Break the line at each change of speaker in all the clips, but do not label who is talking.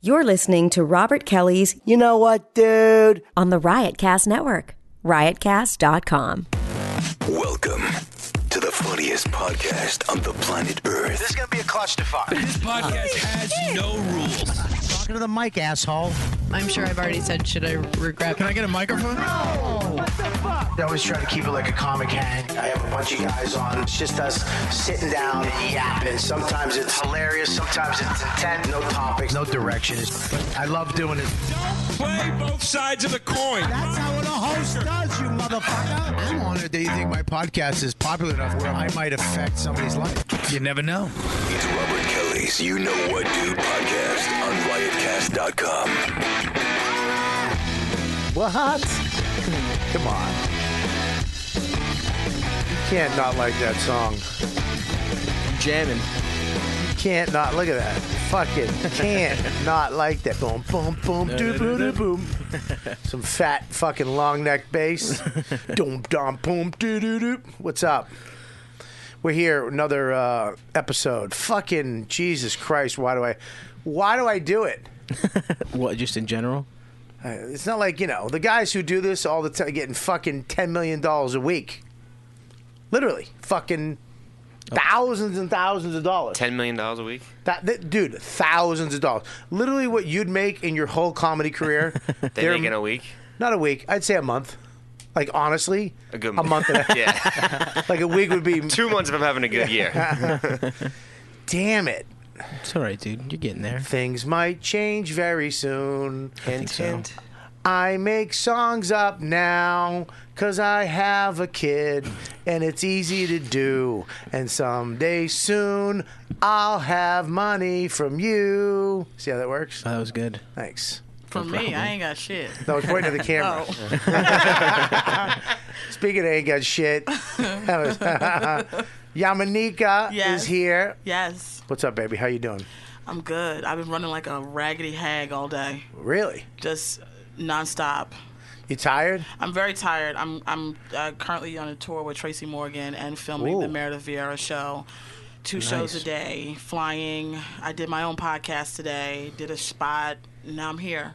You're listening to Robert Kelly's
You know what, dude?
on the Riotcast Network, riotcast.com.
Welcome to the funniest podcast on the planet Earth.
This is gonna be a clutch to five.
This podcast has no rules.
Talking to the mic, asshole.
I'm sure I've already said, should I regret?
Can I get a microphone?
I always try to keep it like a comic hang. I have a bunch of guys on. It's just us sitting down and yapping. Sometimes it's hilarious. Sometimes it's intent. No topics. No direction. It's- I love doing it.
Play both sides of the coin.
That's how a host does, you motherfucker.
I'm honored that you think my podcast is popular enough where I might affect somebody's life.
You never know.
It's Robert Kelly's You Know What Dude podcast on riotcast.com.
What?
Come on. You can't not like that song.
jamming.
You can't not look at that. Fuck it. Can't not like that. Boom, boom, boom, doo boo doo boom. Some fat fucking long neck bass. Doom dom boom doo doo doo. What's up? We're here another uh, episode. Fucking Jesus Christ! Why do I? Why do I do it? Uh,
What, just in general?
It's not like you know the guys who do this all the time getting fucking ten million dollars a week. Literally, fucking thousands and thousands of dollars.
Ten million dollars a week.
That, that- dude, thousands of dollars. Literally, what you'd make in your whole comedy career.
They
they're-
make in a week.
Not a week. I'd say a month. Like honestly,
A good
a month. And a,
yeah,
like a week would be.
two months if I'm having a good year.
Damn it!
It's all right, dude. You're getting there.
Things might change very soon.
Hint,
so.
hint.
I make songs up now because I have a kid and it's easy to do. And someday soon I'll have money from you. See how that works?
That was good.
Thanks.
For me, I ain't got shit.
No, it's pointing to the camera.
Oh,
Speaking of ain't got shit, that was- Yamanika
Yes.
is here.
yes.
What's up, baby? How you doing?
I'm good. I've been running like a raggedy hag all day,
Really?
just nonstop.
You tired?
I'm very tired. I'm I'm uh, currently on a tour with Tracy Morgan and filming
Ooh.
the Meredith Vieira show. Two shows a day, flying. I did my own podcast today, did a spot, and now I'm here.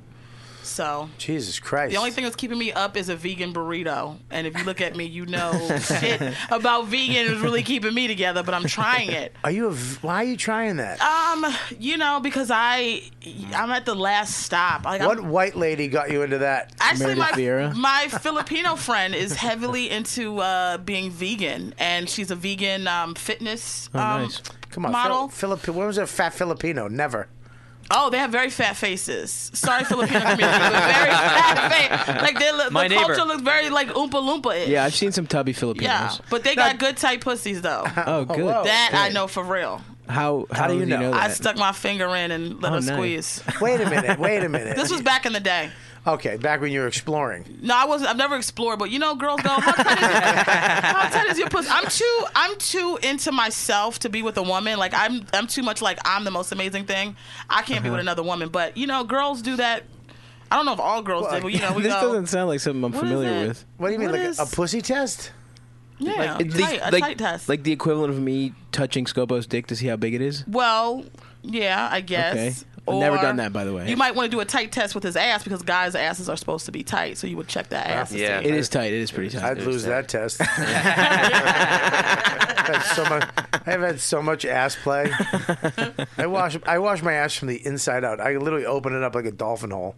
So
Jesus Christ.
The only thing that's keeping me up is a vegan burrito. And if you look at me, you know shit about vegan is really keeping me together, but I'm trying it.
Are you? A, v- why are you trying that?
Um, you know, because I I'm at the last stop. Like
what
I'm,
white lady got you into that?
actually my
Meredith Vieira?
my Filipino friend is heavily into uh, being vegan and she's a vegan um, fitness
Oh,
um,
nice.
Come on,
model.
Fili- Filip- when was a fat Filipino? Never.
Oh, they have very fat faces. Sorry, Filipino community, but very fat face. Like they look,
My
the
neighbor.
culture looks very like oompa loompa ish.
Yeah, I've seen some tubby Filipinos.
Yeah, but they got good tight pussies though.
Oh, good.
whoa.
That I know for real.
How, how,
do you know?
that?
I stuck my finger in and let
Oh,
her
nice.
squeeze.
Wait a minute. Wait a minute.
This was back in the day.
okay. Back when you were exploring.
No, I wasn't. I've never explored, but you know, girls go. How tight is your, how tight is your pussy? I'm too. I'm too into myself to be with a woman. Like I'm. I'm too much. Like I'm the most amazing thing. I can't
Uh-huh.
be with another woman. But you know, girls do that. I don't know if all girls do, but you know, we
this
go.
doesn't sound like something I'm
What is
familiar
it?
with.
What do you mean,
What
like
is-
a pussy test?
yeah,
It's the-
tight, a
like,
tight test.
like the equivalent of me touching Scopo's dick to see how big it is.
Well, yeah, I guess.
Okay. I've never done that, by the way.
You might want to do a tight test with his ass because guys' asses are supposed to be tight, so you would check that ass. to see.
Yeah.
It is tight. It is pretty tight.
I'd lose that test. I've had so much, I've had so much ass play. I wash I wash my ass from the inside out. I literally open it up like a dolphin hole.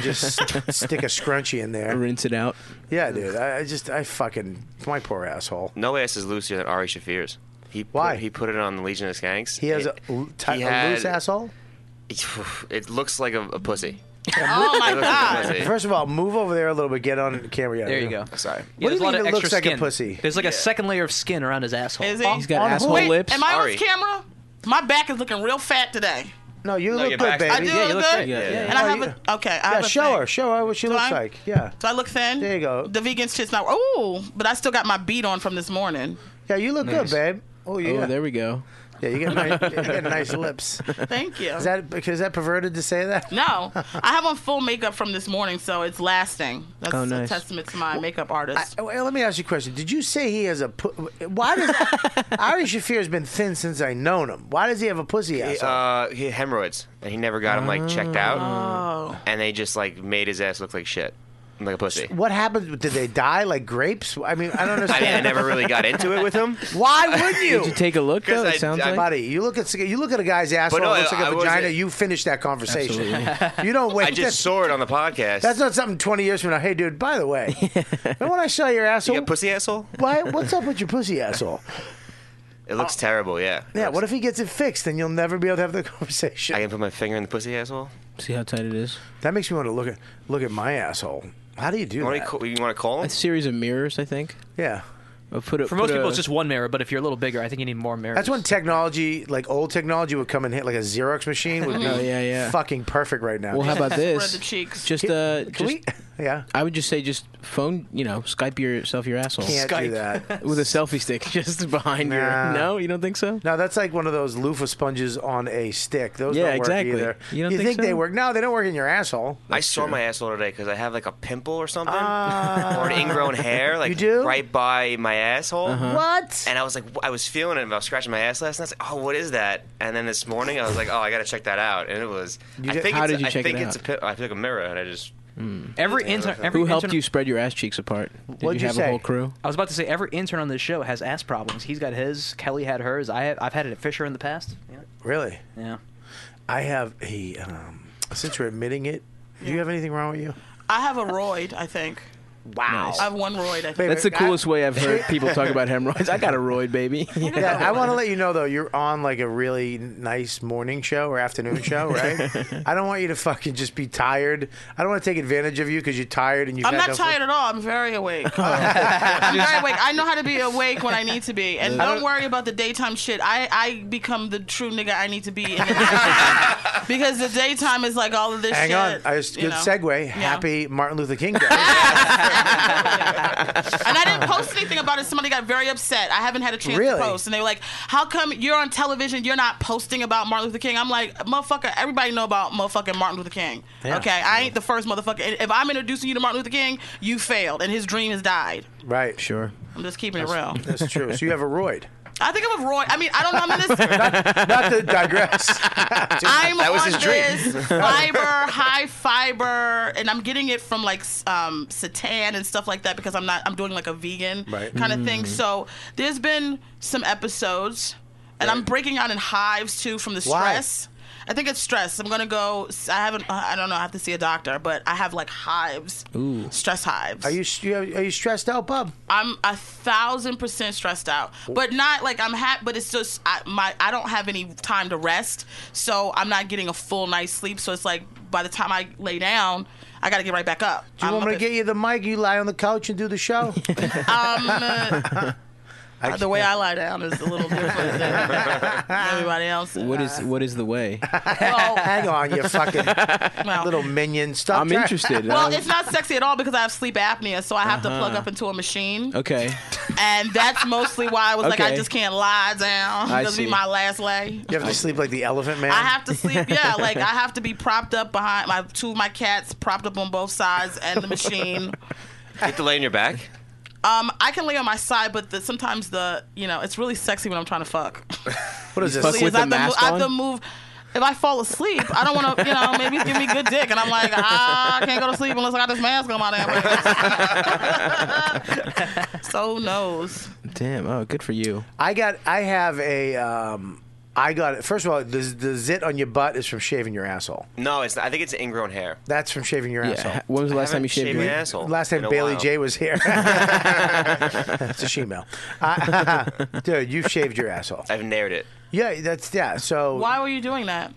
Just st- stick a scrunchie in there.
Rinse it out.
Yeah, dude. I, I just I fucking my poor asshole.
No ass is looser than Ari Shafir's. He put,
Why?
he put it on the Legion of Skanks.
He has a, l- ti-
he
a
had-
loose asshole.
It looks like a, a pussy.
Oh my
It looks like a
god.
pussy.
Ah! First of all, move over there a little bit. Get on camera. Yeah,
There you go.
Sorry.
Yeah,
What do
there's
you mean
a lot of
it
extra
looks like a
skin.
pussy?
There's like a second layer of skin around his asshole.
Is he?
He's got
On who?
asshole
Wait,
lips.
am I on
Sorry.
this camera? My back is looking real fat today.
No, you
No,
look
your
good,
back's-
baby.
I do
yeah, you
look
look
good.
great. Yeah, yeah.
And I
Oh,
have
you-
a okay. I
Yeah,
have a
show
thing.
her. Show her what she
Do
looks
I?
like. Yeah.
Do I look thin?
There you go.
The vegan shit's not. Oh, but I still got my beat on from this morning.
Yeah, you look good, babe. Oh yeah.
Oh, there we go.
Yeah, you got, nice, you got nice lips.
Thank you.
Is that because that perverted to say that?
no, I have on full makeup from this morning, so it's lasting. That's
Oh, nice.
a testament to my makeup artist.
I- Oh, well, let me ask you a question. Did you say he has a? Pu- Why does Ari Shafir has been thin since I known him? Why does he have a pussy ass?
Uh, he had hemorrhoids, and he never got him like checked
Oh.
out, and they just like made his ass look like shit, like a pussy.
What happened? Did they die like grapes? I mean, I don't understand.
I never really got into it with him.
Why would you?
Did you take a look, though, 'Cause it I- sounds I- like?
buddy. You look at you look at a guy's asshole.
no,
it looks like
I
a
wasn't-
vagina. You finish that conversation. you don't wait.
I just saw it on the podcast.
That's not something 20 years from now. Hey, dude, by the way, remember when I saw your asshole? You
pussy asshole?
Why, what's up with your pussy asshole?
It looks terrible. Yeah.
Yeah, what if he gets it fixed and you'll never be able to have the conversation?
I can put my finger in the pussy asshole.
See how tight it is? That makes me want to look at look at my asshole. How do you do
Wanna
that?
call- You want to call
A
him?
series of mirrors, I think.
Yeah.
I'll put a,
For most
put
people,
a-
it's just one mirror, but if you're a little bigger, I think you need more mirrors.
That's when technology, like old technology, would come and hit like a Xerox machine would be
Oh, yeah, yeah.
fucking perfect right now.
Well, how about this? Just uh,
Can
just,
we- Yeah.
I would just say just phone, you know, Skype yourself your asshole.
Can't do Skype. that.
with a selfie stick just behind
Nah.
your. No, you don't think so?
No, that's like one of those loofah sponges on a stick. Those
Yeah,
don't work
exactly.
either.
You don't think so?
they work? No, they don't work in your asshole.
I saw my asshole today because I have like a pimple or something,
Ah.
Ah. or an ingrown hair, like right by my asshole.
Uh-huh. What?
And I was like, I was feeling it. and I was scratching my ass last night. I was like, oh, what is that? And then this morning, I was like, oh, I gotta check that out. And it was.
You
I
did-
think
how
it's,
did you
I
check it
think it's a pi- I took a mirror and I just.
Every
Yeah,
intern,
that's-
every
Who helped
intern-
you spread your ass cheeks apart? Did
What'd
you
you
have
say?
a whole crew?
I was about to say every intern on this show has ass problems. He's got his. Kelly had hers. I have. I've had it at Fisher in the past. Yeah.
Really?
Yeah.
I have a. Um, since you're admitting it, do you have anything wrong with you?
I have a roid, I think.
Wow. Nice.
I have one roid, I think.
That's the coolest way I've heard people talk about hemorrhoids. I got a roid, baby.
Yeah, I want to let you know though, you're on like a really nice morning show or afternoon show, right? I don't want you to fucking just be tired. I don't want to take advantage of you because you're tired and you.
I'm not tired at all. I'm very awake.
Oh.
I'm very awake. I know how to be awake when I need to be. And
I
don't
don't-
worry about the daytime shit. I, I become the true nigga I need to be in the daytime. because the daytime is like all of this
Hang
shit.
on, I just
you
good
know?
segue. Happy Martin Luther King Day.
And I didn't post anything about it. Somebody got very upset. I haven't had a chance
Really?
to post. And they were like, how come you're on television, you're not posting about Martin Luther King? I'm like, motherfucker, everybody know about motherfucking Martin Luther King.
Yeah.
Okay, I ain't the first motherfucker. And If I'm introducing you to Martin Luther King, you failed and his dream has died.
right? Sure.
I'm just keeping it real.
That's, that's true. So you have a roid.
I think I'm a Roy. I mean, I don't know. I'm in this.
Not to digress.
I'm
That was
on
his dream.
this fiber, high fiber, and I'm getting it from like s- um, satan and stuff like that because I'm not. I'm doing like a vegan
Right.
kind of
Mm.
Mm-hmm.
thing. So there's been some episodes, and I'm breaking out in hives too from the
Why?
stress. I think it's stress. I'm gonna go. s- I haven't. uh, I don't know. I have to see a doctor, but I have like hives,
Ooh.
stress hives.
Are you you have- are you stressed out, bub?
I'm a thousand percent stressed out, but not like I'm happy. But it's just I, my I don't have any time to rest, so I'm not getting a full night's sleep. So it's like by the time I lay down, I got to get right back up.
Do you
I'm
want me to
up at-
get you the mic? You lie on the couch and do the show.
um, uh, the way I lie down is a little different than everybody else.
What is what is the way?
Hang on, you fucking little minion. Stop.
I'm
trying-
interested. Um,
Well, it's not sexy at all because I have sleep apnea, so I have to
Uh-huh.
plug up into a machine,
okay.
and that's mostly why I was like, I
Okay.
just can't lie down.
I
This be
see.
my last lay.
You have to sleep like the elephant man.
I have to sleep. Yeah, like I have to be propped up behind my two of my cats, propped up on both sides, and the machine.
You have to lay on your back.
Um, I can lay on my side, but the, sometimes the you know it's really sexy when I'm trying to fuck.
What is this?
Please, I, have to move, I have to move. If I fall asleep, I don't want to, you know, maybe give me good dick, and I'm like, ah, I can't go to sleep unless I got this mask on my damn face. so knows.
Damn. Oh, good for you.
I got. I have a. Um, I got it. First of all, the, the zit on your butt is from shaving your asshole.
No, it's. Not, I think it's ingrown hair.
That's from shaving your
Yeah,
asshole.
ha- when was the I last time you haven't shaved shaved your- my asshole
Last
in
time
a
Bailey
while.
J was here. it's a shemale. dude, you've shaved your asshole.
I've nared it.
Yeah, that's yeah. So
Why were you doing that?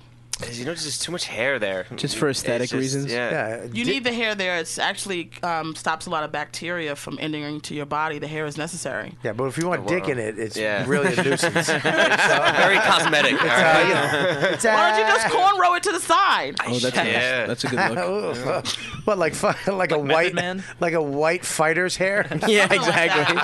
You know, just too much hair there.
Just for
It's
aesthetic reasons?
Yeah.
You need the hair there. It's actually um, stops a lot of bacteria from entering to your body. The hair is necessary.
Yeah, but if you want dick in it, it's really a nuisance.
Very cosmetic. all right?
Why don't you just cornrow it to the side?
Oh, that's
Yeah.
nice. That's a good look.
uh, what like fu- like, a white
Man?
like a white fighter's hair?
yeah, exactly.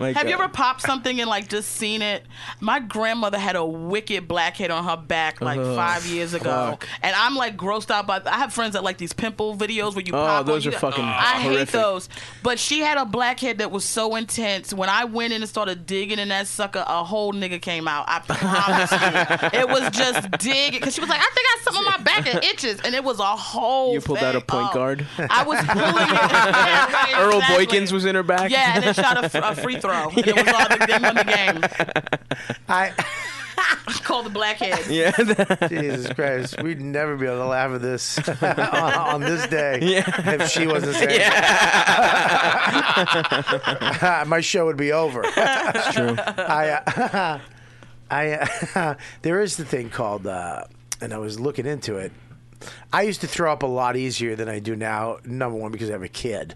Like,
Have you
uh,
ever popped something and like just seen it? My grandmother had a wicked blackhead on her back like
Ugh,
five years ago,
fuck.
and I'm like grossed out by. I have friends that like these pimple videos where you.
Oh,
pop on-
those are
you-
fucking
I hate
horrific.
those. But she had a blackhead that was so intense. When I went in and started digging in that sucker, a whole nigga came out. I promise you, it was just digging because she was like, "I think I had something on my back that itches," and it was a whole.
You pulled out a
thing Oh.
point
up.
guard?
I was pulling. It. Yeah,
Earl
exactly.
Boykins was in her back.
Yeah, and then shot a, f- a free throw. And it was all the, they won the game.
I
Called the blackhead.
Jesus Christ, we'd never be able to laugh at this on, on this day if she wasn't saying. it. My show would be over.
That's true.
I, uh, I, uh, there is the thing called, uh, and I was looking into it. I used to throw up a lot easier than I do now. Number one, because I have a kid,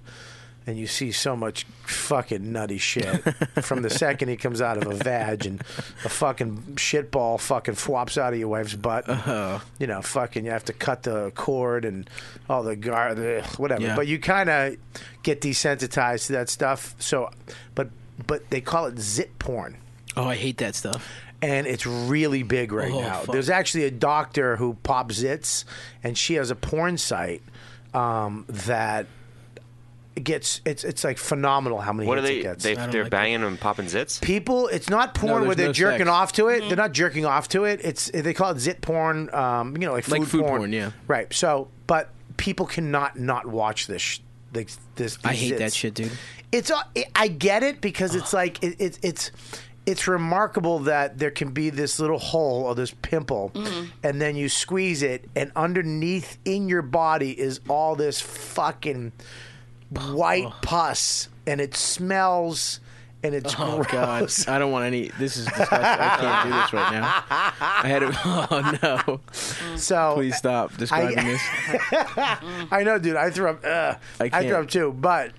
and you see so much fucking nutty shit from the second he comes out of a vag and a fucking shit ball fucking flops out of your wife's butt. You know, fucking, you have to cut the cord and all the gar, the, whatever.
Yeah.
But you kind of get desensitized to that stuff. So, but but they call it zit porn
Oh, I hate that stuff.
and it's really big right
Oh,
now.
fuck.
There's actually a doctor who pops zits, and she has a porn site um, that gets it's it's like phenomenal how many
What are
hits
they?
it gets.
they
don't
they're
like
banging and popping zits.
People, it's not porn
there's
where they're
no
jerking
sex.
off to it. They're not jerking off to it. It's they call it zit porn. Um, you know, like food,
Like food porn, yeah.
right. So, but people cannot not watch this. Sh- like this,
I
these
hate that
zits.
shit, dude.
It's all- it, I get it because it's like it, it, it's it's remarkable that there can be this little hole or this pimple, and then you squeeze it, and underneath in your body is all this fucking white pus, and it smells, and it's
Oh God,
gross.
I don't want any. This is disgusting. I can't do this right now. I had it. Oh no!
So
Please stop describing this.
I know, dude. I threw up. Ugh. I,
I
threw
can't.
up too, but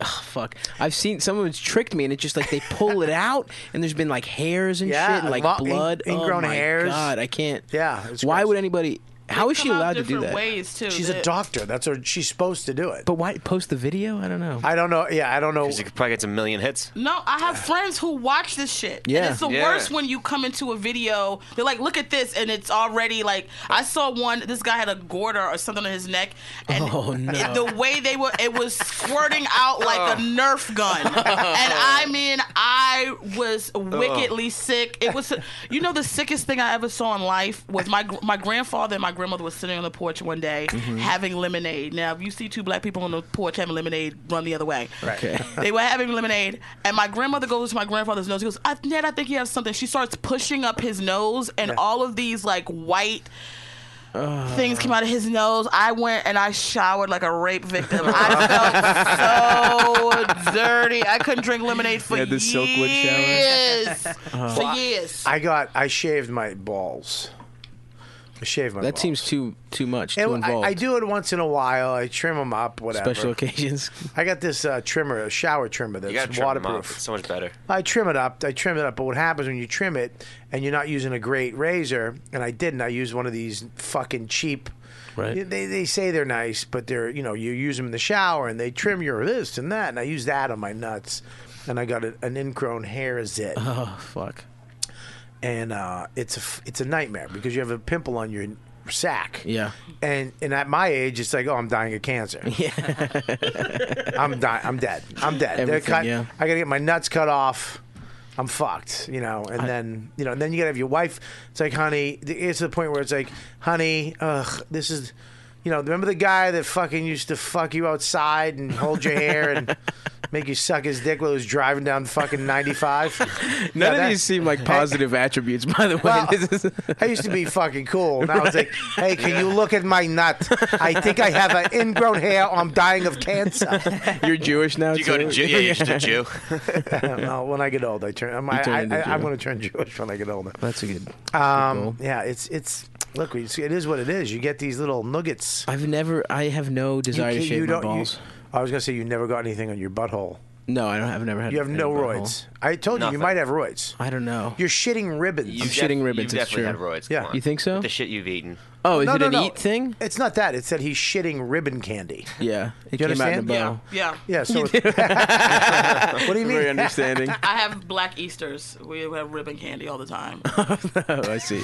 Oh, Fuck. I've seen someone's tricked me, and it's just like they pull it out, and there's been like hairs and
Yeah,
shit, and like
lo- in-
blood, Oh,
ingrown
my
hairs.
God, I can't.
Yeah, it's
Why
gross.
would anybody? How is she
Come out
allowed to do
different
that?
Ways too.
she's a
They-
doctor. That's her. She's supposed to do it.
But why post the video? I don't know.
I don't know. Yeah, I don't know.
You could probably get some million hits.
No, I have friends who watch this shit.
Yeah.
And it's the
Yeah.
worst when you come into a video, they're like, look at this, and it's already like, I saw one, this guy had a gorder or something on his neck, and
Oh, no. Oh.
it- the way they were, it was squirting out like a Nerf gun. and I mean, I was
Oh.
wickedly sick. It was, you know, the sickest thing I ever saw in life was my, gr- my grandfather and my grandmother was sitting on the porch one day
Mm-hmm.
having lemonade. Now, if you see two black people on the porch having lemonade, run the other way
okay.
they were having lemonade, and my grandmother goes to my grandfather's nose. He goes, "I- Ned, I think you have something. She starts pushing up his nose, and all of these like white. Things
Uh-huh.
came out of his nose. I went and I showered like a rape victim. I felt so dirty. I couldn't drink lemonade for
You had the
years.
Silkwood shower? Uh-huh.
For years.
I got. I shaved my balls. I shaved my.
That
balls.
seems too too much,
And
too involved.
I, I do it once in a while. I trim them up, whatever.
Special occasions.
I got this uh, trimmer, a shower trimmer
You gotta
that's
trim them up.
waterproof.
It's so much better.
I trim it up. I trim it up. But what happens when you trim it and you're not using a great razor? And I didn't. I used one of these fucking cheap.
Right.
They, they say they're nice, but they're you know you use them in the shower and they trim your this and that. And I used that on my nuts, and I got a, an ingrown hair zit,
Oh fuck.
and uh, it's a f- it's a nightmare because you have a pimple on your sack.
Yeah.
And and at my age, it's like, oh, I'm dying of cancer. I'm dying. I'm dead. I'm dead. They're
Everything,
cut.
yeah.
I gotta get my nuts cut off. I'm fucked, you know. And then you know, and then you gotta have your wife. It's like, honey, th- it's the point where it's like, honey, ugh, this is. You know, remember the guy that fucking used to fuck you outside and hold your hair and make you suck his dick while he was driving down fucking 95?
None of these seem like positive attributes, by the way. This is-
I used to be fucking cool. Now it's like, hey, can you look at my nut? I think I have an ingrown hair. I'm dying of cancer.
You're Jewish now.
You go to
too?
Jew. Yeah, you're just a Jew.
no, when I get old, I turn. I'm, I,
turn into
I, I, am
Jew.
going to turn Jewish when I get older.
That's a good.
Um, yeah, it's it's. Look, we- it is what it is. You get these little nuggets.
I've never. I have no desire
can't-
to shave my
you-
balls.
I was gonna say you never got anything on your butthole.
no, I don't. I've never had.
You have
any
no
butthole.
roids. I told you you
Nothing.
might have roids.
I don't know.
You're shitting ribbons.
You've
shitting ribbons,
You've
it's
definitely had
true.
roids.
Yeah.
Come on.
You think so?
With the shit you've eaten.
oh, is
no,
it
no,
an
no.
eat thing?
It's not that. It's that he's shitting ribbon candy.
Yeah, it
You
came out in a
understand?
Yeah,
bow.
yeah.
Yeah. So what do you mean?
Very understanding.
I have black Easters. We have ribbon candy all the time.
oh, I see.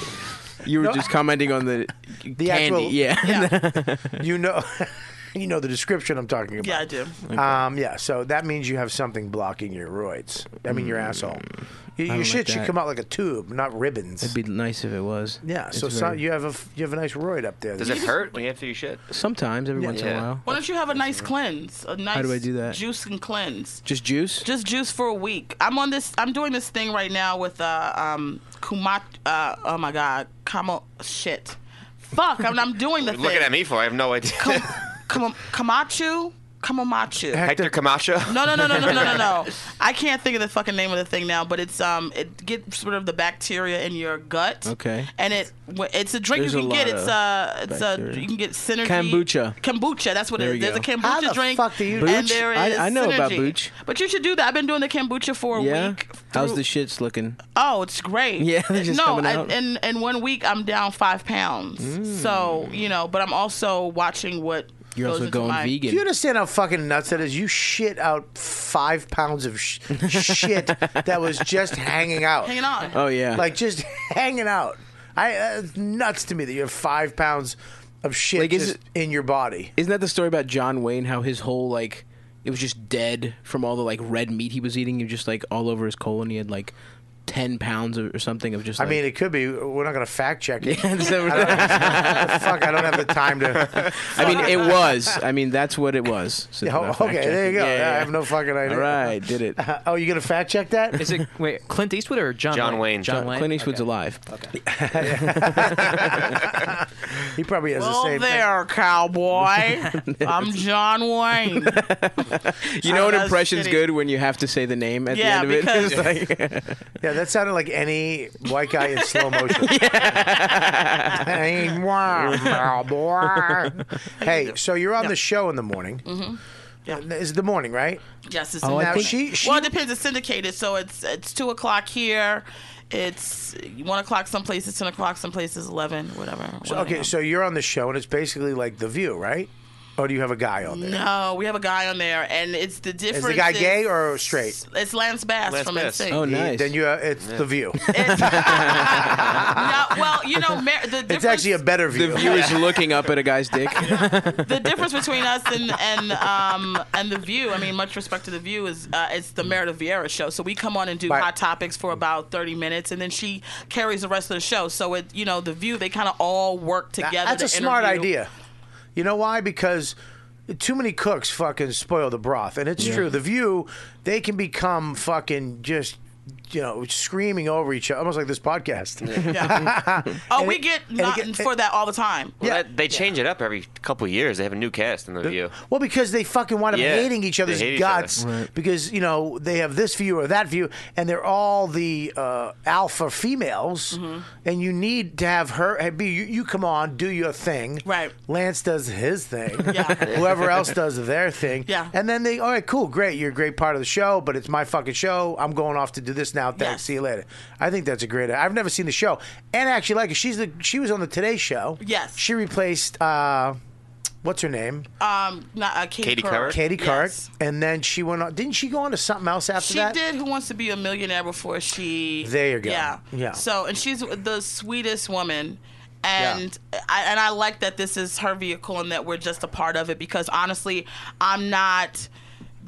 You were just commenting on the, candy.
actual-
yeah.
Yeah,
You know, you know the description I'm talking about.
yeah, I do.
Um, yeah, so that means you have something blocking your roids. I mean, your asshole. Y- Your
Mm, like
shit should
that.
come out like a tube, not ribbons.
It'd be nice if it was.
yeah,
It's
so, so-
very-
you have a f- you have a nice roid up there.
Does it hurt when you have to your shit?
sometimes every once in
Yeah.
a while.
Why don't you have a nice cleanse? A nice
do I do that?
juice and cleanse.
Just juice.
Just juice for a week. I'm on this. I'm doing this thing right now with uh um kumat. Uh, oh my god, kamo shit. Fuck, I'm, I'm doing the thing.
Looking at me for? I have no idea.
Kam- kam- Kamachu, Kamachu.
Hector Camacho.
No, no, no, no, no, no, no, no. I can't think of the fucking name of the thing now, but it's um, it gets sort of the bacteria in your gut.
Okay.
And it, wh- it's a drink
There's
you
a
can get.
lot
It's
of
uh, it's
bacteria.
a you can get synergy.
Kombucha.
Kombucha. That's what
There
it
we
is. There's a
go.
kombucha
How the
drink.
fuck do you-
And
Booch?
there
I-
is
I know about
Synergy.
Booch.
But you should do that. I've been doing the kombucha for a
yeah.
week.
How's
through-
the shits looking?
Oh, it's great.
Yeah, they're just
no,
coming out.
I, in in one week I'm down five pounds. So you know, but I'm also watching what
Mm. You're
goes
also
into
going
my-
vegan.
Do you understand how fucking nuts that is? You shit out five pounds of sh- shit that was just hanging out,
Hanging on.
Oh yeah.
like just hanging out. I uh, it's nuts to me that you have five pounds of shit
Like, is
just
it-
in your body.
Isn't that the story about John Wayne? How his whole like it was just dead from all the like red meat he was eating. He was just like all over his colon. He had like ten pounds or, or something of just.
I
like-
mean, it could be. We're not gonna fact check it.
And so-
I don't- fuck, I don't have the time to.
I mean, it was. I mean, that's what it was. So
Yeah,
without
okay, there you
fact-checking.
go.
Yeah, yeah,
I
yeah.
have no fucking idea.
All right, did it?
Uh, oh, you gonna fact check that?
Is it wait Clint Eastwood or John?
John Wayne.
John
John-
Wayne.
Clint Eastwood's
Okay.
alive.
He probably has the
Well,
same.
there, cowboy. I'm John Wayne.
You know, an
that's
impression's
shitty.
good when you have to say the name at
Yeah,
the end of
because-
it. It's like-
Thing. Yeah, that sounded like any white guy in slow motion. Hey, wow, boy. hey, so you're on the show in the morning. Mm-hmm.
Yeah.
Is it the morning, right?
yes, it's
Oh, I
now
think-
she, she
well, it depends. It's syndicated, so it's it's two o'clock here. It's one o'clock some places, ten o'clock some places, eleven, whatever.
so-
1
okay,
a.m.
so you're on the show, and it's basically like The View, right? Or do you have a guy on there? Is
no, we have a guy on there, and it's the difference.
the guy gay or straight?
It's Lance Bass
Lance
from
Bass.
NSYNC.
oh,
Yeah,
nice.
Then you, uh, it's the view.
It's- No, well, you know, Mar- the difference.
It's actually a better
the
view.
viewer's looking up at a guy's dick.
the difference between us and and um and the View. I mean, much respect to the View is uh, it's the Merida Vieira show. So we come on and do
Right.
hot topics for about thirty minutes, and then she carries the rest of the show. So it you know the View they kind of all work together.
That's
to
a smart
interview.
idea. You know why? Because too many cooks fucking spoil the broth, and it's true. The view they can become fucking just. You know, screaming over each other, almost like this podcast.
Yeah. oh,
And
we
it-
get
and it
not
get-
for that all the time.
Well,
Yeah.
that, they change it up every couple of years. They have a new cast in the view.
Well, because they fucking wind up
Yeah,
hating each
they
other's
hate each other.
guts because you know they have this view or that view, and they're all the uh, alpha females, and you need to have her be you, you. Come on, do your thing.
Right.
Lance does his thing.
Yeah.
Whoever else does their thing.
Yeah.
And then they, all right, cool, great. You're a great part of the show, but it's my fucking show. I'm going off to do this now. Thanks.
Yes.
See you later. I think that's a great. I've never seen the show, and actually, like, it, she's the she was on the Today Show.
Yes.
She replaced. uh What's her name?
Um, not uh, Katie,
Katie
Couric.
Couric?
Katie
Yes.
Cart, and then she went on. Didn't she go on to something else after
She
that?
did Who Wants to Be a Millionaire before she.
There you go.
Yeah.
Yeah.
So, and she's the sweetest woman. And I, and I like that this is her vehicle and that we're just a part of it because honestly, I'm not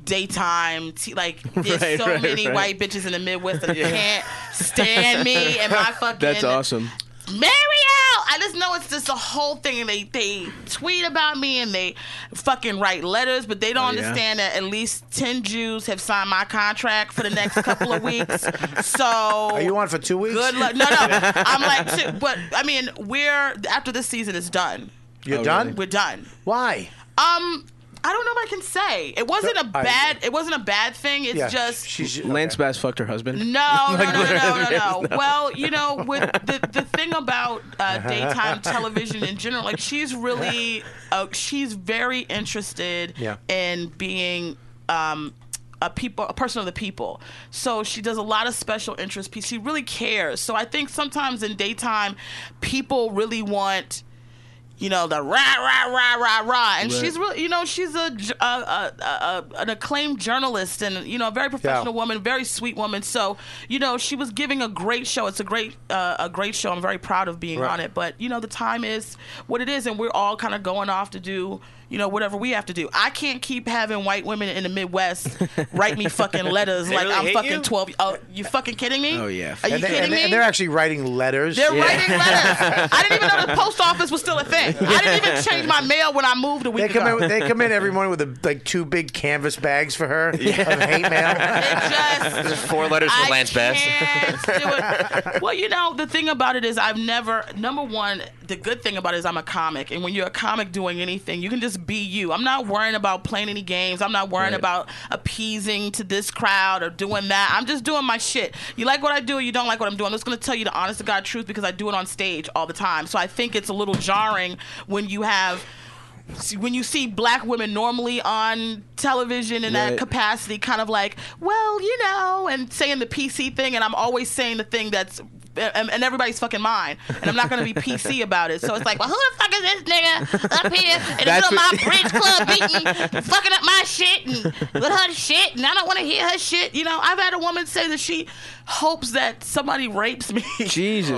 daytime. T- like, there's
Right,
so
right,
many
right.
white bitches in the Midwest that can't stand me and my fucking.
That's awesome.
Mariel, I just know it's just the whole thing. And they they tweet about me and they fucking write letters, but they don't
Oh,
yeah?
understand that at least ten Jews have signed my contract for the next couple of weeks. So
Are you on for two weeks?
good luck. No, no. I'm like, shit, but I mean, we're after this season is done.
You're
Oh,
done.
really?
We're done.
Why?
Um, I don't know if I can say. It wasn't a
I-
bad. It wasn't a bad thing. It's
Yeah,
just
she's
Lance Bass fucked her husband.
no, no, no, no, no, no, no. Well, you know, with the the thing about uh, daytime television in general, like she's really, uh, she's very interested
Yeah.
in being. Um, a people, a person of the people. So she does a lot of special interest pieces. She really cares. So I think sometimes in daytime, people really want, you know, the rah rah rah rah rah. And
Right.
she's really, you know, she's a, j- a- a- a- a- an acclaimed journalist and you know, a very professional woman
Yeah.
woman, very sweet woman. So you know, she was giving a great show. It's a great, uh, a great show. I'm very proud of being
Right.
on it. But you know, the time is what it is, and we're all kind of going off to do, you know, whatever we have to do. I can't keep having white women in the Midwest write me fucking letters
They
like
really
I'm
hate
fucking
you?
12. Oh, you fucking kidding me?
Oh, yeah.
Are you
and, they,
kidding
and,
me?
they- and they're actually writing letters.
They're writing letters. I didn't even know the post office was still a thing. I didn't even change my mail when I moved a week
They
ago.
come in. They come in every morning with a, like two big canvas bags for her of hate mail.
It just
There's four letters for
I
Lance Bass.
can't do it. well, you know, the thing about it is I've never number one, the good thing about it is I'm a comic and when you're a comic doing anything, you can just be you. I'm not worrying about playing any games. I'm not worrying
Right.
about appeasing to this crowd or doing that. I'm just doing my shit. You like what I do or you don't like what I'm doing. I'm just gonna tell you the honest to God truth because I do it on stage all the time. So I think it's a little jarring when you have see- when you see black women normally on television in that
Right.
capacity, kind of like, well, you know, and saying the PC thing, and I'm always saying the thing that's and and everybody's fucking mind, and I'm not gonna be PC about it. So it's like, well, who the fuck is this nigga up here in the middle
That's
of my
what-
bridge club beating, fucking up my shit and with her shit, and I don't want to hear her shit. You know, I've had a woman say that she hopes that somebody rapes me
Jesus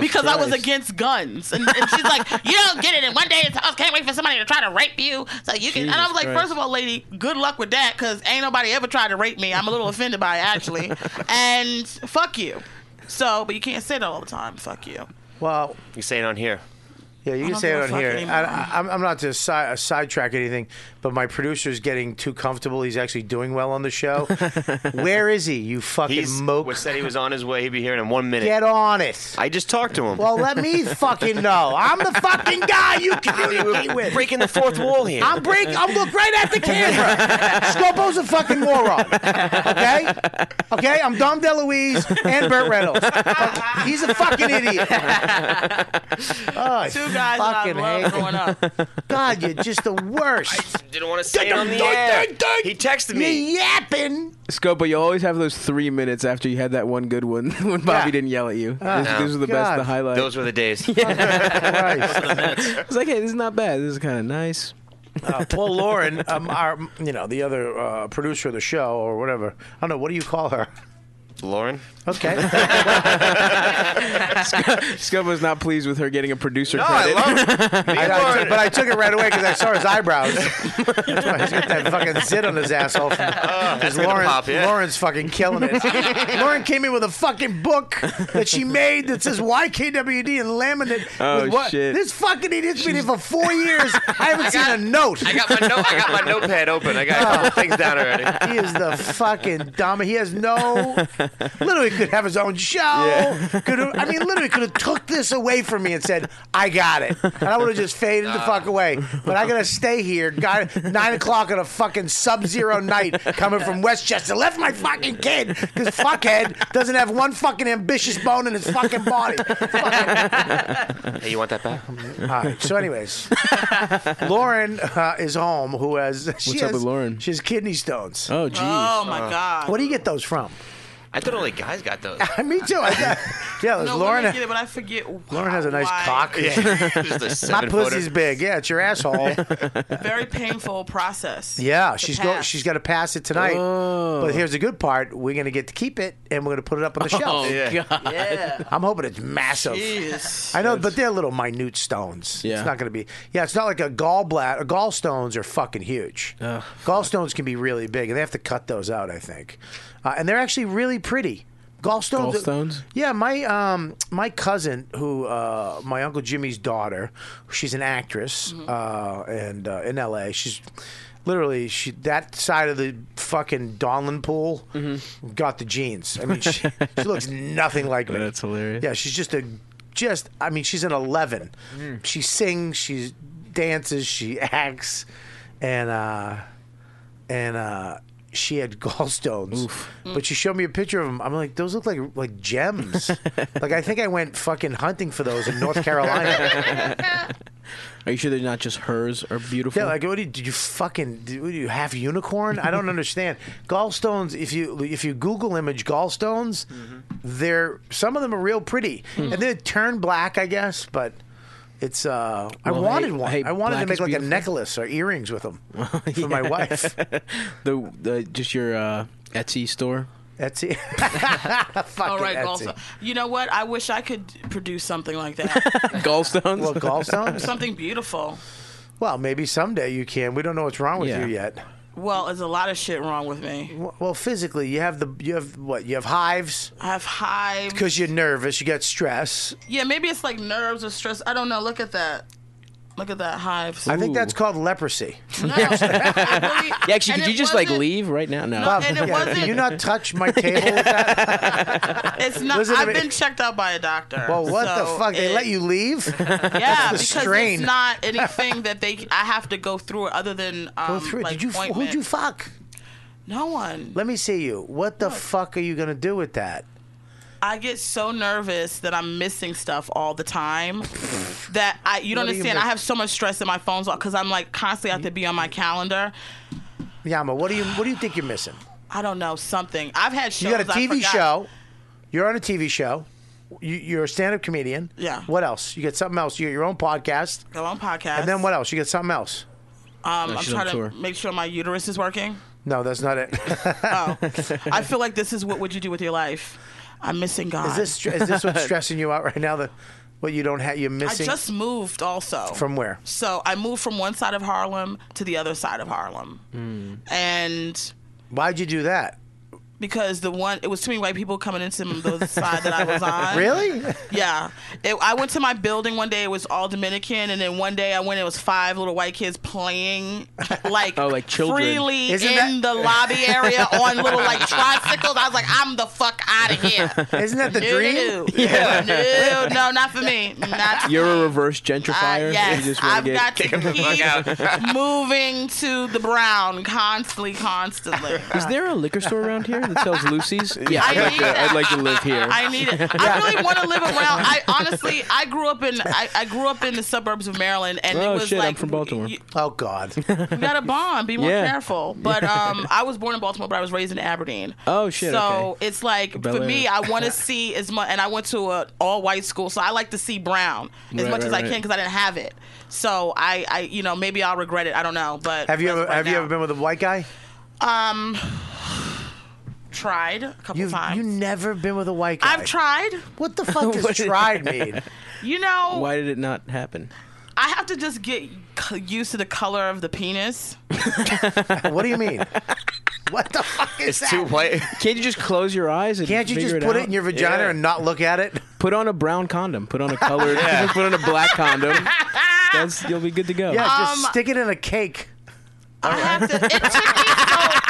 because I was
Christ.
against guns, and, and she's like, "You don't get it." And one day, it's, I can't wait for somebody to try to rape you, so you can. and I
Jesus
was like,
Christ.
first of all, lady, good luck with that, because ain't nobody ever tried to rape me. I'm a little offended by it actually, and fuck you. So, but you can't say that all the time. Fuck you.
Well,
You say it on here.
Yeah, you can
don't
say
give
it
a
on
fuck
here.
anymore.
I, I, I'm- I'm not to si- uh, sidetrack anything, but my producer's getting too comfortable. He's actually doing well on the show. Where is he? You fucking
He's
moke!
was said he was on his way. He'd be here in one minute.
Get on it.
I just talked to him.
well, let me fucking know. I'm the fucking guy you communicate
We're
with.
breaking the fourth wall here.
I'm break. I'm look right at the camera. Scopo's a fucking moron. Okay, okay. I'm Dom DeLuise and Burt Reynolds. Fuck- He's a fucking idiot. Oh, I
Two guys that I
fucking
love
hate.
growing up.
God, you're just the worst.
Didn't want to say it on the air. He texted me.
You yapping.
Scopo, you always have those three minutes after you had that one good one when Bobby
Yeah. Ah. Oh,
didn't yell at you. Those-
no.
Those were the best, the
God.
highlight.
Those were the days.
I was like, hey, this is not bad. This is kind of nice.
Uh, Paul Lauren, um, our you know the other uh, producer of the show or whatever. I don't know. What do you call her?
Lauren.
Okay.
Scopo's not pleased with her getting a producer
No,
credit.
I love me
I-
and
I
Lauren.
took- but I took it right away because I saw his eyebrows. That's why he's got that fucking zit on his asshole.
Uh,
Because
gonna
Lauren,
pop, yeah.
Lauren's fucking killing it. Lauren came in with a fucking book that she made that says YKWd in laminate.
Oh,
with what?
shit.
This fucking idiot's been here for four years. I haven't seen a note.
I got my note. I got my notepad open. I got a couple things down already.
He is the fucking dumb. He has no. Literally could have his own show. Could have, I mean, literally could have took this away from me and said, "I got it," and I would have just faded the fuck away. But I gotta stay here. Got nine o'clock on a fucking sub-zero night coming from Westchester. Left my fucking kid because fuckhead doesn't have one fucking ambitious bone in his fucking body.
Hey, you want that back?
All right. So, anyways, Lauren uh, is home. Who has? she
What's up
has,
with Lauren?
She has kidney stones.
Oh, geez.
Oh my god.
Where do you get those from?
I thought only guys got those.
Me too. I got, yeah, there's
No,
Lauren.
women get it, but I forget.
Lauren has a nice
why.
cock.
Just a
My
seven
pussy's
footer.
big. Yeah, it's your asshole.
Very painful process.
yeah,
to
she's go,
pass.
she's got to pass Oh. it tonight. But here's the good part: we're gonna get to keep it, and we're gonna put it up on the shelf.
Yeah.
Yeah.
I'm hoping it's massive.
Jeez.
I know, but they're little minute stones.
Yeah.
It's not going to be. Yeah, it's not like a gallbladder. uh, Gallstones are fucking huge. Gallstones can be really big, and they have to cut those out, I think. Uh, and they're actually really pretty. Gallstones.
Gallstones?
Yeah, my um, my cousin, who uh, my uncle Jimmy's daughter, she's an actress, uh, and uh, in L.A. She's literally she that side of the fucking Donlin pool
Mm-hmm.
got the genes. I mean, she, she looks nothing like me.
That's hilarious.
Yeah, she's just a just. I mean, she's an eleven.
Mm.
She sings, she dances, she acts, and uh, and uh, she had gallstones. But she showed me a picture of them. I'm like, those look like like gems. like I think I went fucking hunting for those in North Carolina.
Are you sure they're not just hers are beautiful?
yeah, like what do you, did you fucking do you half unicorn? I don't understand. Gallstones. If you if you Google image gallstones,
Mm-hmm.
they're some of them are real pretty,
Hmm.
and they turn black, I guess, but. It's uh, I
Well, hey-
wanted one.
hey,
I wanted to
black
make
is
like a
beautiful.
necklace or earrings with them for my wife.
the, the just your uh, Etsy store.
Etsy. Fucking
All right,
Etsy.
gallstones. You know what? I wish I could produce something like that.
Gallstones.
Well, gallstones.
something beautiful.
Well, maybe someday you can. We don't know what's wrong with
Yeah.
you yet.
Well, there's a lot of shit wrong with me.
W- Well, physically, you have the you have what you have hives
I have hives.
because you're nervous. You got stress.
Yeah, maybe it's like nerves or stress. I don't know. Look at that. Look at that hives.
I think
Ooh.
that's called leprosy.
No, I really-
yeah, actually,
and
could
it
you just like
wasn't-
leave right now? No.
No, and it
Yeah,
wasn't-
can you not touch my table with that?
It's not.
Listen to
I've
me.
been checked out by a doctor.
Well, what
so
the fuck? They
it-
let you leave?
Yeah,
the
because
strain.
it's not anything that they. I have to go through other than um,
Go through it.
Like
Did you? f- Who'd
ointment.
you fuck?
no one.
Let me see you. What the fuck are you gonna do with that?
I get so nervous that I'm missing stuff all the time. that I, you don't
What do you
understand. I
miss?
have so much stress in my phones because I'm like constantly have to be on my calendar.
Yama, what do you what do you think you're missing?
I don't know something. I've had shows.
You got a
I
TV
forgot.
show. You're on a TV show. You, you're a stand-up comedian.
Yeah.
What else? You got something else. You got your own podcast.
Go on podcast.
And then what else? You got something else.
Um,
No,
I'm
she's on
trying to
tour.
make sure my uterus is working.
No, that's not it.
Oh, I feel like this is what would you do with your life? I'm missing God.
Is this is this what's stressing you out right now? That what you don't have, you're
I
missing
just moved also.
from where?
So I moved from one side of Harlem to the other side of Harlem.
Hmm.
And
Why'd you do that?
because the one, it was too many white people coming into the side that I was on.
Really?
Yeah. It, I went to my building one day, it was all Dominican. And then one day I went, it was five little white kids playing like,
Oh, like children.
freely
Isn't
in the lobby area on little like tricycles. I was like, I'm the fuck out of here.
Isn't that the
No,
dream?
no, no, no, not for me. Not for
You're
me.
a reverse
I-
gentrifier.
Uh, yes,
you just wanna
I've
get-
got to keep moving to the brown constantly, constantly.
Is there a liquor store around here that sells Lucy's? Yeah,
I
I'd like,
need
to,
that.
I'd like to live here.
I need it. I really want to live around. I honestly, I grew up in, I, I grew up in the suburbs of Maryland, and
Oh,
it was
shit, I'm
like
from Baltimore.
You,
Oh God!
you got a bond. Be more
Yeah.
careful. But um, I was born in Baltimore, but I was raised in Aberdeen.
Oh, shit,
So
okay.
it's like
Bel
for me,
Air.
I want to see as much, and I went to an all-white school, so I like to see brown as
Right,
much
right,
as I
right.
can because I didn't have it. So I, I, you know, maybe I'll regret it. I don't know. But
Have you
that's
ever
right
have you
now.
ever been with a white guy?
tried a couple
You've
times?
you never been with a white guy.
I've tried.
What the fuck does tried mean?
You know,
Why did it not happen?
I have to just get c- used to the color of the penis.
What do you mean? What the fuck is
It's
that?
too white.
Can't you just close your eyes and
Can't you just
figure
put it
out?
in your vagina
Yeah.
and not look at it?
Put on a brown condom. Put on a colored. Put on a black condom. That's, you'll be good to go.
Yeah,
Um,
just stick it in a cake.
I have to. It took me so.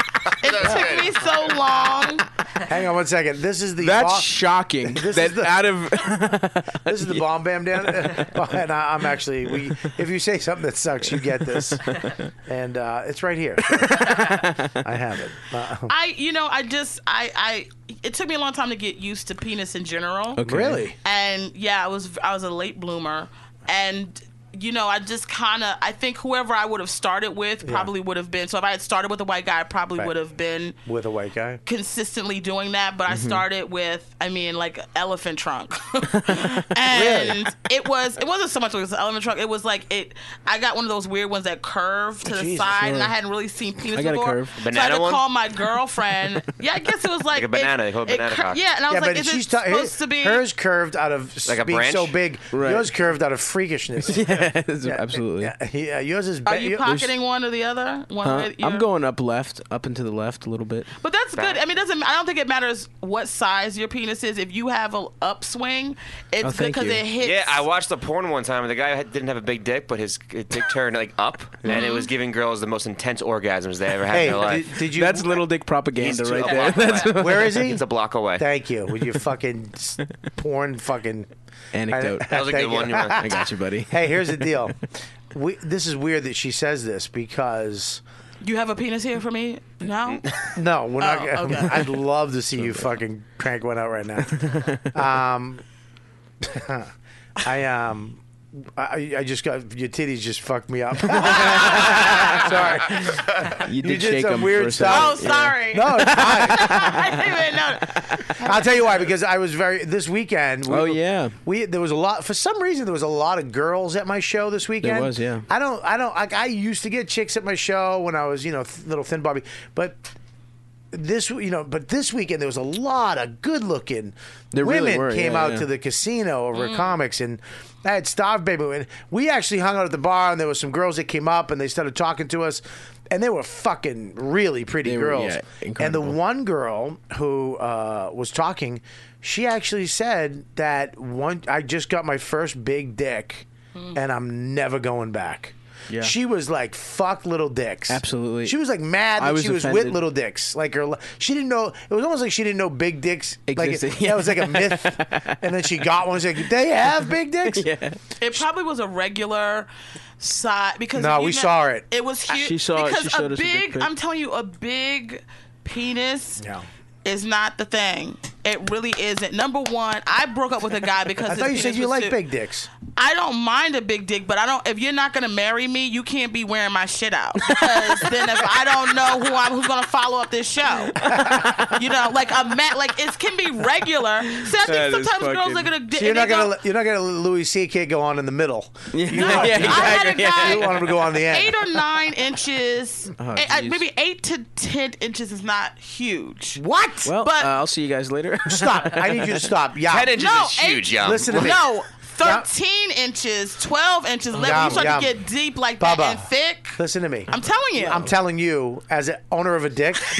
It took me so long.
Hang on one second. This is the
That's
bo-
shocking.
This
that
is the-
out of
this is the bomb bam down. and I, I'm actually we. If you say something that sucks, you get this, and uh, it's right here. I have it. Uh,
I, you know, I just, I, I. It took me a long time to get used to penis in general.
Okay.
Really?
And yeah, I was, I was a late bloomer, and. You know, I just kind of I think whoever I would have started with probably would have been. So if I had started with a white guy, I probably
Right.
would have been
With a white guy.
consistently doing that, but I
Mm-hmm.
started with, I mean, like elephant trunk, and it was it wasn't so much like it was elephant trunk. It was like it. I got one of those weird ones that curved to the
Jesus.
side, and I hadn't really seen penis
Oh, I got a
before.
curve.
So I had
Banana
to
one?
call my girlfriend. yeah, I guess it was like,
a banana, they
It,
call it banana cock.
yeah, and I was
yeah,
like,
but
is
she's
it
ta-
supposed to be?
hers curved out of s-
Like a
being so
branch?
big.
Right.
Yours curved out of freakishness.
absolutely.
Yeah, uh, yours is.
Are
ba-
you
your-
pocketing one or the other? One
Huh?
way-
I'm
you're-
going up left, up and to the left a little bit.
But that's
Back.
good. I mean, it doesn't. I don't think it matters what size your penis is. If you have an upswing, it's
Oh,
good
thank
because
you.
it hits.
Yeah, I watched a porn one time, and the guy had- didn't have a big dick, but his his dick turned like up, and it was giving girls the most intense orgasms they ever had
Hey,
in their life.
did, did you?
That's little dick
He's
propaganda
two-
right
a
there.
block away.
Where is he?
It's a block away.
Thank you. With your fucking s- porn fucking.
Anecdote.
That was
Thank
a good
you.
one. You went-
I got you, buddy.
Hey, here's the deal. We, this is weird that she says this because
You have a penis here for me? No.
Mm. no, we're not.
Oh, okay.
I'd love to see you fucking crank one out right now. Um, I um. I, I just got your titties just fucked me up. Sorry.
You did,
did
shake
some
him
weird
for a
stuff.
second.
oh, sorry.
No, it's fine.
I didn't even know.
I'll tell you why. Because I was very this weekend. We,
Oh, yeah.
we there was a lot for some reason there was a lot of girls at my show this weekend.
was, yeah.
I don't I don't like I used to get chicks at my show when I was you know th- little thin Bobby, but this you know but this weekend there was a lot of good looking
There
women
really were,
came
yeah,
out
yeah.
to the casino over at comics and I had starved baby and we actually hung out at the bar and there was some girls that came up and they started talking to us and they were fucking really pretty
They were,
girls
yeah,
and the
incredible.
one girl who uh, was talking, she actually said that one. I just got my first big dick, and I'm never going back.
Hmm. Yeah.
She was like, "Fuck little dicks."
Absolutely.
She was like mad
I
that
was
she was with
offended.
little dicks. Like her, she didn't know. It was almost like she didn't know big dicks
Existed.
Like, yeah, it was like a myth. and then she got one. She's like, "They have big dicks."
Yeah.
It probably was a regular side because
No,
you
we saw it.
It was huge.
Ah, She saw it.
because
She showed
a
us a dick
big.
pic.
I'm telling you, a big penis.
No.
Is not the thing. It really isn't. Number one, I broke up with a guy because
I thought you said you like
big
big dicks.
I don't mind a big dick, but I don't. If you're not gonna marry me, you can't be wearing my shit out. Because then, if I don't know who I'm, who's gonna follow up this show, you know, like a mat, like it can be regular. So I
That
think
is
sometimes girls
fucking-
are gonna.
So you're not gonna let- you're not gonna let Louis C.K. go on in the middle. You
Yeah,
want-
yeah,
I had a
exactly.
guy-
you want him to go on the end.
Eight or nine inches,
Oh,
eh, uh,
jeez.
maybe eight to ten inches is not huge.
what?
Well,
But-
uh, I'll see you guys later.
Stop! I need you to stop. Yeah.
Ten inches
No,
is huge,
eight-
young.
Listen to me.
um, No, thirteen inches, twelve inches.
Yum,
Level. You start
yum.
to get deep like
Baba,
that and thick.
Listen to me.
I'm telling you.
I'm telling you, as an owner of a dick,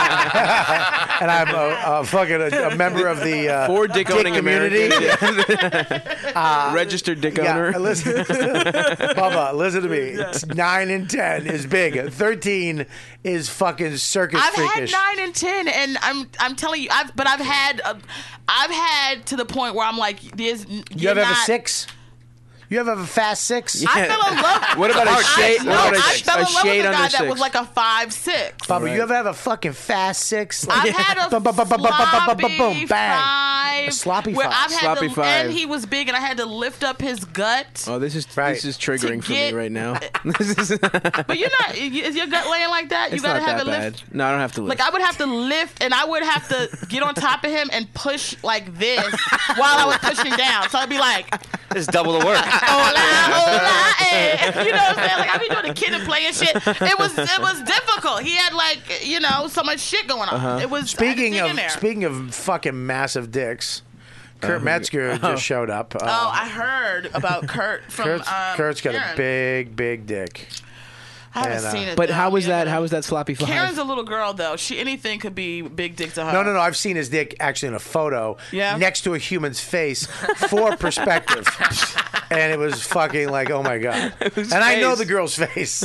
and I'm a, a fucking a, a member of the uh,
Four dick owning
community.
Americans. Registered dick owner.
Uh, Yeah, listen, Bubba, listen to me. It's Nine and ten is big. Thirteen is fucking circus
I've
freakish.
had nine and ten, and I'm I'm telling you, I've but I've had uh, I've had to the point where I'm like, there's you
you ever have a six? You ever have a fast six?
I fell in love.
What about a
I-
shade-
No,
what about a
I
sh-
fell
a
in love with
shade
a
under
guy that
six?
was like a five six.
Bubba,
Right.
you ever have a fucking fast six?
I've
Like-
had a
Bum, bum, bum, bum, bum, bum, bum, bum, boom,
sloppy
bang.
five.
A sloppy
where
five.
I've had
Sloppy
to,
five.
And he was big, and I had to lift up his gut.
Oh, this is
Right.
this is triggering
To
for me
get-
right now. This is it's
but you're not. Is your gut laying like that? you
not
gotta have it
that bad.
lift.
No, I don't have to lift.
Like I would have to lift, and I would have to get on top of him and push like this while I was pushing down. So I'd be like,
It's double the work. Oh.
hola, hola, eh. You know what I'm saying? Like I be doing the kid and playing shit. It was it was difficult. He had like you know so much shit going on.
Uh-huh.
It was I had to
Speaking
dig in
of
there.
speaking of fucking massive dicks, Kurt Metzger just showed up. Uh,
Oh, I heard about Kurt from
Kurt's,
um,
Kurt's got
Karen.
a big, big dick.
I haven't
and, uh,
seen it.
but
though.
how was
Yeah,
that? How was that sloppy five?
Karen's a little girl though. She anything could be big dick to her.
No, no, no. I've seen his dick actually in a photo
Yeah?
next to a human's face for perspective. And it was fucking like, oh my God. And I know
face.
the girl's face.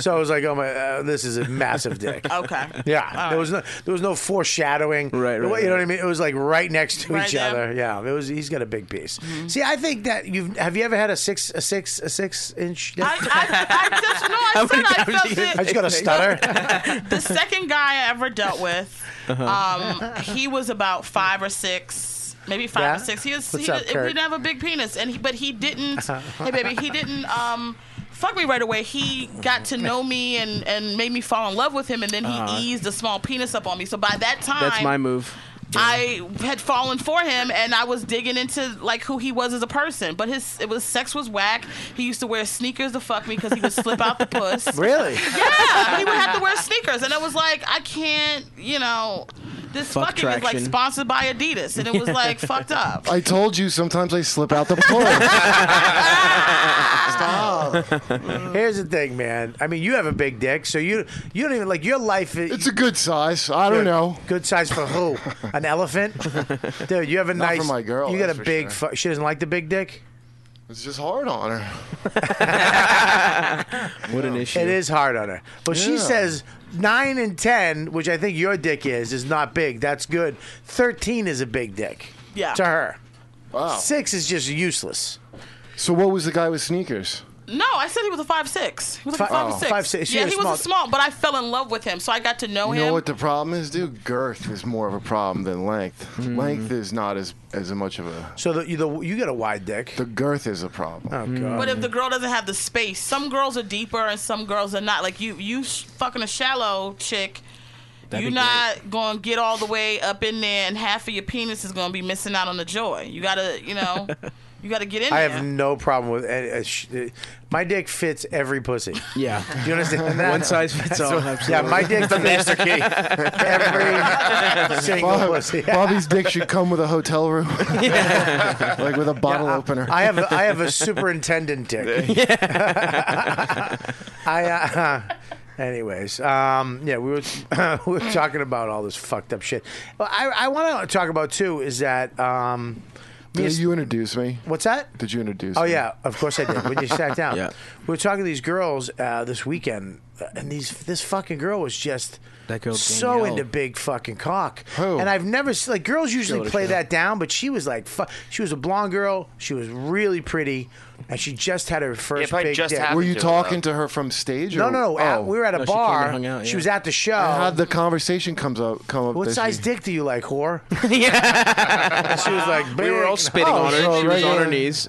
So I was like, oh my, uh, this is a massive dick.
Okay.
Yeah,
All
there
right.
was no there was no foreshadowing.
Right, right,
You know
right.
what I mean? It was like right next to
Right
each
there. Mm-hmm.
other. Yeah, it was. He's got a big piece. See, I think that you've have you ever had a six a six a six inch? dick?
I, I, I just no. I
How
said
many
I
times
felt
do you-
it.
I just got a stutter.
the second guy I ever dealt with,
Uh-huh.
um, he was about five or six, maybe five
Yeah?
or six. He was.
What's
he
up,
did,
Kurt?
we didn't have a big penis, and he, but he didn't. hey, baby, he didn't. Um, Fuck me right away. He got to know me and, and made me fall in love with him, and then he
Uh-huh.
eased a small penis up on me. So by that time,
That's my move.
I had fallen for him, and I was digging into like who he was as a person. But his it was sex was whack. He used to wear sneakers to fuck me because he would slip out the puss.
really?
Yeah, he would have to wear sneakers, and it was like I can't, you know. This
Fuck
fucking is like
traction.
sponsored by Adidas, and it was like fucked up.
I told you sometimes I slip out the Oh, plug.
Here's the thing, man. I mean, you have a big dick, so you you don't even like your life. Is,
it's a good size. I don't know.
Good size for who? An elephant, dude. You have a
Not for
nice.
my girl,
You got
that's
a
for
big.
sure.
Fu- she doesn't like the big dick.
It's just hard on her.
What an issue.
It is hard on her, but she
Yeah.
says nine and ten, which I think your dick is, is not big. That's good. Thirteen is a big dick.
Yeah.
To her,
Wow.
six is just useless.
So what was the guy with sneakers?
No, I said he was a five six. He was like a
Fi-
five,
oh.
six.
Five, six. She
Yeah,
was
he was a small, but I fell in love with him, so I got to know
You
him.
know what the problem is, dude? Girth is more of a problem than length.
Hmm.
Length is not as as much of a.
So the, you the, you got a wide dick.
The girth is a problem.
oh
Mm.
god.
But if the girl doesn't have the space, some girls are deeper and some girls are not. Like you, you sh- fucking a shallow chick.
That'd
you're
be
not gonna get all the way up in there, and half of your penis is gonna be missing out on the joy. You gotta, you know, you gotta get in
I
there.
have no problem with any, uh, sh- uh, my dick fits every pussy.
Yeah.
Do you understand that?
One size fits all.
yeah,
absolutely.
my dick the master key. Every
Oh,
single
Bob-
pussy.
Bobby's dick should come with a hotel room, like with a bottle opener.
I have a, I have a superintendent dick. I uh, anyways, um, yeah, we were we were talking about all this fucked up shit. Well, I I want to talk about too is that um, me
Did
and-
you introduce me?
what's that?
Did you introduce?
Oh
me?
yeah, of course I did. When you sat down,
Yeah.
we were talking to these girls uh, this weekend, uh, and these this fucking girl was just
That girl
so
Danielle.
into big fucking cock.
Who?
And I've never s- like girls usually
Show to
play
show.
that down, but she was like, fu- she was a blonde girl. She was really pretty, and she just had her
Yeah,
first
probably
big
just
dick.
happened
Were you
to,
talking
uh,
to her from stage?
no,
or-
no, no. at-
oh.
we were at a
No, she came and
bar.
hung out,
She
yeah.
was at oh. the show.
I had the conversation comes up. Come up.
what
that
size
she-
dick do you like, whore? yeah. she was like,
We were all
"Big."
spitting
Oh,
on her.
so
she was on
regular-
her knees.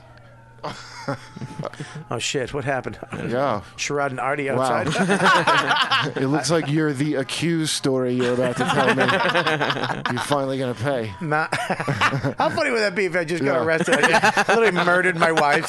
Oh shit! What happened?
Yeah.
Sherrod and Artie
Wow.
outside.
it looks like you're the accused story you're about to tell me. you're finally gonna pay.
Nah. How funny would that be if I just got
Yeah.
arrested? I just literally murdered my wife.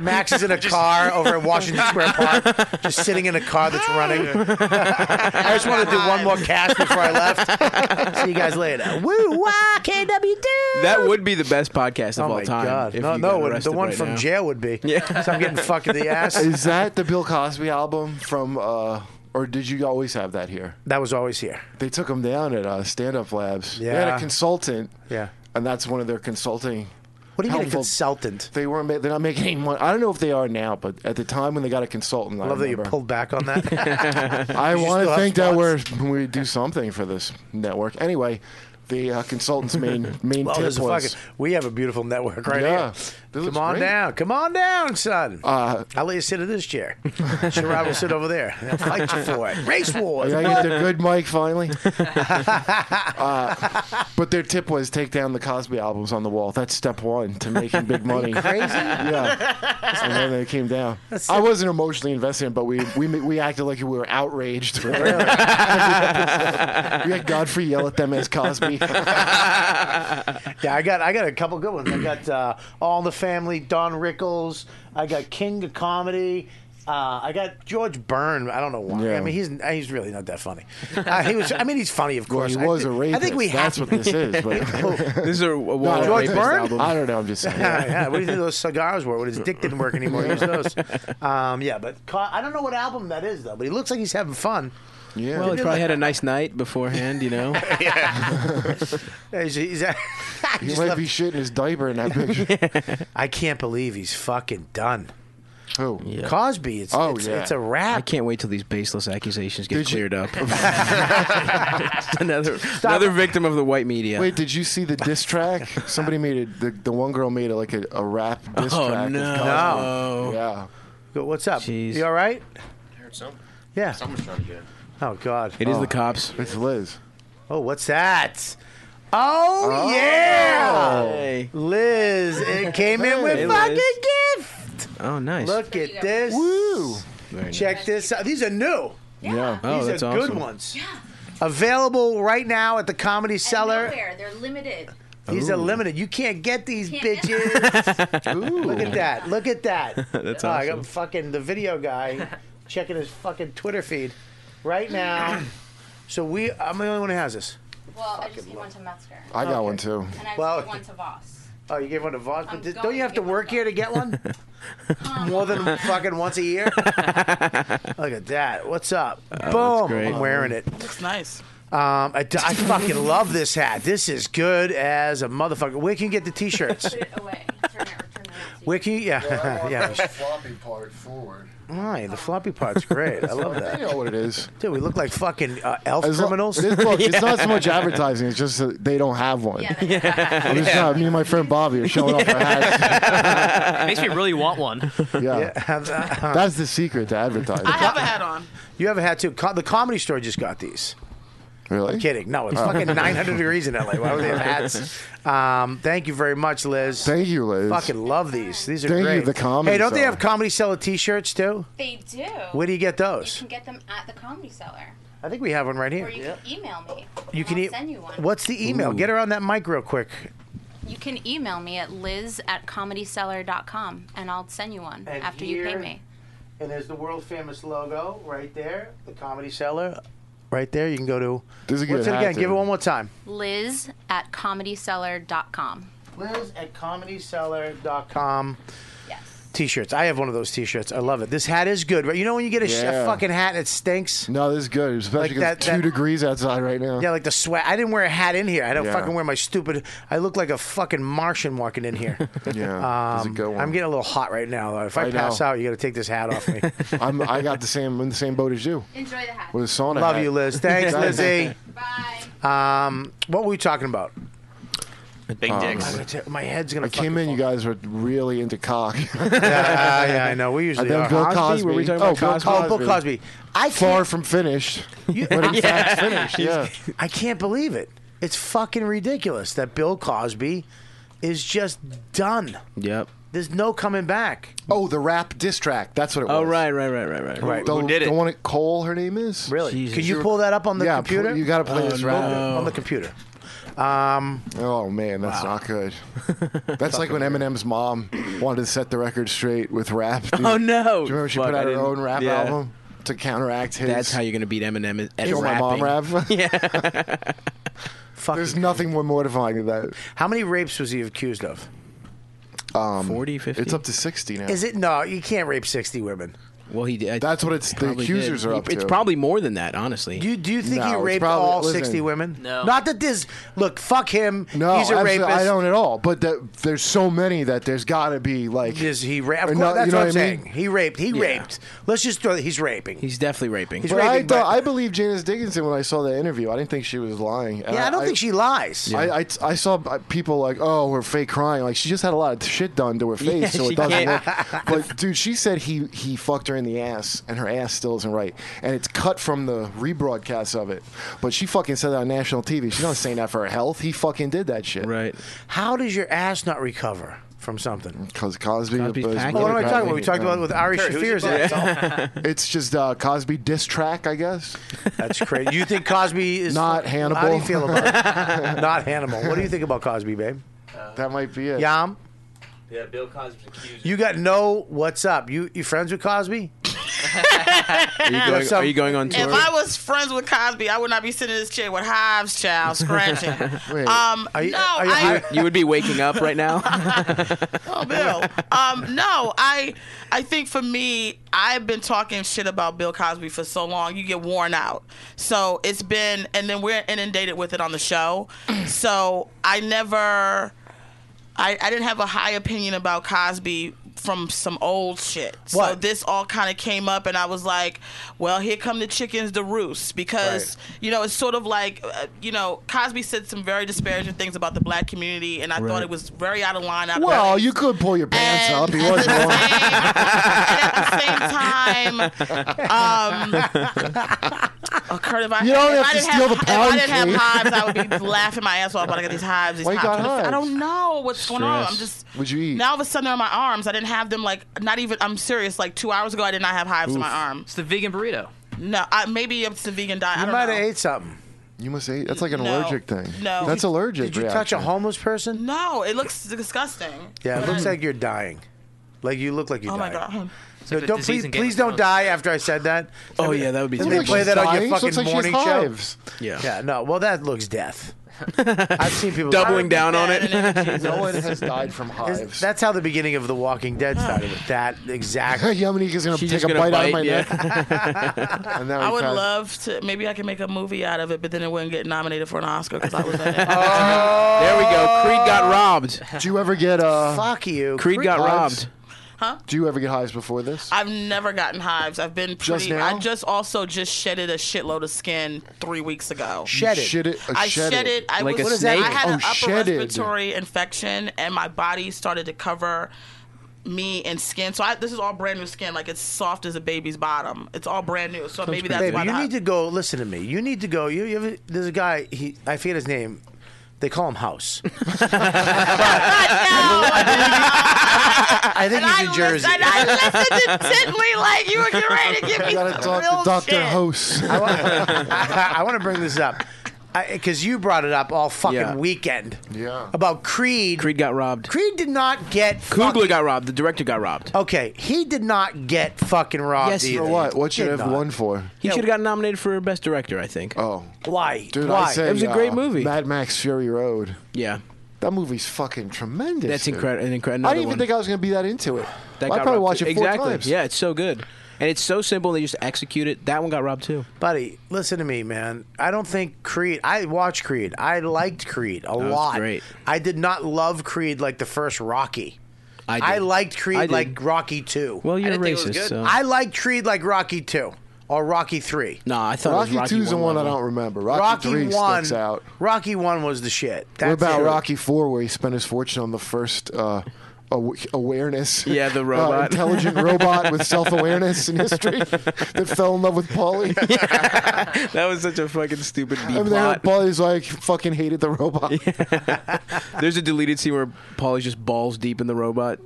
Max is in a car over at Washington Square Park, just sitting in a car that's running. I just wanted to do one more cast before I left. See you guys later. Woo wah KW2.
That would be the best podcast of
Oh
all
my
time.
god!
if
No,
you
no,
got
the
arrested
one
right
from
now.
jail would be. Yeah, so I'm getting fucked in the ass.
Is that the Bill Cosby album from? uh Or did you always have that here?
That was always here.
They took him down at uh, Stand Up Labs. They had
Yeah.
a consultant.
Yeah.
And that's one of their consulting.
What do you mean a
Helpful.
consultant?
They weren't. ma- They're not making any money. I don't know if they are now, but at the time when they got a consultant,
I
I
love that you
remember.
pulled back on that.
I
you
want
still
to
have
think that we're we do something for this network. Anyway, the uh, consultants' main main
Well, Oh,
tip
there's a
was
fucking. We have a beautiful network right
Yeah. This
here. Come
looks
on
great.
down. Come on down, son.
Uh,
I'll let you sit in this chair. Sherrod will sit over there. They'll fight you for it. Race wars.
did I get the good mic finally? uh, but their tip was take down the Cosby albums on the wall. That's step one to making big money.
Crazy.
Yeah, and then they came down. I wasn't emotionally invested, in it, but we we we acted like we were outraged. we had Godfrey yell at them as Cosby.
Yeah, I got I got a couple good ones. I got uh, All in the Family, Don Rickles. I got King of Comedy. Uh, I got George Byrne. I don't know why.
Yeah.
I mean, he's he's really not that funny. Uh, he was. I mean, he's funny, of course.
He was
I,
a
thi-
rapist.
I think we
That's
have. Oh.
what this is. But
This is a, a wall
George
rapist
Byrne?
album.
I don't know. I'm just saying.
yeah, yeah. What do you think those cigars were? When his dick didn't work anymore, he used those. Um, yeah, but Co- I don't know what album that is though. But he looks like he's having fun.
Yeah.
Well, he probably had a nice night beforehand, you know.
Yeah, He's, he's, he
he
just
might
left-
be shitting his diaper in that picture.
I can't believe he's fucking done.
Who?
Cosby, it's
Oh,
it's,
yeah.
it's a
I
wrap.
can't wait till these baseless accusations get
Did you-
cleared up. Just another another victim of the white media.
Wait, did you see the diss track? Somebody made it. The, the one girl made it like a, a rap diss
Oh,
track. of
no. Oh,
Cosby. Yeah.
Go, What's up?
Jeez.
You all right?
Some,
Yeah.
someone's trying to get in.
Oh God.
it is the cops.
It's Liz.
Oh, what's that? Oh, yeah,
Hey.
Liz, it came in with
Hey, Liz.
fucking gift.
Oh, nice.
Look at this.
Woo.
Very nice.
Check this out. These are new.
Yeah.
Oh,
These
that's
are
awesome.
good ones. Yeah. Available right now at the Comedy Cellar.
They're limited.
These are limited. You can't get these bitches. Look at that. Look at that. That's I got
awesome.
fucking the video guy checking his fucking Twitter feed right now. So we I'm the only one who has this.
Well, I just gave one to Metzger.
I got one too.
And I
Well-
gave one to Voss.
Oh, you gave one to Voss,
I'm
but did-
going
don't you have
to
to work here to get one? More than fucking once a year. Look at that. What's up?
Oh,
Boom!
great.
I'm wearing it.
Looks nice.
Um, I, I fucking love this hat. This is good as a motherfucker. Where can you get the t-shirts? Where can you? Yeah, yeah.
floppy part forward.
Why the floppy part's great. I love that.
You know what it is.
Dude, we look like fucking uh, elf
As lo-
criminals.
it is- look, It's not so much advertising. It's just that they don't have one. I'm just
Yeah.
not- me and my friend Bobby are showing off our hats.
Makes me really want one.
Yeah. That's the secret to advertising.
a hat on.
You have a hat too. Co- the comedy store just got these.
Really?
I'm kidding. No, it's
Oh.
fucking 900 degrees in LA. Why would they have hats? Um, thank you very much, Liz. Thank
you, Liz.
Fucking love these. These are
Thank you,
great.
the Comedy
Hey, don't they
Cellar.
have comedy seller t-shirts too?
They do.
Where do you get those?
You can get them at the Comedy Cellar.
I think we have one right here.
Or you can email me.
You can
I'll
eat.
send you one.
What's the email? Get her on that mic real quick.
You can email me at liz at comedyseller.com and I'll send you one
And
after you pay
here-
me.
And there's the world famous logo right there. The comedy seller. Right there, you can go to.
This is a
What's
good
it
hat,
again? Give it
dude.
one more time.
Liz at comedyseller.com.
Liz at comedyseller.com. Yes. T-shirts. I have one of those T-shirts. I love it. This hat is good, right? You know when you get a, sh- a
Yeah.
fucking hat and it stinks.
No, this is good. Especially
Like
because
that-
two
that-
degrees outside right now.
Yeah, like the sweat. I didn't wear a hat in here. I don't
Yeah.
fucking wear my stupid. I look like a fucking Martian walking in here.
Yeah,
Um,
this is a good one.
I'm getting a little hot right now. though. If I,
I
pass
know.
out, you got to take this hat off me.
I'm, I got the same in the same boat as you.
Enjoy the hat.
With a sauna.
Love
hat.
you, Liz. Thanks,
Thanks.
Lizzie. Bye. Um, what were we talking about?
Big
Um,
dicks.
My head's gonna.
I came in. You guys were really into cock.
yeah, yeah, I know. We usually
And then
are.
Bill
Cosby?
Cosby.
Were we talking
oh,
about Cosby?
Bill Cosby.
Oh, Bill Cosby. I
far
can't-
from finished.
You-
but in fact,
Yeah.
finished. Yeah.
I can't believe it. It's fucking ridiculous that Bill Cosby is just done.
Yep.
There's no coming back.
Oh, the rap diss track. That's what it was.
Oh right, right, right, right, right.
Right. Who did it? want it. Cole, her name is. Really?
Jesus. Can you pull that up on the
yeah,
computer?
pl- you got to play
Oh,
this
no.
rap
On the computer. Um,
oh man, that's not good. That's like when Eminem's mom wanted to set the record straight with rap. dude.
Oh, no.
Do you remember she
Fuck,
put
I
out her
didn't-
own rap
yeah.
album to counteract his?
That's how you're gonna beat Eminem at- at
Kill my mom
rapping.
rap.
Yeah.
There's nothing more mortifying than that.
How many rapes was he accused of?
Um,
40, 50?
It's up to 60 now.
Is it? No, you can't rape 60 women.
Well, he did.
That's what it's. The
Probably
accusers
did.
are
He-
up
It's
to.
probably more than that, honestly.
Do you, do you think
No,
he
it's
raped
probably-
all
listen.
60 women?
No.
Not that this. Look, fuck him.
No,
He's a
absolutely-
rapist.
I don't at all. But that, there's so many that there's got to be like.
Is he ra- of
No,
course, that's
you know
what I'm
what I mean?
saying. He raped. He
Yeah.
raped. Let's just throw that he's raping.
He's definitely raping.
He's
But I,
raping,
thought,
but-
I believe Janice Dickinson when I saw that interview. I didn't think she was lying. And
Yeah, I don't think she lies.
I, I, I saw uh, people like, oh, her fake crying. Like she just had a lot of shit done to her face,
Yeah,
so
she
it doesn't.
can't-
Look, but dude, she said he he fucked her in the ass, and her ass still isn't right, and it's cut from the rebroadcast of it. But she fucking said that on national TV. She's not saying that for her health. He fucking did that shit.
Right.
How does your ass not recover from something?
Because Cosby.
Cosby's
was-
packing.
Well, what am I talking about? We talked about it with Ari Shafir's ass.
it's just uh, Cosby diss track, I guess.
That's crazy. You think Cosby is
Not Hannibal.
How do you feel about it? not Hannibal? What do you think about Cosby, babe?
That might be it.
Yam,
Yeah, Bill Cosby's accused.
you got no. What's up? You you friends with Cosby?
Are you going,
some-
are you going on tour?
If I was friends with Cosby, I would not be sitting in this chair with hives, child, scratching.
Wait.
Uh,
um,
Are you-
no,
are you-
I,
you would be waking up right now.
oh, Bill. Um, no, I, I think for me, I've been talking shit about Bill Cosby for so long, you get worn out. So it's been, and then we're inundated with it on the show.
Mm.
so I never. I, I didn't have a high opinion about Cosby from some old shit. So
What?
this all kind of came up, and I was like, well, here come the chickens to roost. Because, you know, it's sort of like, uh, you know, Cosby said some very disparaging things about the black community, and I thought
Right.
it was very out of line. Out of place.
Well, you could pull your pants
Eh.
up. He was wrong.
at the same time, um, oh, Kurt, if I,
You don't
if
have
I
to
didn't have,
steal the
If I
pound
didn't have
cake.
hives, I would be laughing my ass off. But I got these hives. These
Why you
hives on
got
the- I
hives?
don't know what's going on. I'm
Stress.
just
Would you eat?
now all of a sudden they're on my arms. I didn't have them like not even. I'm serious. Like two hours ago, I did not have hives in my
Oof.
arm. It's
the vegan burrito.
No, I, maybe it's the vegan diet. I
You
don't
might
know.
have ate something.
You must eat. That's like an
No.
allergic thing.
No.
that's allergic.
Did you touch a
reaction.
homeless person?
No, it looks disgusting.
Yeah, it
But
looks
I-
like you're dying. Like you look like you
Oh my
died.
God.
It's
No,
like the
don't
disease
please,
in Game
please
of
don't
Thrones.
die after I said that.
Oh, yeah, that would be
Then
terrible.
They play
She's
that on
dying?
your
She
fucking
looks like she has
morning
hives.
show.
Yeah.
Yeah. No. Well, that looks death. I've seen people
Doubling down on
it. No one has died from
Is-
hives.
That's how the beginning of The Walking Dead started with that exact.
Yamanika gonna
She's
take
just
a
gonna
bite, out
bite,
of my
yeah.
neck. and now
I
he
would
passed.
love to. Maybe I could make a movie out of it, but then it wouldn't get nominated for an Oscar because I was in it.
Oh.
There we go. Creed got robbed.
Did you ever get uh?
Fuck you.
Creed got
hives?
robbed. Huh? Do you ever get hives before this?
I've never gotten hives. I've been pretty.
Just now?
I just also just shedded a shitload of skin three weeks ago.
Shed You it? shed it? Uh,
I
shed
shed it.
it.
I
Like
was,
a What does that snake?
I had
mean?
an
Oh,
upper
shedded.
respiratory infection, and my body started to cover me in skin. So I, this is all brand new skin. Like it's soft as a baby's bottom. It's all brand new. So maybe that's
Babe,
why.
you
the-
need to go. Listen to me. You need to go. You, you have, there's a guy. He, I forget his name. They call him House. I think he's in Jersey.
And I listened intently, like you were getting ready to give me
You
some
gotta talk
real
to Doctor
shit.
Host.
I want, I, I want to bring this up because you brought it up all fucking weekend. Yeah. About Creed. Creed
got robbed.
Creed did not get.
Kugler got robbed. The director got robbed.
Oh,
Okay, he did not get fucking robbed.
Yes, he
either.
did. For what? What should
Did
have
not.
won for? He
Yeah,
should have gotten nominated for best director, I think.
Oh,
Why?
Dude,
Why?
I say,
It was a great
uh,
movie.
Mad Max Fury Road.
Yeah.
That movie's fucking tremendous.
That's
dude.
incredi- an incre-
I
another
didn't even
one.
think I was going to be that into it.
That
Well,
got
I probably
robbed
watched
too.
it four
exactly.
times.
Yeah, it's so good, and it's so simple. They just execute it. That one got robbed too.
Buddy, listen to me, man. I don't think Creed. I watched Creed. I liked Creed a
it's
lot.
great.
I did not love Creed like the first Rocky.
I
I
did.
liked Creed
I did.
like Rocky Two.
Well, you're I didn't think it was racist, good. so-
I liked Creed like Rocky Two or Rocky Three.
No, I thought
Rocky
it was Rocky
Two's the one I
level.
don't remember. Rocky,
Rocky,
Three
One
sticks out.
Rocky One was the shit. That's
what about
it.
Rocky Four, where he spent his fortune on the first uh, aw- awareness?
Yeah, the
uh,
robot.
intelligent robot with self-awareness in history that fell in love with Paulie.
that was such a fucking stupid B
I mean,
plot.
Paulie's like fucking hated the robot.
There's a deleted scene where Paulie's just balls deep in the robot.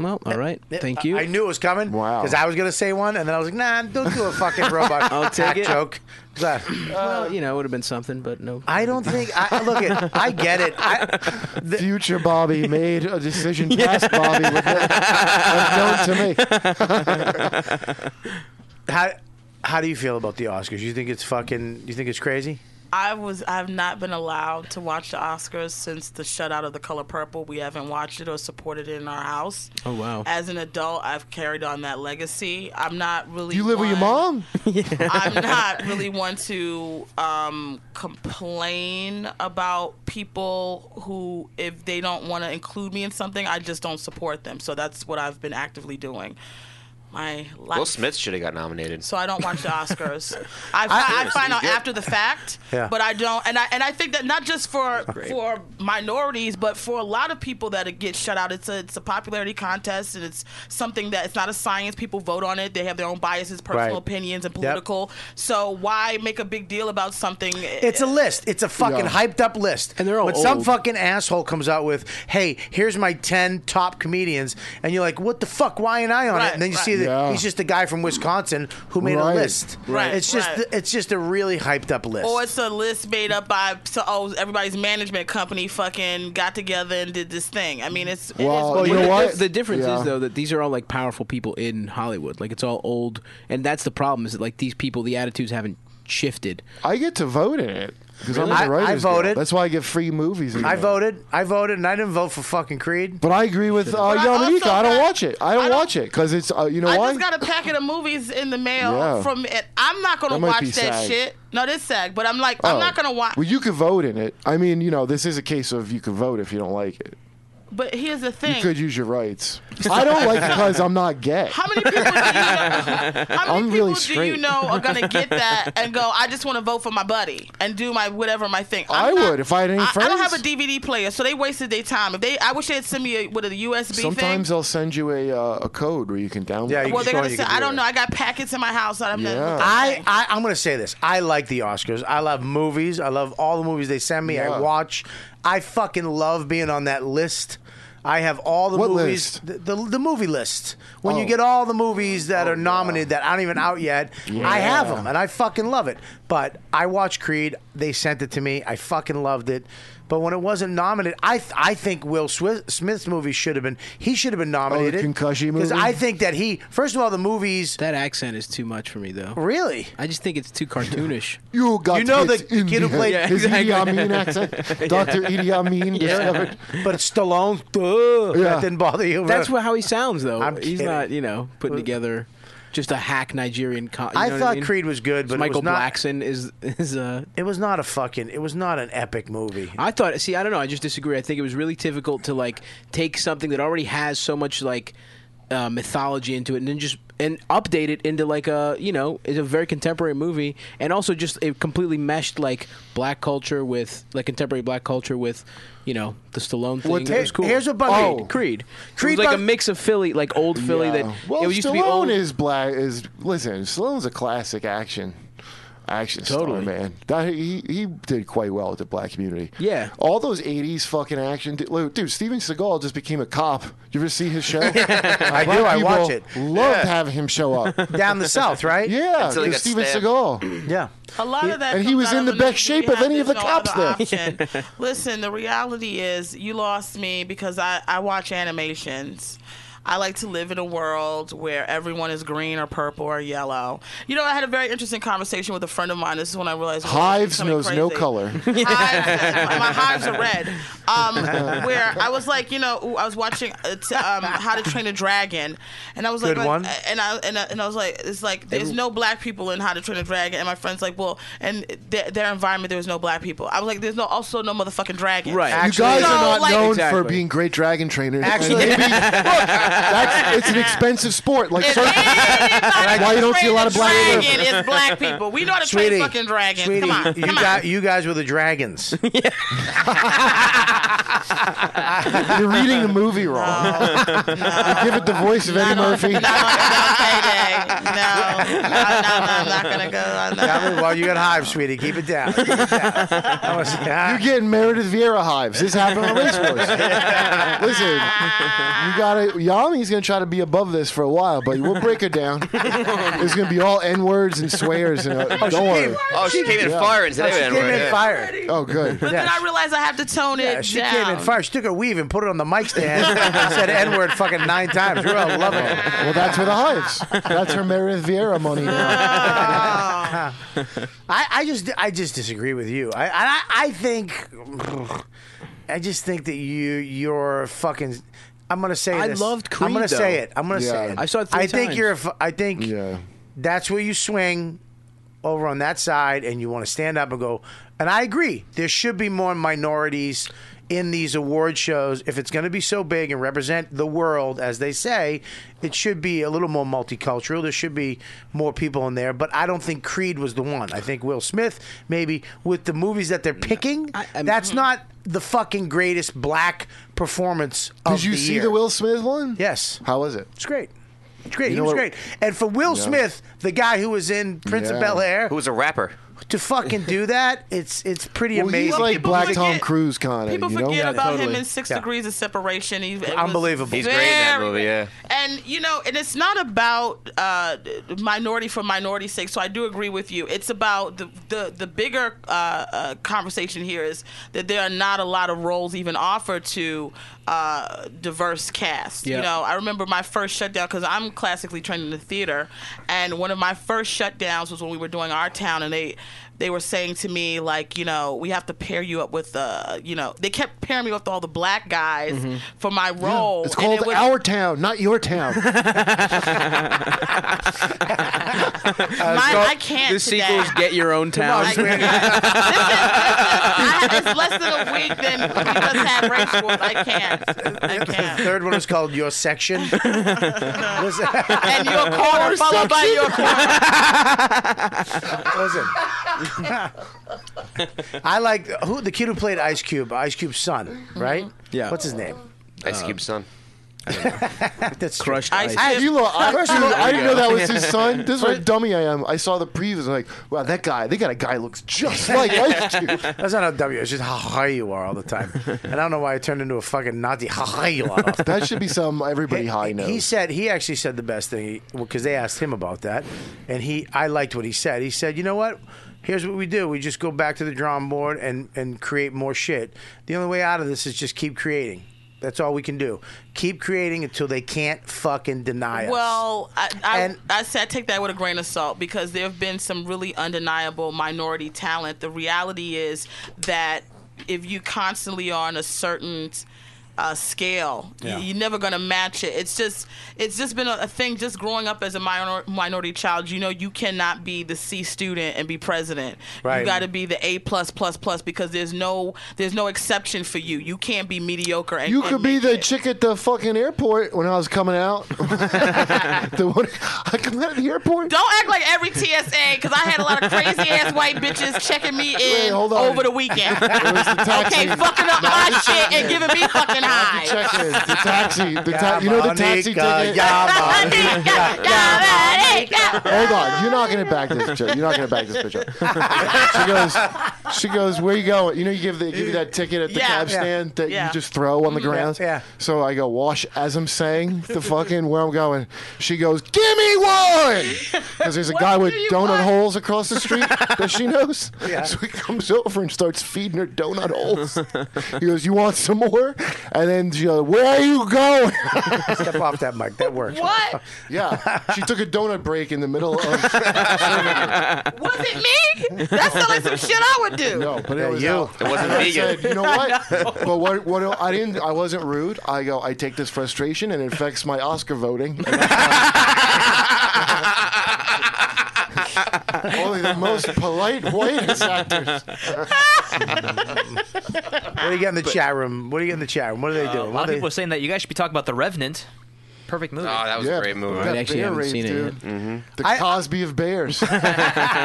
Well, all right.
Yeah,
Thank
I-
you.
I knew it was coming.
Wow.
Because I was gonna say one, and then I was like, Nah, don't do a fucking robot
I'll take
hack
it.
joke. But-
well, you know, it would have been something, but no.
I don't think. I, look, at, I get it. I,
Future Bobby made a decision past Bobby with unknown to me.
how how do you feel about the Oscars? You think it's fucking? You think it's crazy?
I was I've not been allowed to watch the Oscars since the shutout of the color purple. We haven't watched it or supported it in our house.
Oh, wow.
As an adult, I've carried on that legacy. I'm not really
You live with your
one-
mom?
I'm not really one to um, complain about people who, if they don't want to include me in something, I just don't support them. So that's what I've been actively doing. My life.
Will Smith should have got nominated.
So I don't watch the Oscars. I, fi-
I-
I, find out
He's good.
after the fact,
Yeah.
but I don't. And I and I think that not just for
Great.
for minorities, but for a lot of people that it gets shut out. It's a it's a popularity contest, and it's something that it's not a science. People vote on it. They have their own biases, personal
Right.
opinions, and
Yep.
political. So why make a big deal about something?
It's a list. It's a fucking
Yeah.
hyped up list. And they're all when some
old.
fucking asshole comes out with, "Hey, here's my ten top comedians," and you're like, "What the fuck? Why ain't I on it?"
Right,
And then you
right.
see that
Yeah.
he's just a guy from Wisconsin who made
Right.
a list.
Right,
It's just
right.
it's just a really hyped up list.
Or Oh, it's a list made up by so oh everybody's management company fucking got together and did this thing. I mean it's it is
Well,
it
the
is.
di- The difference
Yeah.
is though that these are all like powerful people in Hollywood. Like it's all old, and that's the problem. Is that like these people, the attitudes haven't shifted.
I get to vote in it because I'm
Really?
in
I-
the
I
writers. Guild.
voted.
That's why I get free movies. and
I
that.
voted. I voted, and I didn't vote for fucking Creed.
But I agree with uh,
But I
Yamanika.
also
I, don't
got-
watch it. I don't, watch it because it's uh, you know
I
why?
just got a packet of movies in the mail
Yeah.
from it. I'm not gonna
That might
watch
be
that
SAG.
shit. No, this sag, but I'm like, I'm
Oh.
not gonna watch.
Well, you could vote in it. I mean, you know, this is a case of you could vote if you don't like it.
But here's the
You
thing.
could use your rights. I don't like it because I'm not gay. How
many people?
I'm really
do
straight.
you know are gonna get that and go? I just want to vote for my buddy and do my whatever my thing.
I
I'm not-
would if I had any
I, I
friends.
don't have a DVD player, so they wasted their time. If they, I wish they had sent me a, with a USB thing.
Sometimes they'll send you a uh, a code where you can download. Yeah,
well, they're gonna say, I don't know. I got packets in my house. that I'm not-
Oh,
I, I I'm gonna say this. I like the Oscars. I love movies. I love all the movies they send me.
Yeah.
I watch. I fucking love being on that list. I have all the
What
movies. The, the the movie list. When you
Oh.
get all the movies that are nominated that aren't even out yet, I have
Yeah.
them and I fucking love it. But I watched Creed. They sent it to me. I fucking loved it. But when it wasn't nominated, I th- I think Will Swi- Smith's movie should have been he should have been nominated.
Oh, concussion
Because
movie?
I think that he first of all the movies
that accent is too much for me though.
Really?
I just think it's too cartoonish.
You got
You know the
it in
kid who
the-
played
his Idi Amin accent. Dr. Idi Amin discovered.
But it's Stallone. Duh.
Yeah.
That didn't bother you.
That's what, how he sounds though.
I'm
He's
kidding.
not you know putting together just a hack Nigerian. Co- you
I
know what
thought
mean?
Creed was good, but it
Michael
was not-
Blackson is is uh
It was not a fucking. It was not an epic movie.
I thought. See, I don't know. I just disagree. I think it was really difficult to like take something that already has so much like uh, mythology into it, and then just and update it into like a you know is a very contemporary movie, and also just it completely meshed like black culture with like contemporary black culture with you know the Stallone thing.
What-
it was cool.
Here's what bugged
oh.
me.
Creed. Creed.
Creed
It was like a
bug-
mix of Philly, like old Philly.
Yeah.
That
well,
it used
Stallone
to be old.
is black. Is listen, Stallone's a classic action. Action totally. star, man. That, he he did quite well with the black community.
Yeah.
all those '80s fucking action, dude. like, dude, Steven Seagal just became a cop. You ever see his show? I
do, I watch it.
Love
Yeah.
having him show up
Down the South, right?
Yeah,
Until he
it was
got
Steven
stabbed.
Seagal.
Yeah,
A lot of that.
and he
comes
was
out
in the
when
best
we
shape
had
of any of the
no
cops
other
there.
option. Listen, the reality is you lost me because I, I watch animations. I like to live in a world where everyone is green or purple or yellow. You know, I had a very interesting conversation with a friend of mine. This is when I realized well,
Hives
I'm becoming
knows no
crazy.
color.
hives, my hives are red. Um, where I was like, you know, ooh, I was watching uh, t- um, How to Train a Dragon, and I was like,
Good one.
and I and I, and I was like, it's like there's no black people in How to Train a Dragon, and my friends like, well, and th- their environment there was no black people. I was like, there's no also no motherfucking dragon.
Right.
You guys
So,
are not
like-
known for being great dragon trainers.
Actually-
And maybe- that's, it's an expensive sport. Like, so, why you don't see a lot of black
Dragon
people?
is black people. We know how to
Sweetie,
train fucking dragons.
Sweetie,
Come on, Oh,
you
come
got you guys were the dragons.
You're reading the movie wrong. You give it the voice of Eddie Murphy.
Down- well, you got hives, sweetie. Keep it down. Keep it down. That was-
You're getting Meredith Vieira hives. This happened on race course. Listen, you gotta Yami's gonna try to be above this for a while, but we'll break her down. It's gonna be all N words and swears and uh,
Oh, she
don't
came-
worry.
Oh, she came in fire instead
Oh,
of
she
N
came
word,
in
yeah.
fire.
Oh, good.
But then I realized I have to tone
Yeah,
it
she
down.
came in fire. She took her weave and put it on the mic stand. said N word fucking nine times. We were all loving it.
Well, that's where the hives. That's her Meredith Vieira money.
I, I just I just disagree with you. I I, I think I just think that you you're fucking. I'm gonna say
I
this.
loved Creed.
I'm gonna say
though.
it. I'm gonna say it.
I saw it. Three
I think
times.
you're. a fu- I think that's where you swing over on that side, and you want to stand up and go. And I agree. There should be more minorities in these award shows if it's going to be so big and represent the world as they say it should be a little more multicultural there should be more people in there but i don't think creed was the one i think will smith maybe with the movies that they're picking that's not the fucking greatest black performance of
Did you
the
see
year.
the Will Smith one?
Yes.
How was it?
It's great. It's great.
You
he
know
was
what-
great. And for Will
Yeah.
Smith, the guy who was in Prince of
Yeah.
Bel Air,
Who was a rapper?
to fucking do that, it's it's pretty
Well,
amazing.
he's like Black Tom Cruise kind of.
People
you know?
forget about him in Six Degrees of Separation. He, it was
Unbelievable.
He's great in that
very-
movie. Yeah.
And you know, and it's not about uh, minority for minority's sake. So I do agree with you. It's about the the the bigger uh, uh, conversation here is that there are not a lot of roles even offered to uh, diverse casts.
Yeah.
You know, I remember my first shutdown because I'm classically trained in the theater, and one of my first shutdowns was when we were doing our town, and they. They were saying to me like, you know, we have to pair you up with, uh, you know, they kept pairing me up with all the black guys
Mhm.
for my role.
It's
and it
called
was-
Our Town, not Your Town.
Mine, I can't.
The
today.
sequel is Get Your Own Town.
I, it's less than a week than we just had race wars. I can't.
The third one is called Your Section. Listen,
And your corner followed by your corner.
listen. I like who the kid who played Ice Cube, Ice Cube's son, right? Yeah. What's his name?
Ice Cube's son.
That's
crushed
I-
ice.
I-
you look, I,
Crushed
dude,
ice.
I didn't know that was his son. This is what a
First-
dummy I am. I saw the previews. I'm like, wow, that guy. They got a guy who looks just like Ice Cube.
That's not how W. It's just how high you are all the time. And I don't know why I turned into a fucking Nazi. How high you are.
That should be some everybody high knows.
He said he actually said the best thing because they asked him about that, and he I liked what he said. He said, "You know what? Here's what we do. We just go back to the drawing board and and create more shit. The only way out of this is just keep creating. That's all we can do. Keep creating until they can't fucking deny us."
Well, I, I, I said take that with a grain of salt because there have been some really undeniable minority talent. The reality is that if you constantly are on a certain uh, scale, y-
Yeah.
you're never gonna match it. It's just, it's just been a, a thing. Just growing up as a minor, minority child, you know, you cannot be the C student and be president.
Right.
You got to be the A plus plus plus because there's no, there's no exception for you. You can't be mediocre. And,
You
and
could be the chick at the fucking airport when I was coming out. the one, I come out of the airport.
Don't act like every TSA because I had a lot of crazy ass white bitches checking me in
Wait, hold on.
over the weekend.
taxi.
okay, fucking up my shit and giving me fucking high.
Check-in, the taxi, the ta- you know the taxi
Yamanika,
ticket.
Yamanika,
Hold on, you're not gonna back this bitch. up. You're not gonna back this bitch up. She goes, she goes, where you going? You know, you give the give you that ticket at the
Yeah,
cab
yeah,
stand that
yeah.
you just throw on the
Mhm.
ground.
Yeah, yeah.
So I go wash as I'm saying the fucking where I'm going. She goes, give me one, because there's a guy with donut holes across the street that she knows. So he comes over and starts feeding her donut holes. He goes, you want some more? And then she goes, where are you going?
Step off that mic. That works.
What?
Yeah, she took a donut break in the middle of.
Was it me? That's the like some shit I would do.
No, but
Yeah,
it was
you.
out.
It wasn't
And I
vegan.
said, you know what? but what? What? I didn't. I wasn't rude. I go. I take this frustration and it affects my Oscar voting. Only the most polite white actors.
What do you get in the chat room? What do you get in the chat room? What are they
Uh, a
doing?
lot
What
of
are
people are saying that you guys should be talking about The Revenant. Perfect movie.
Oh, that was a great movie.
that bear rape, dude. The Cosby of bears.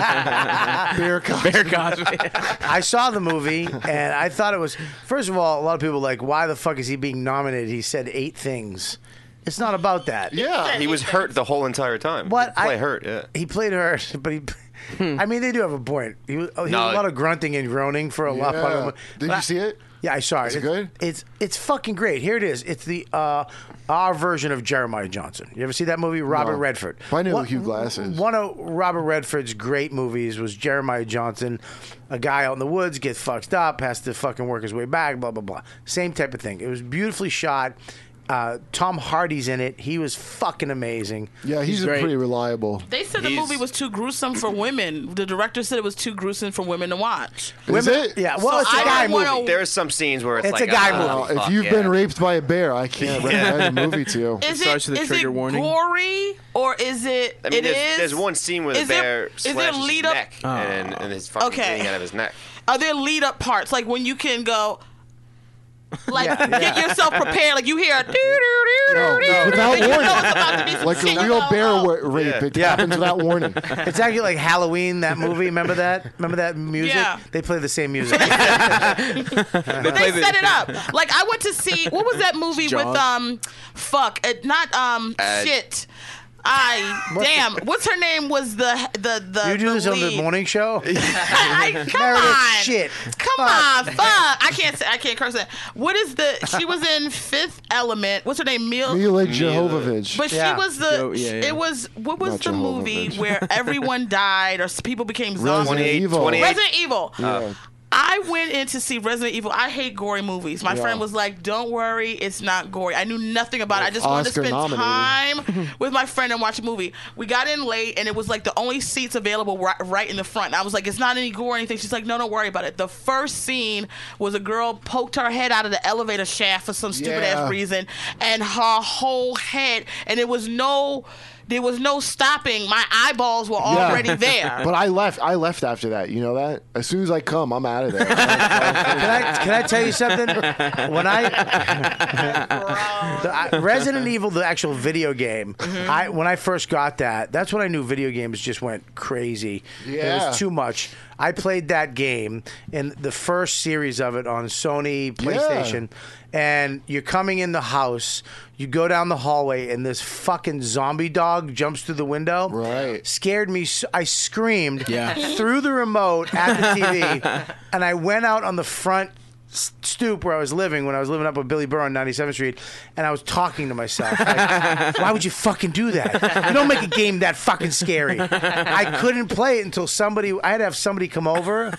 bear Cosby.
Mm. Bear Cosby.
I saw the movie and I thought it was first of all, a lot of people were like, why the fuck is he being nominated? He said eight things. It's not about that.
Yeah,
he was hurt the whole entire time.
What
He played
I-
hurt? Yeah.
He played her, but he. I mean, they do have a point. He was, oh, he
No.
was a lot of grunting and groaning for a lot
Yeah.
of them.
Did you see it?
Yeah, I saw it.
Is it
it's good. It's it's fucking great. Here it is. It's the uh, our version of Jeremiah Johnson. You ever see that movie? Robert
No.
Redford.
I know who
One-
Hugh Glass is.
One of Robert Redford's great movies was Jeremiah Johnson. A guy out in the woods gets fucked up, has to fucking work his way back. Blah blah blah. Same type of thing. It was beautifully shot. Uh, Tom Hardy's in it. He was fucking amazing.
Yeah, he's, a pretty reliable.
They said the movie was too gruesome for women. The director said it was too gruesome for women to watch.
Women- it?
Yeah, well,
So
it's a
I
guy
don't wanna-
movie.
There are some scenes where it's,
It's
like
a guy
oh,
Wow, if
fuck,
you've
yeah.
been raped by a bear, I can't recommend a movie to you.
Is it, is it gory or is it?
I mean,
it
there's,
is-
there's one scene where the
is it-
bear
is it
slashes his
lead up-
neck and, and his fucking
Okay.
thing out of his neck.
Are there lead up parts like when you can go? Like get yourself prepared. Like you hear a doo doo doo
No,
doo doo.
without
You know it's about to be
warning,
some
like
shit.
a real bear wa- rape,
Yeah.
it
Yeah.
happens without warning.
It's actually like Halloween, that movie. Remember that? Remember that music?
Yeah.
They play the same music.
But they set it up. Like I went to see what was that movie
Jaws?
with um, fuck, it, not um,
Uh,
shit. I damn, what's her name? Was the the the
You do this on the
lead.
morning show?
I, come
Meredith,
on,
shit.
Come on, fuck. I can't say I can't curse that. What is the? She was in Fifth Element. What's her name? Mila.
Mila Jovovich.
But she was the. It was what was
Not
the
Jehovah
movie
Bitch.
where everyone died or s- people became zombies?
Resident Evil. 28.
Resident Evil.
Yeah.
I went in to see Resident Evil. I hate gory movies. My
Yeah.
friend was like, "Don't worry, it's not gory." I knew nothing about it. I just wanted to
Oscar
spend
nominated.
time with my friend and watch a movie. We got in late, and it was like the only seats available right, right in the front. And I was like, "It's not any gore or anything." She's like, "No, don't worry about it." The first scene was a girl poked her head out of the elevator shaft for some stupid
Yeah.
ass reason, and her whole head, and it was no. There was no stopping. My eyeballs were
Yeah.
already there.
But I left. I left after that. You know that. As soon as I come, I'm out of there.
can I can I tell you something? When I, the, I- Resident Evil, the actual video game, I when I first got that, that's when I knew video games just went crazy. it
Yeah.
was too much. I played that game and the first series of it on Sony PlayStation, and you're coming in the house. You go down the hallway, and this fucking zombie dog jumps through the window. Right. Scared me. s- I screamed
Yeah.
through the remote at the TV, and I went out on the front s- stoop where I was living when I was living up with Billy Burr on 97th Street, and I was talking to myself. like, Why would you fucking do that? You don't make a game that fucking scary. I couldn't play it until somebody. I had to have somebody come over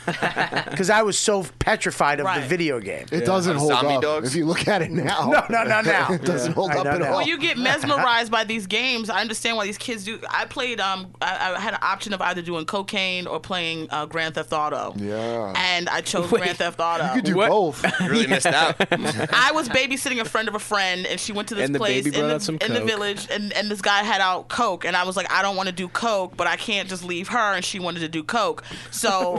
because I was so petrified of the video game.
It doesn't hold up if you look at it now.
No, no, not now.
it doesn't hold
I
up
know
at
now.
all.
Well, you get mesmerized by these games. I understand why these kids do. I played. Um, I, I had an option of either doing cocaine or playing uh, Grand Theft Auto,
Yeah.
and I chose
Wait.
Grand Theft Auto.
You could do both. You
really missed out.
I was babysitting a friend of a friend, and she went to this
And the
place
baby
in,
brought
the,
out some
in the
coke.
village, and, and this guy had out coke, and I was like, I don't want to do coke, but I can't just leave her, and she wanted to do coke.
Oh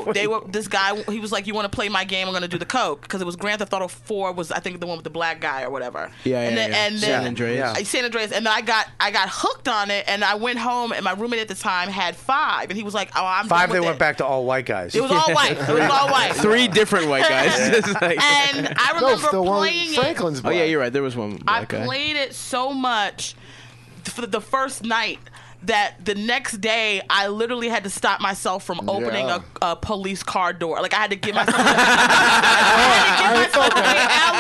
So they were. This guy, he was like, you want to play my game? I'm going to do the coke because it was Grand Theft Auto Four was I think the one with the black guy or whatever.
Yeah,
and
yeah,
then,
yeah.
And
San
then,
Andreas.
uh, San Andreas, and then I got I got hooked on it, and I went home, and my roommate at the time had five, and he was like, oh, I'm Done
Five, they
with
went
it.
back to all white guys.
It was all white. It was all white.
Three different white guys. and
I remember playing it. Franklin's
Oh yeah,
black.
you're right. There was one
I
black guy.
played it so much for the first night that the next day I literally had to stop myself from opening
Yeah.
a, a police car door. Like I had to give myself.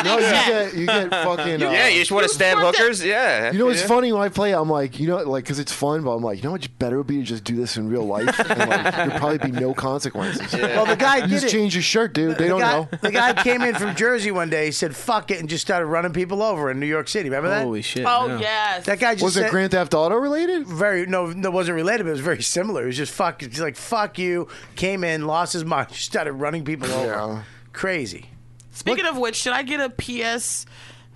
No, you get you get fucking. uh,
yeah, you just want to stab hookers? Yeah.
You know what's
Yeah.
funny when I play? I'm like, you know, like because it's fun, but I'm like, you know, how much better would be to just do this in real life. And like, there'd probably be no consequences.
Yeah. Well, the guy
You
did
just
it.
change your shirt, dude. They
the
don't
guy,
know.
The guy came in from Jersey one day. He said, "Fuck it," and just started running people over in New York City. Remember that?
Holy shit,
Oh, no. yes.
That guy just
Was it
said-
Grand Theft Auto related?
Very no, no, it wasn't related. But it was very similar. It was just fuck. He's like fuck you. Came in, lost his mind, just started running people over. Crazy.
Speaking of which, should I get a PS?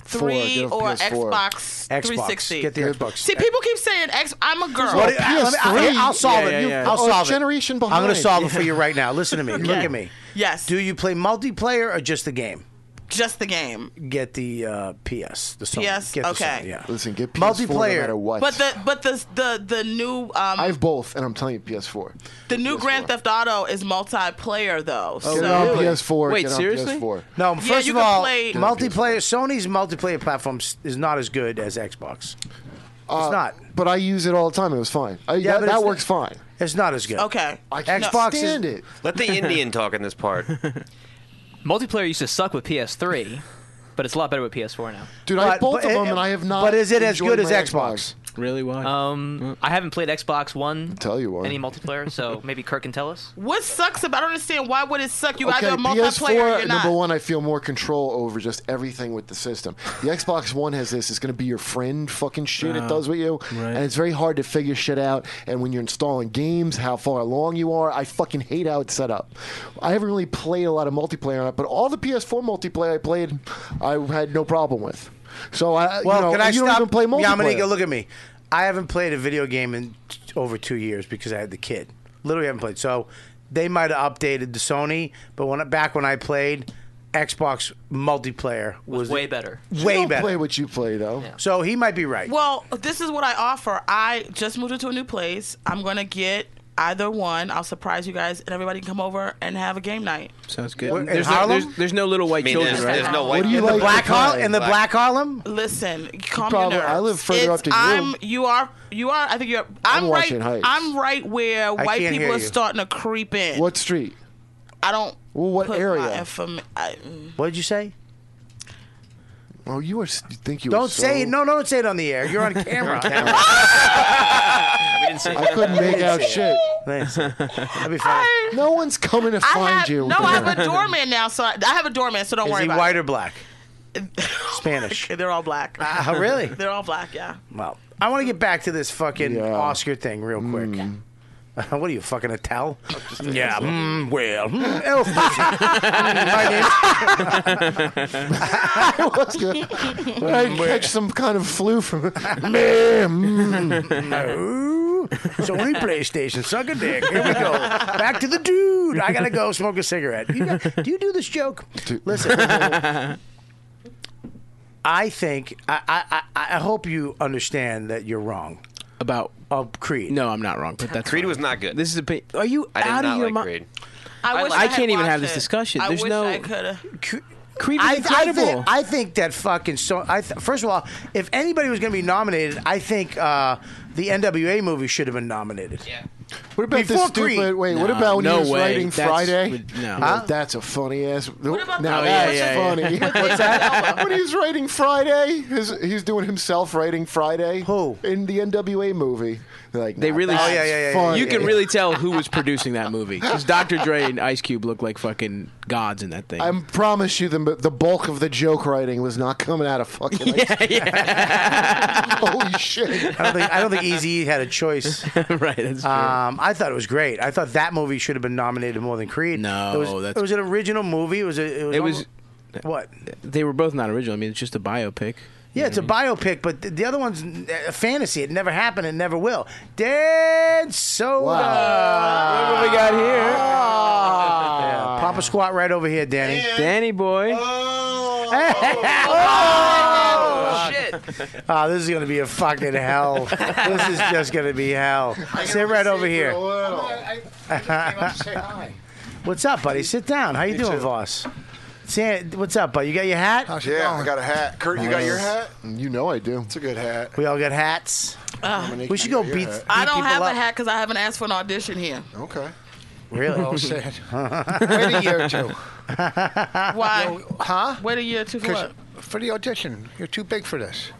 Four,
Three
get a
or
PS4.
Xbox
Xbox.
360.
Get the Xbox.
See, people keep saying X. I'm a girl.
What- I- let me- I- I'll solve it. You-
Oh,
I'll solve it. I'm going to solve it for you right now. Listen to me. Look
Okay.
at me.
Yes.
Do you play multiplayer or just the game?
Just the game.
Get the uh, PS. The Sony.
PS,
Get the
okay.
Sony, yeah.
Listen, get PS4
multiplayer.
no matter what.
But the but the the the new um,
I have both, and I'm telling you, PS4.
the new Grand Theft Auto is multiplayer though.
Oh,
so.
Get it on really? PS4,
Wait, get it on seriously?
PS4.
No,
Yeah,
first
you can
of all,
play-
multiplayer. Sony's multiplayer platform s- is not as good as Xbox.
Uh,
it's not.
But I use it all the time. It was fine. I,
Yeah,
that
but
that
it's-
works fine.
It's not as good.
Okay.
I
Xbox is-
stand it.
Let the Indian talk in this part.
Multiplayer used to suck with PS3, but it's a lot better with PS4 now.
Dude, I have both of them, and I have not.
But is it as
enjoyed
good as
my
Xbox?
Really? Why?
Um, I haven't played Xbox One.
tell you what.
Any multiplayer, so maybe Kirk can tell us.
What sucks about? I don't understand why would it suck? You
okay,
either a multiplayer
PS4,
or you're not.
number one, I feel more control over just everything with the system. The Xbox One has this. It's going to be your friend fucking shit it
Ah,
does with you. And it's very hard to figure shit out. And when you're installing games, how far along you are, I fucking hate how it's set up. I haven't really played a lot of multiplayer on it, but all the PS4 multiplayer I played, I had no problem with. So I,
Uh, Well,
you know,
can I
you
stop?
don't even play multiplayer.
Yamanika, look at me. I haven't played a video game in t- over two years because I had the kid. Literally haven't played. So they might have updated the Sony, but when I- back when I played, Xbox multiplayer was,
way better.
You
Way
don't
better.
play what you play though.
So he might be right.
Well, this is what I offer. I just moved into a new place. I'm gonna get either one. I'll surprise you guys, and everybody can come over and have a game night.
Sounds good.
Where- in
there's, no,
Harlem?
there's, there's no little white
I mean,
children,
there's-
right?
there's no white
do you In the like black to Har- play? in the black Harlem.
Listen, calm
Probably-
your nerves.
I live further
It's-
up than you.
I'm, you are. You are. I think you're. I'm,
I'm
right.
watching Heights.
I'm right where
I
white
can't
people
hear
are
you.
starting to creep in.
What street?
I don't.
Well, what
put My
area?
inform- I, mm.
What did you say?
Oh, you are. s- You think you? are
Don't say
so-
it. No, no, don't say it on the air. You're on camera.
I couldn't make out shit.
Thanks. That'd be fun.
I-
No one's coming to find you.
no, I have a doorman now, so I, I have a doorman, so don't
Is
worry
he
about
white
it.
or black? Spanish.
They're all black.
Ah, really?
They're all black. Yeah.
Well, I want to get back to this fucking Oscar thing real quick. What are you fucking a towel? Mm. yeah. Mm, well, mm, elf.
I was gonna I'd catch some kind of flu from mm.
Ooh, Sony PlayStation, suck a dick. Here we go. Back to the dude. I gotta go smoke a cigarette. You know- do you do this joke? Listen. I think I, I I I hope you understand that you're wrong Oh,
about
Creed.
No, I'm not wrong, but that's
Creed
fine.
was not good.
This is a. pa- Are you
I did
out
not
of your
like
mind?
Creed.
I, wish
I
I, had
can't even
watched
have this
it.
discussion.
I
There's
wish
no-
I could have.
Creed is
I, I
incredible.
think, I think that fucking so. I th- first of all, if anybody was going to be nominated, I think uh, the NWA movie should have been nominated. Yeah.
What about
Before
this stupid?
Creed.
Wait, what about when
No
he was
way.
writing
That's-
Friday?
no.
Huh? that's a funny ass. What
about
now
the-
that's
Oh, yeah, yeah,
funny.
yeah.
What's that? when he was writing Friday, his, he's doing himself writing Friday. Who in the NWA movie? They're Like
They
"Nah,
really,
that's funny."
you can really tell who was producing that movie because Dr. Dre and Ice Cube look like fucking gods in that thing.
I promise you, the the bulk of the joke writing was not coming out of fucking. yeah, Holy shit!
I don't think I don't think Easy had a choice.
right. That's
Uh,
true. Um, I thought it was great. I thought that movie should have been nominated more than Creed.
No,
it was,
that's-
it was an original movie. It was a, it was.
It was-
almo- what?
They were both not original. I mean, it's just a biopic.
Yeah, it's a
Mm-hmm.
biopic, but th- the other one's a fantasy. It never happened. It never will. Dead soda.
Look what we got here.
Ah. Yeah, Papa squat right over here, Danny.
Danny boy.
Oh, this is gonna be a fucking hell. this is just gonna be hell. Sit right over here. What's up, buddy? Sit down. How you doing, Voss? Sam, what's up, buddy? You got your hat?
yeah, I got a hat.
Kurt, you got your hat?
You know I do. It's a good hat.
We all got hats.
Dominique,
we should
you
go
got your
beat.
hat.
I
beat
don't
people
have
up.
a hat because I haven't asked for an audition here.
Okay.
Really?
Well said.
Wait
Wait a year or two.
Why? huh? Wait a year or two for
'Cause
what?
for the audition, you're too big for this.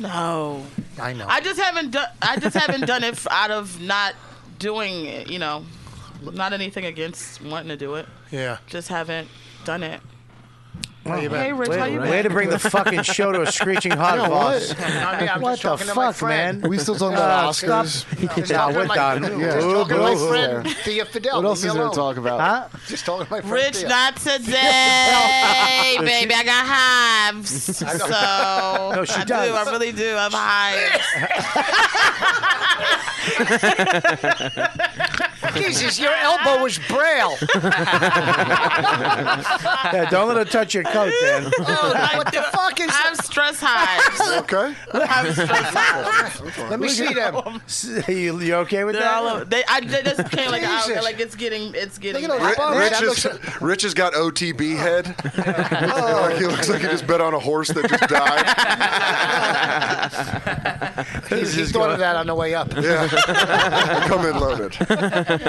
No.
I know.
I just haven't done. I just haven't done it f- out of not doing it. You know, not anything against wanting to do it.
Yeah.
Just haven't done it.
How you
Hey,
been?
Rich,
way,
how you
way to
been?
bring the fucking show to a screeching halt,
You know what?
boss.
I mean, I'm
what
just
the
talking to my
fuck, man?
friend. Are we still talking about
Uh, stop.
Oscars?
Nah, we're done.
Yeah.
Ooh,
Talking to my
ooh, ooh.
friend.
Thea Fidel.
What else
leave me
is there to
alone.
talk about? Huh?
Just talking to my friend.
Rich,
Thea.
not today, baby. I got hives, so
I know.
No, she
I do.
does.
I really do. I have hives.
Jesus, your elbow was braille.
yeah, don't let her touch your coat, Dan.
what the fuck is? I have stress hives.
okay.
I have stress hives.
Let me see them.
you, you okay with
They're
that?
all over. They, I they just came like out,
Jesus.
like it's getting, it's getting.
Look at those bumps.
Rich, is, Rich has got OTB head. Like, he looks like he just bet on a horse that just died.
He's, he's doing that on the way up.
Yeah. I come in loaded. The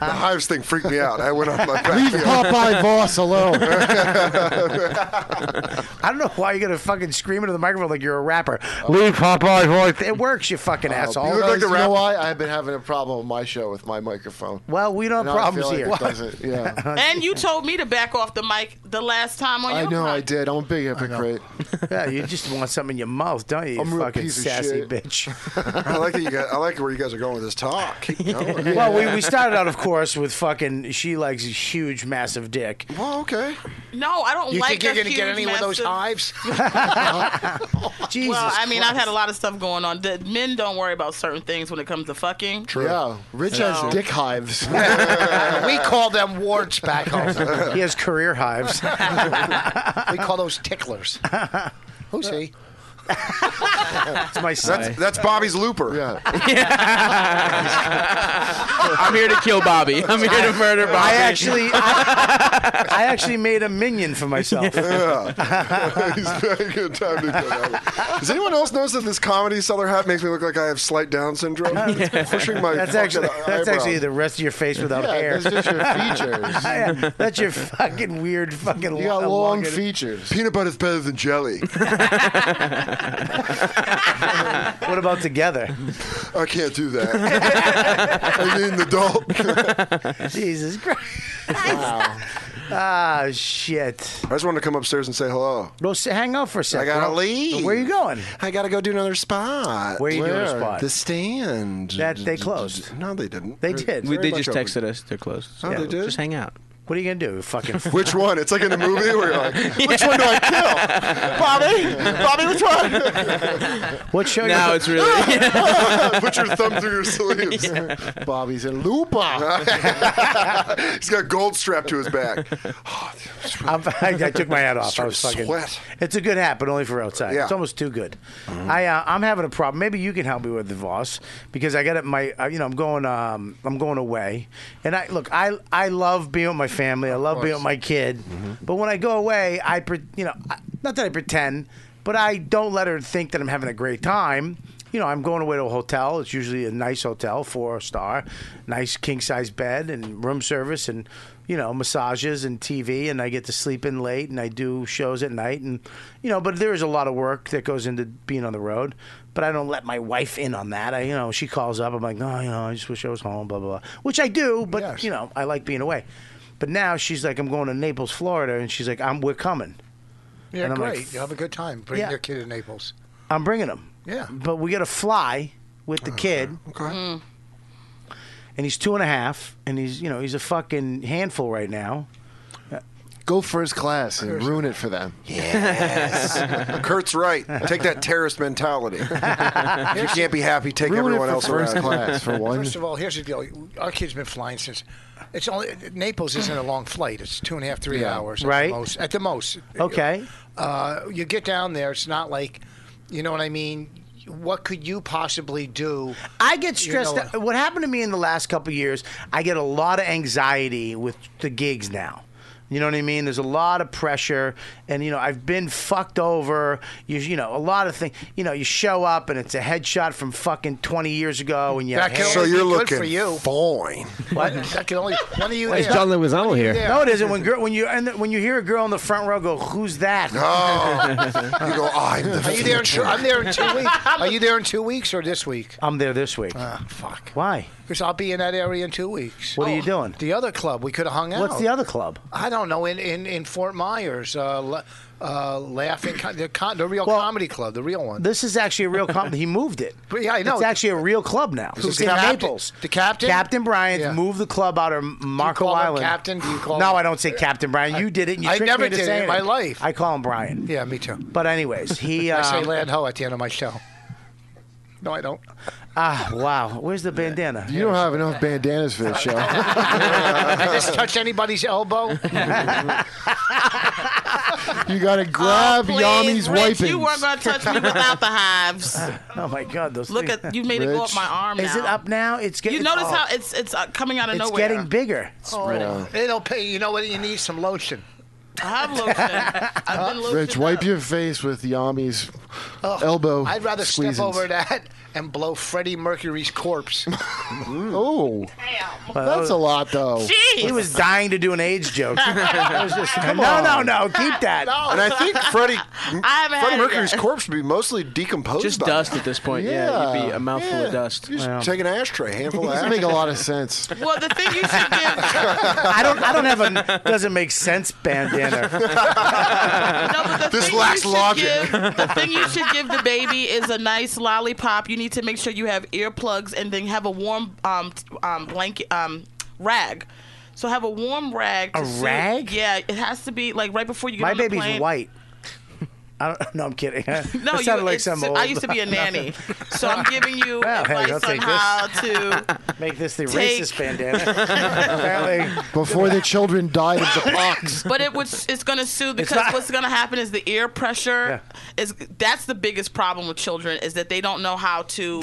hives thing freaked me out. I went on my back.
Leave Popeye Voss alone.
I don't know why you're gonna fucking scream into the microphone like you're a rapper. Leave Popeye voice. It works, you fucking asshole.
You, look like the know why? I've been having a problem with my show with my microphone.
Well, we don't have
And I
problems
feel like
here.
it
What?
doesn't- yeah.
And you told me to back off the mic the last time on
I
your.
know I did. I'm a big hypocrite.
yeah, you just want something in your mouth, don't you? You
I'm a real
fucking
piece of
sassy
shit.
bitch.
I like that you guys, uh, I like where you guys are going with this talk. Keep going.
Well, we, we started out, of course, with fucking. She likes a huge, massive dick.
Well, okay.
No, I don't
You
like.
think you're
going to
gonna get any of those
hives?
Jesus
well, I mean, I've
Christ.
had a lot of stuff going on. The men don't worry about certain things when it comes to fucking.
Yeah. Rich
So-
has dick hives.
we call them warts back home.
he has career hives.
we call those ticklers. Who's he?
It's my son.
That's, that's Bobby's looper.
I'm here to kill Bobby. I'm here to murder Bobby.
I actually, I, I actually made a minion for myself.
Yeah. He's very good time to go out. Does anyone else notice that this comedy seller hat makes me look like I have slight Down syndrome? It's pushing my
that's
fucking
actually that's
eyebrow.
actually the rest of your face without
Yeah,
hair.
that's just your features.
Yeah, that's your fucking weird fucking.
You got
lo-
long
elongated-
features.
Peanut butter's better than jelly.
What about together?
I can't do that. I need an adult.
Jesus Christ. Ah, shit.
I just wanted to come upstairs and say hello.
Well, s- hang out for a
I
second.
gotta leave.
Where you going?
I gotta go do another spot.
Where you doing a spot?
The stand.
That they closed.
No, they didn't.
They did.
We, they just texted us. They're closed.
Oh, they did?
Just hang out.
What are you gonna do? Fucking.
Which one? It's like in a movie where you're like, which one do I kill? Bobby? Bobby, which one?
What show?
Now it's really.
Put your thumb through your sleeves.
Bobby's in Lupa.
He's got gold strapped to his back.
I'm, I, I took my hat off. I
Started
was fucking.
sweat.
It's a good hat, but only for outside.
Yeah. Mm-hmm.
It's almost too good. I uh, I'm having a problem. Maybe you can help me with the Voss because I got it. My uh, you know I'm going um I'm going away, and I look I I love being with my family. I love being with
course.
my kid.
Mm-hmm.
But when I go away, I pre- you know, I- not that I pretend, but I don't let her think that I'm having a great time. You know, I'm going away to a hotel. It's usually a nice hotel, four star, nice king size bed and room service and you know massages and TV. And I get to sleep in late and I do shows at night. And you know, but there is a lot of work that goes into being on the road. But I don't let my wife in on that. I, you know, she calls up. I'm like, oh, you know, I just wish I was home, blah blah, blah. which I do. But you know, I like being away. But now she's like, I'm going to Naples, Florida, and she's like, I'm we're coming.
Yeah,
And I'm like,
great. you have a good time. Bring
Yeah.
your kid to Naples.
I'm bringing him.
Yeah. Uh-huh.
But we got to fly with the kid. And he's two and a half, and he's you know he's a fucking handful right now.
Go first class and ruin it for them.
Yes. Kurt's right. Take that terrorist mentality. if you can't be happy, take
Ruin it
everyone
for
else
first
around.
class, for one.
First of all, here's the deal. Our kid's been flying since. It's only Naples isn't a long flight. It's two and a half, three
Yeah.
hours
Right.
at the most. At the most.
Okay.
Uh, you get down there. It's not like, you know what I mean. What could you possibly do?
I get stressed. out. What happened to me in the last couple of years? I get a lot of anxiety with the gigs now. You know what I mean? There's a lot of pressure, and you know I've been fucked over. You, you know a lot of things. You know you show up and it's a headshot from fucking 20 years ago, and you have
That can
hair.
So only you're be good for looking you.
fine.
What?
that can only one of you.
Why is
there.
John
Leguizamo here?
No, it isn't. When girl, when you and when you hear a girl in the front row go, "Who's that?"
Oh. You go, "I'm the
Are you there? In two,
future."
I'm there in two weeks. Are you there in two weeks or this week?
I'm there this week.
fuck.
Why?
Because I'll be in that area in two weeks. Oh,
What are you doing?
The other club. We could have hung out.
What's the other club?
I don't know. In in, in Fort Myers, uh, la- uh, laughing co- the, con- the real comedy club, the real one.
This is actually a real club. he moved it.
But yeah, I know.
It's actually a real club now.
Who's
It's
the
in
captain?
Naples.
The captain?
Captain Bryant, moved the club out of Marco
call him
Island.
captain? Do you call
No,
him-
I don't say Captain Bryant. You did it. And you
I
tricked
never
me into
did it
saying
in my life.
I call him Brian.
Yeah, me too.
But anyways, he.
I say
Um,
land ho at the end of my show. No, I don't.
Ah, wow. Where's the bandana?
You don't have enough bandanas for this show.
I just touch anybody's elbow.
You gotta grab Yami's
Uh, Rich,
wiping.
you weren't gonna touch me without the hives.
Oh my God! Those
Look
things.
at you made it go up my arm.
Is
now.
it up now? It's getting.
You notice how it's it's uh, coming out of
it's
nowhere.
getting bigger.
Oh, it'll pay. You know what? You need some lotion.
I have lotion. I've been lotion.
Rich, wipe your face with Yami's elbow.
I'd rather
squeezins.
step over that and blow Freddie Mercury's corpse.
Oh, that's a lot though.
He was dying to do an AIDS joke. I was just, no, no, no, keep that.
And I think Freddie,
haven't
Freddie
had it
Mercury's
yet.
corpse would be mostly decomposed.
Just
by
dust
now.
at this point, yeah, it'd be a mouthful of dust.
You just
Wow.
take an ashtray, handful of
These
ashtray.
make a lot of sense.
Well, the thing you should
I don't. I don't have a doesn't make sense bandana.
this lacks logic.
the thing you should give the baby is a nice lollipop. You need to make sure you have earplugs and then have a warm um, t- um blanket um rag. So have a warm rag. To
A
suit-
rag?
Yeah, it has to be like right before you get
My
on the
baby's
plane.
white. I don't, no, I'm kidding. No,
No,
that
you,
sounded like
it's-
some old.
I used to be a nanny, so I'm giving you
Well, hey, I'll
advice on
take this.
how to.
Make this the
Take-
racist bandana. Apparently,
Before the children died of the pox.
But it was it's gonna soothe
It's
because
not-
what's gonna happen is the ear pressure is that's the biggest problem with children is that they don't know how to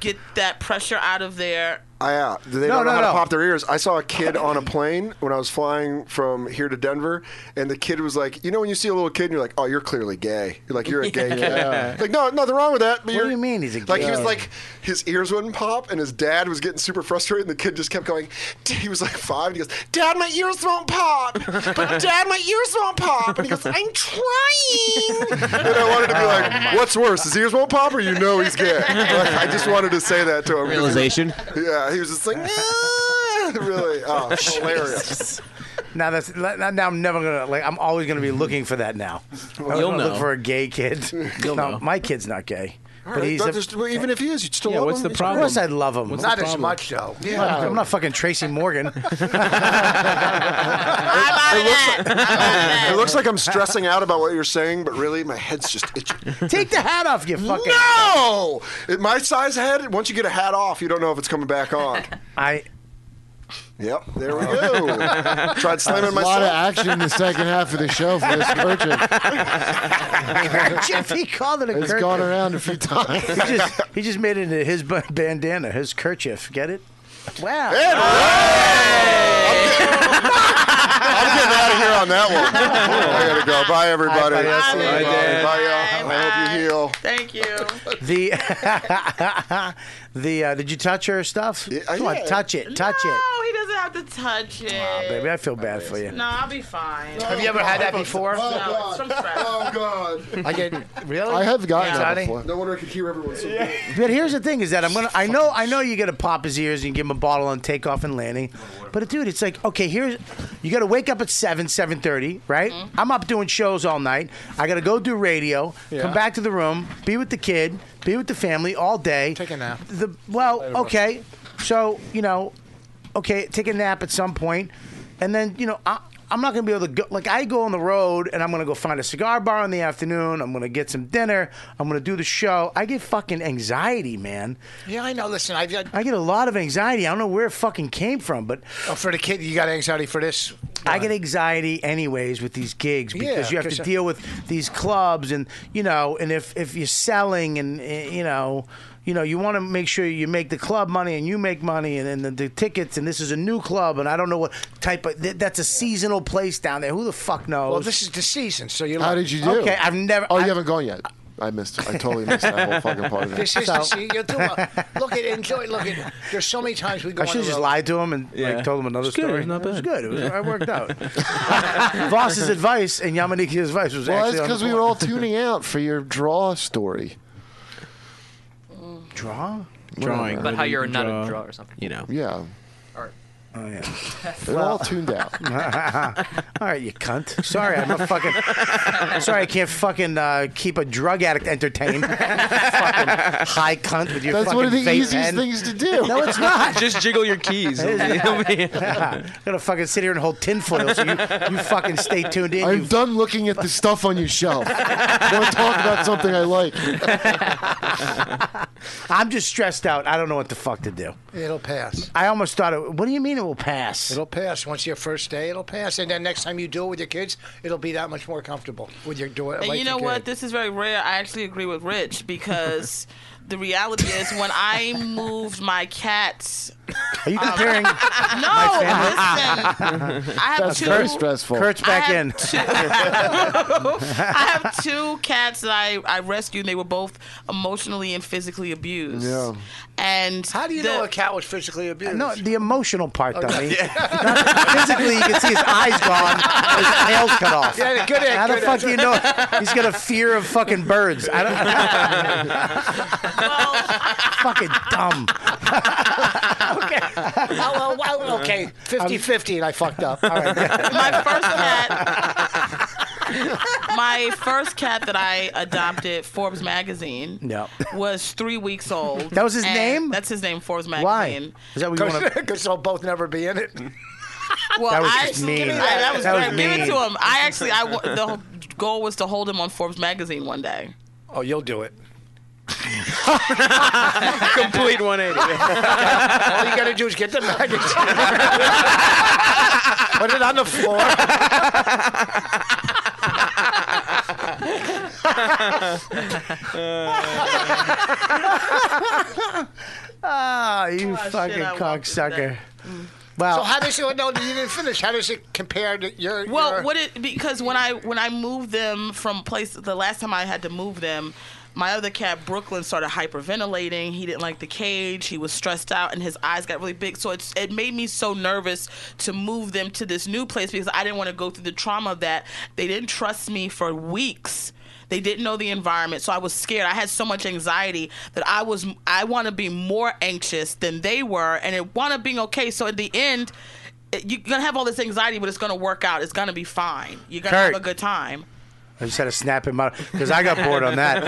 get that pressure out of their
I uh, they
No,
don't know
no,
how
no.
to pop their ears. I saw a kid on a plane when I was flying from here to Denver, and the kid was like, "You know, when you see a little kid, and you're like, oh, you're clearly gay. You're like, you're a gay
Yeah.
kid. Like, no, nothing wrong with that. But
what
you're,
do you mean he's a
Like he was
kid?
like his ears wouldn't pop, and his dad was getting super frustrated, and the kid just kept going. "D-" He was like five, and he goes, "Dad, my ears won't pop, but Dad, my ears won't pop." And he goes, "I'm trying." and I wanted to be
Oh
like, "What's worse, his ears won't pop, or you know he's gay?" Like, I just wanted to say that to him.
Realization.
Yeah, he was just like, "Ah," really, oh, hilarious.
now that's now now I'm never gonna like. I'm always gonna be looking for that now. I'm
You'll
gonna
know.
look for a gay kid.
You'll
no,
know.
my kid's not gay.
All
but
right,
he's
but
a-
just- well, even if he is, you'd still love him. It's
Of course, I love him.
What's the Not as problem? much, though. Yeah.
I'm not fucking Tracy Morgan.
It looks like I'm stressing out about what you're saying, but really, my head's just itching.
Take the hat off, you fucking.
No! It- my size head, once you get a hat off, you don't know if it's coming back on.
I.
Yep, there we go. Tried slamming
There's a lot of
myself.
action in the second half of the show for this
Jeff, he
kerchief.
called it a
It's
kerchief.
gone around a few times.
he, just, he just made it into his ba- bandana, his kerchief. Get it? Wow.
I'm I'm getting out of here on that one. I gotta go. Bye, everybody.
Bye, buddy.
Bye,
Bye, Dad.
y'all. I hope you heal.
Thank you.
The the uh, did you touch her stuff? Come on, touch it, touch it. Oh,
No, he doesn't have to touch it.
Baby, I feel bad for you.
No, I'll be fine.
Have you ever had that before?
No, it's from scratch.
Oh God.
I get really.
I have gotten
Yeah.
that
Johnny?
before.
No wonder I could hear everyone. So good.
But here's the thing: is that I'm gonna. I know. I know you gotta pop his ears and give him a bottle on takeoff and landing. But dude, it's like okay, here's you gotta wake up at seven, seven thirty, right?
Mm-hmm.
I'm up doing shows all night. I gotta go do radio,
Yeah.
come back to the room, be with the kid, be with the family all day. Take
a nap.
The well,
Later, bro.
okay, so you know, okay, take a nap at some point, and then you know I. I'm not gonna be able to go. Like I go on the road, and I'm gonna go find a cigar bar in the afternoon. I'm gonna get some dinner. I'm gonna do the show. I get fucking anxiety, man.
Yeah, I know. Listen, I've got
I get a lot of anxiety. I don't know where it fucking came from, but
oh, for the kid. You got anxiety for this.
I get anxiety anyways with these gigs
Yeah,
because you have
'cause,
to
uh,
deal with these clubs and you know, and if if you're selling and uh, you know, you know, you want to make sure you make the club money and you make money and then the, the tickets and this is a new club and I don't know what type of th- that's a seasonal place down there. Who the fuck knows?
Well, this is the season, so you.
How did you do?
Okay, I've never.
Oh, you haven't gone yet. I missed. I totally missed that whole fucking part of it.
This is the season. You'll do it. Look at enjoy. Look at. There's so many times we go.
I
on
should have
the
just
road.
lied to him and
Yeah.
like told him another
It's good.
story.
It's not
It was
bad.
good. It, was,
Yeah.
I worked out. Voss's advice and Yamaniki's advice was
Well,
actually
that's
on the
because we
board.
were all tuning out for your draw story.
Draw?
Drawing.
But how you're not
Draw.
a draw or something.
You know.
Yeah.
Oh yeah.
We're all tuned out.
all right, you cunt. Sorry, I'm a fucking. Sorry, I can't fucking uh, keep a drug addict entertained. fucking high cunt with your.
That's
fucking
one of the
vape
easiest
pen.
things to do.
No, it's not.
Just jiggle your keys. It'll be-
I'm gonna fucking sit here and hold tinfoil. So you, you fucking stay tuned in.
I'm
you
done looking at the stuff on your shelf. I want to talk about something I like.
I'm just stressed out. I don't know what the fuck to do.
It'll pass.
I almost thought it. What do you mean it will pass?
It'll pass. Once your first day, it'll pass, and then next time you do it with your kids, it'll be that much more comfortable with your doing.
And you know what? This is very rare. I actually agree with Rich because the reality is when I moved my cats.
Are
Um,
you comparing?
no,
family?
listen. Oh, I have
That's
two.
very stressful.
Kurt's back
I
in.
I have two cats that I, I rescued. And they were both emotionally and physically abused.
Yeah.
And
How do you
the-
know a cat was physically abused?
No, the emotional part,
Oh,
dummy.
yeah.
Not- physically, you can see his eyes gone, his tail's cut off.
Yeah, good at-
How the
good
fuck
at-
do you know? He's got a fear of fucking birds. I don't. fucking dumb.
oh, well, well, okay, 50-50, and I fucked up. All right.
my first cat that I adopted, Forbes magazine,
No.
was three weeks old.
That was his
And
name?
That's his name, Forbes
Why?
magazine.
Is that what you want to?
Because they'll both never be in it.
Well,
That was
I
just
actually-
mean.
I- that was,
That was
great. Give it
mean.
to him. I actually, I wa- the whole goal was to hold him on Forbes magazine one day.
Oh, you'll do it.
Complete 180.
All you got to do is get the magazine, put it on the floor.
Ah, you
Oh, shit,
fucking
I walked
cocksucker. Mm.
So
Well,
Oh, how does it? No, you didn't finish. How does it compare to your?
Well,
your,
what it because when I when I moved them from place the last time I had to move them, my other cat Brooklyn started hyperventilating. He didn't like the cage. He was stressed out, and his eyes got really big. So it's it made me so nervous to move them to this new place because I didn't want to go through the trauma of that. They didn't trust me for weeks. They didn't know the environment, so I was scared. I had so much anxiety that I was I want to be more anxious than they were, and it wound up being okay. So at the end, it- you're gonna have all this anxiety, but it's gonna work out. It's gonna be fine. You're gonna
Kurt.
have a good time.
I just had to snap him out because I got bored on that.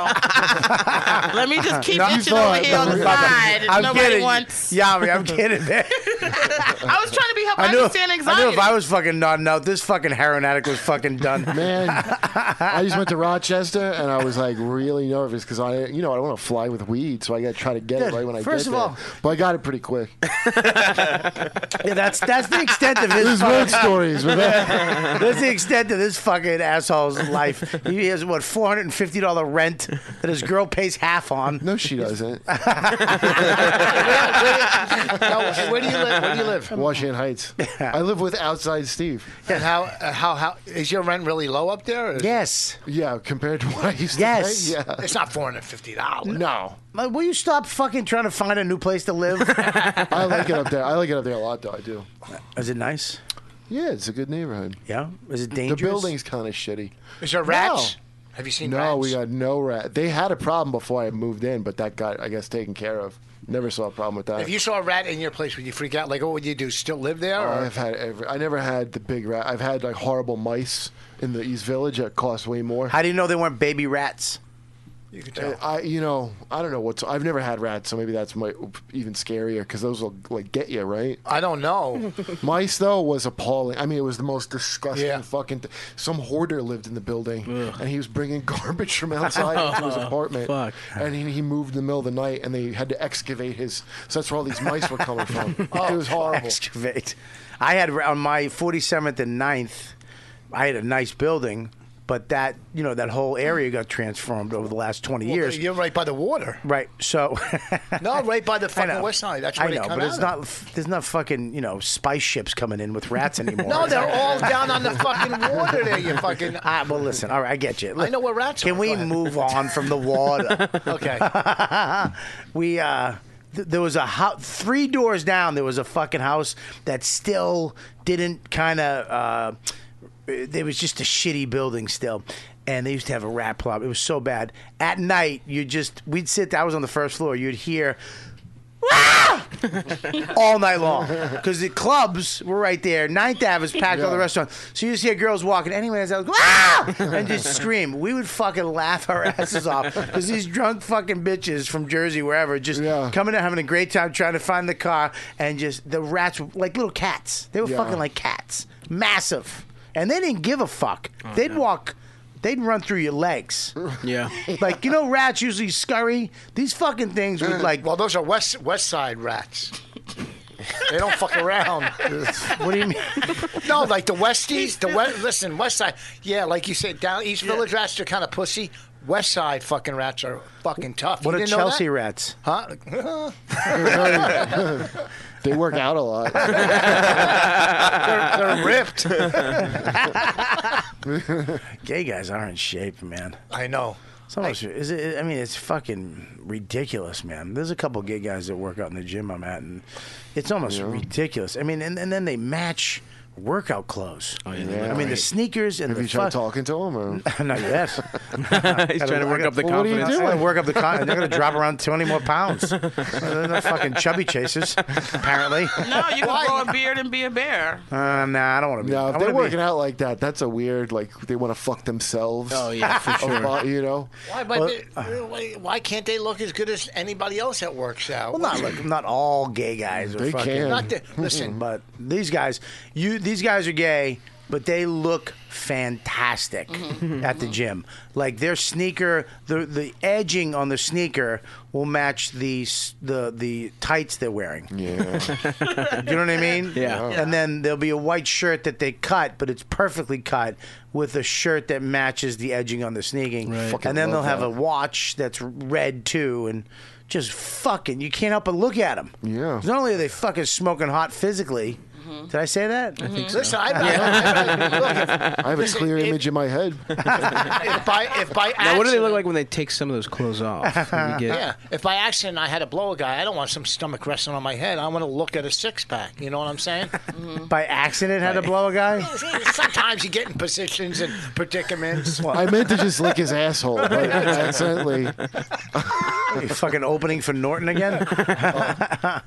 Oh, Let me just keep
No,
itching over here on the side.
I'm
Nobody
kidding.
wants.
Yami, I'm kidding. man.
I was trying to be helpful. I,
I knew,
understand
I
anxiety.
knew if I was fucking nodding out, this fucking heroin addict was fucking done.
Man, I just went to Rochester and I was like really nervous because I, you know, I don't want to fly with weed, so I got to try to get
Good.
it right when I
First
get
of
there.
all-
but I got it pretty quick.
Yeah, that's that's the extent of his.
His
fucking-
word stories. Were that.
That's the extent of this fucking asshole's life. He has what four hundred and fifty dollar rent that his girl pays half on.
No, she doesn't.
Now, where do you live? Where do you live?
Washington Heights. I live with outside Steve.
And how uh, how how is your rent really low up there? or is-
Yes.
Yeah, compared to what I used
Yes.
to pay. Yeah.
It's not four hundred fifty dollars.
No.
Like, will you stop fucking trying to find a new place to live?
I like it up there. I like it up there a lot, though. I do.
Is it nice?
Yeah, it's a good neighborhood.
Yeah, is it dangerous?
The building's kind of shitty.
Is there rats? Have you seen
no,
rats?
we got no rat. They had a problem before I moved in, but that got, I guess, taken care of. Never saw a problem with that.
If you saw a rat in your place, would you freak out? Like, what would you do? Still live there?
Oh,
or-
I've had every, I never had the big rat. I've had like horrible mice in the East Village that cost way more.
How do you know they weren't baby rats?
You could
tell. I, you know, I don't know what's. I've never had rats, so maybe that's my even scarier because those will like get you, right?
I don't know.
Mice though was appalling. I mean, it was the most disgusting
Yeah.
fucking. Th- Some hoarder lived in the building, and he was bringing garbage from outside into his
Oh,
apartment.
fuck.
And he, he moved in the middle of the night, and they had to excavate his. So that's where all these mice were coming from.
Oh,
it was horrible.
Excavate. I had on my 47th and 9th, I had a nice building, but that you know that whole area got transformed over the last 20
Well,
years.
You're right by the water.
Right. So
No, right by the
I
fucking
know.
west side. That's where
I know,
they come
but
out
it's
of.
not. There's not fucking you know spice ships coming in with rats anymore.
No, they're all down on the fucking water there. You fucking. uh,
Ah, well, listen. All right, I get you.
I know where rats
Can
are.
we move on from the water?
Okay.
we uh, th- there was a house three doors down. There was a fucking house that still didn't kind of. Uh, it was just a shitty building still. And they used to have a rat problem. It was so bad. At night, you just we'd sit. I was on the first floor. You'd hear all night long because the clubs were right there. Ninth Ave is packed, all the
Yeah.
restaurants. So you just hear girls walking. Anyway, as I was ah! and just scream, we would fucking laugh our asses off because these drunk fucking bitches from Jersey, wherever, just coming out having a great time trying to find the car, and just the rats were like little cats. They were
Yeah.
fucking like cats, massive, and they didn't give a fuck. They'd walk. They'd run through your legs.
Yeah.
Like, you know, rats usually scurry. These fucking things would, like.
Well, those are west west side rats. They don't fuck around.
what do you mean?
No, like the Westies, the West. Listen, West Side. Yeah, like you said, down East Village rats are kind of pussy. West Side fucking rats are fucking tough.
What
you
are
didn't know
Chelsea
that?
rats?
Huh?
they work out a lot.
they're ripped.
Gay guys are in shape, man.
I know.
Some of us, is it, I mean, it's fucking ridiculous, man. There's a couple gay guys that work out in the gym I'm at, and it's almost ridiculous. I mean, and, and then they match workout clothes. Oh,
yeah, they
I
look
mean, the
great.
sneakers and
Have
the
you tried
fuck-
talking to him? Or?
Not yet.
He's trying to work up the
Well, what are you
confidence.
I
doing?
gotta work up the con. They're gonna drop around twenty more pounds. They're not fucking chubby chasers, apparently.
No, you can grow a beard and be a bear.
Uh, nah, I don't want to be.
No,
I
if they're
wanna be-
working out like that, that's a weird. Like they want to fuck themselves.
Oh, yeah, for sure.
About- you know.
Why, but why, why can't they look as good as anybody else that works out?
Well, not look, not all gay guys are
They
fucking.
can.
Not the- listen.
but these guys, you these guys are gay, but they look fantastic at the gym. Like their sneaker, the the edging on the sneaker will match the s- the the tights they're wearing.
Yeah.
you know what I mean?
Yeah.
And then there'll be a white shirt that they cut, but it's perfectly cut with a shirt that matches the edging on the sneaking.
Fucking
And then they'll
love
have
that.
a watch that's red too, and just fucking, you can't help but look at them.
Yeah.
Not only are they fucking smoking hot physically,
Mm-hmm.
did I say that? I think
Listen, I, I, I,
I have a
Listen,
clear
if-
image in my head.
if by if by accident,
Now, what do they look like when they take some of those clothes off? You get-
Yeah, if by accident I had to blow a guy, I don't want some stomach resting on my head. I want to look at a six pack. You know what I'm saying?
By accident, had to blow a guy.
Sometimes you get in positions and predicaments.
I meant to just lick his asshole, but accidentally.
you fucking opening for Norton again?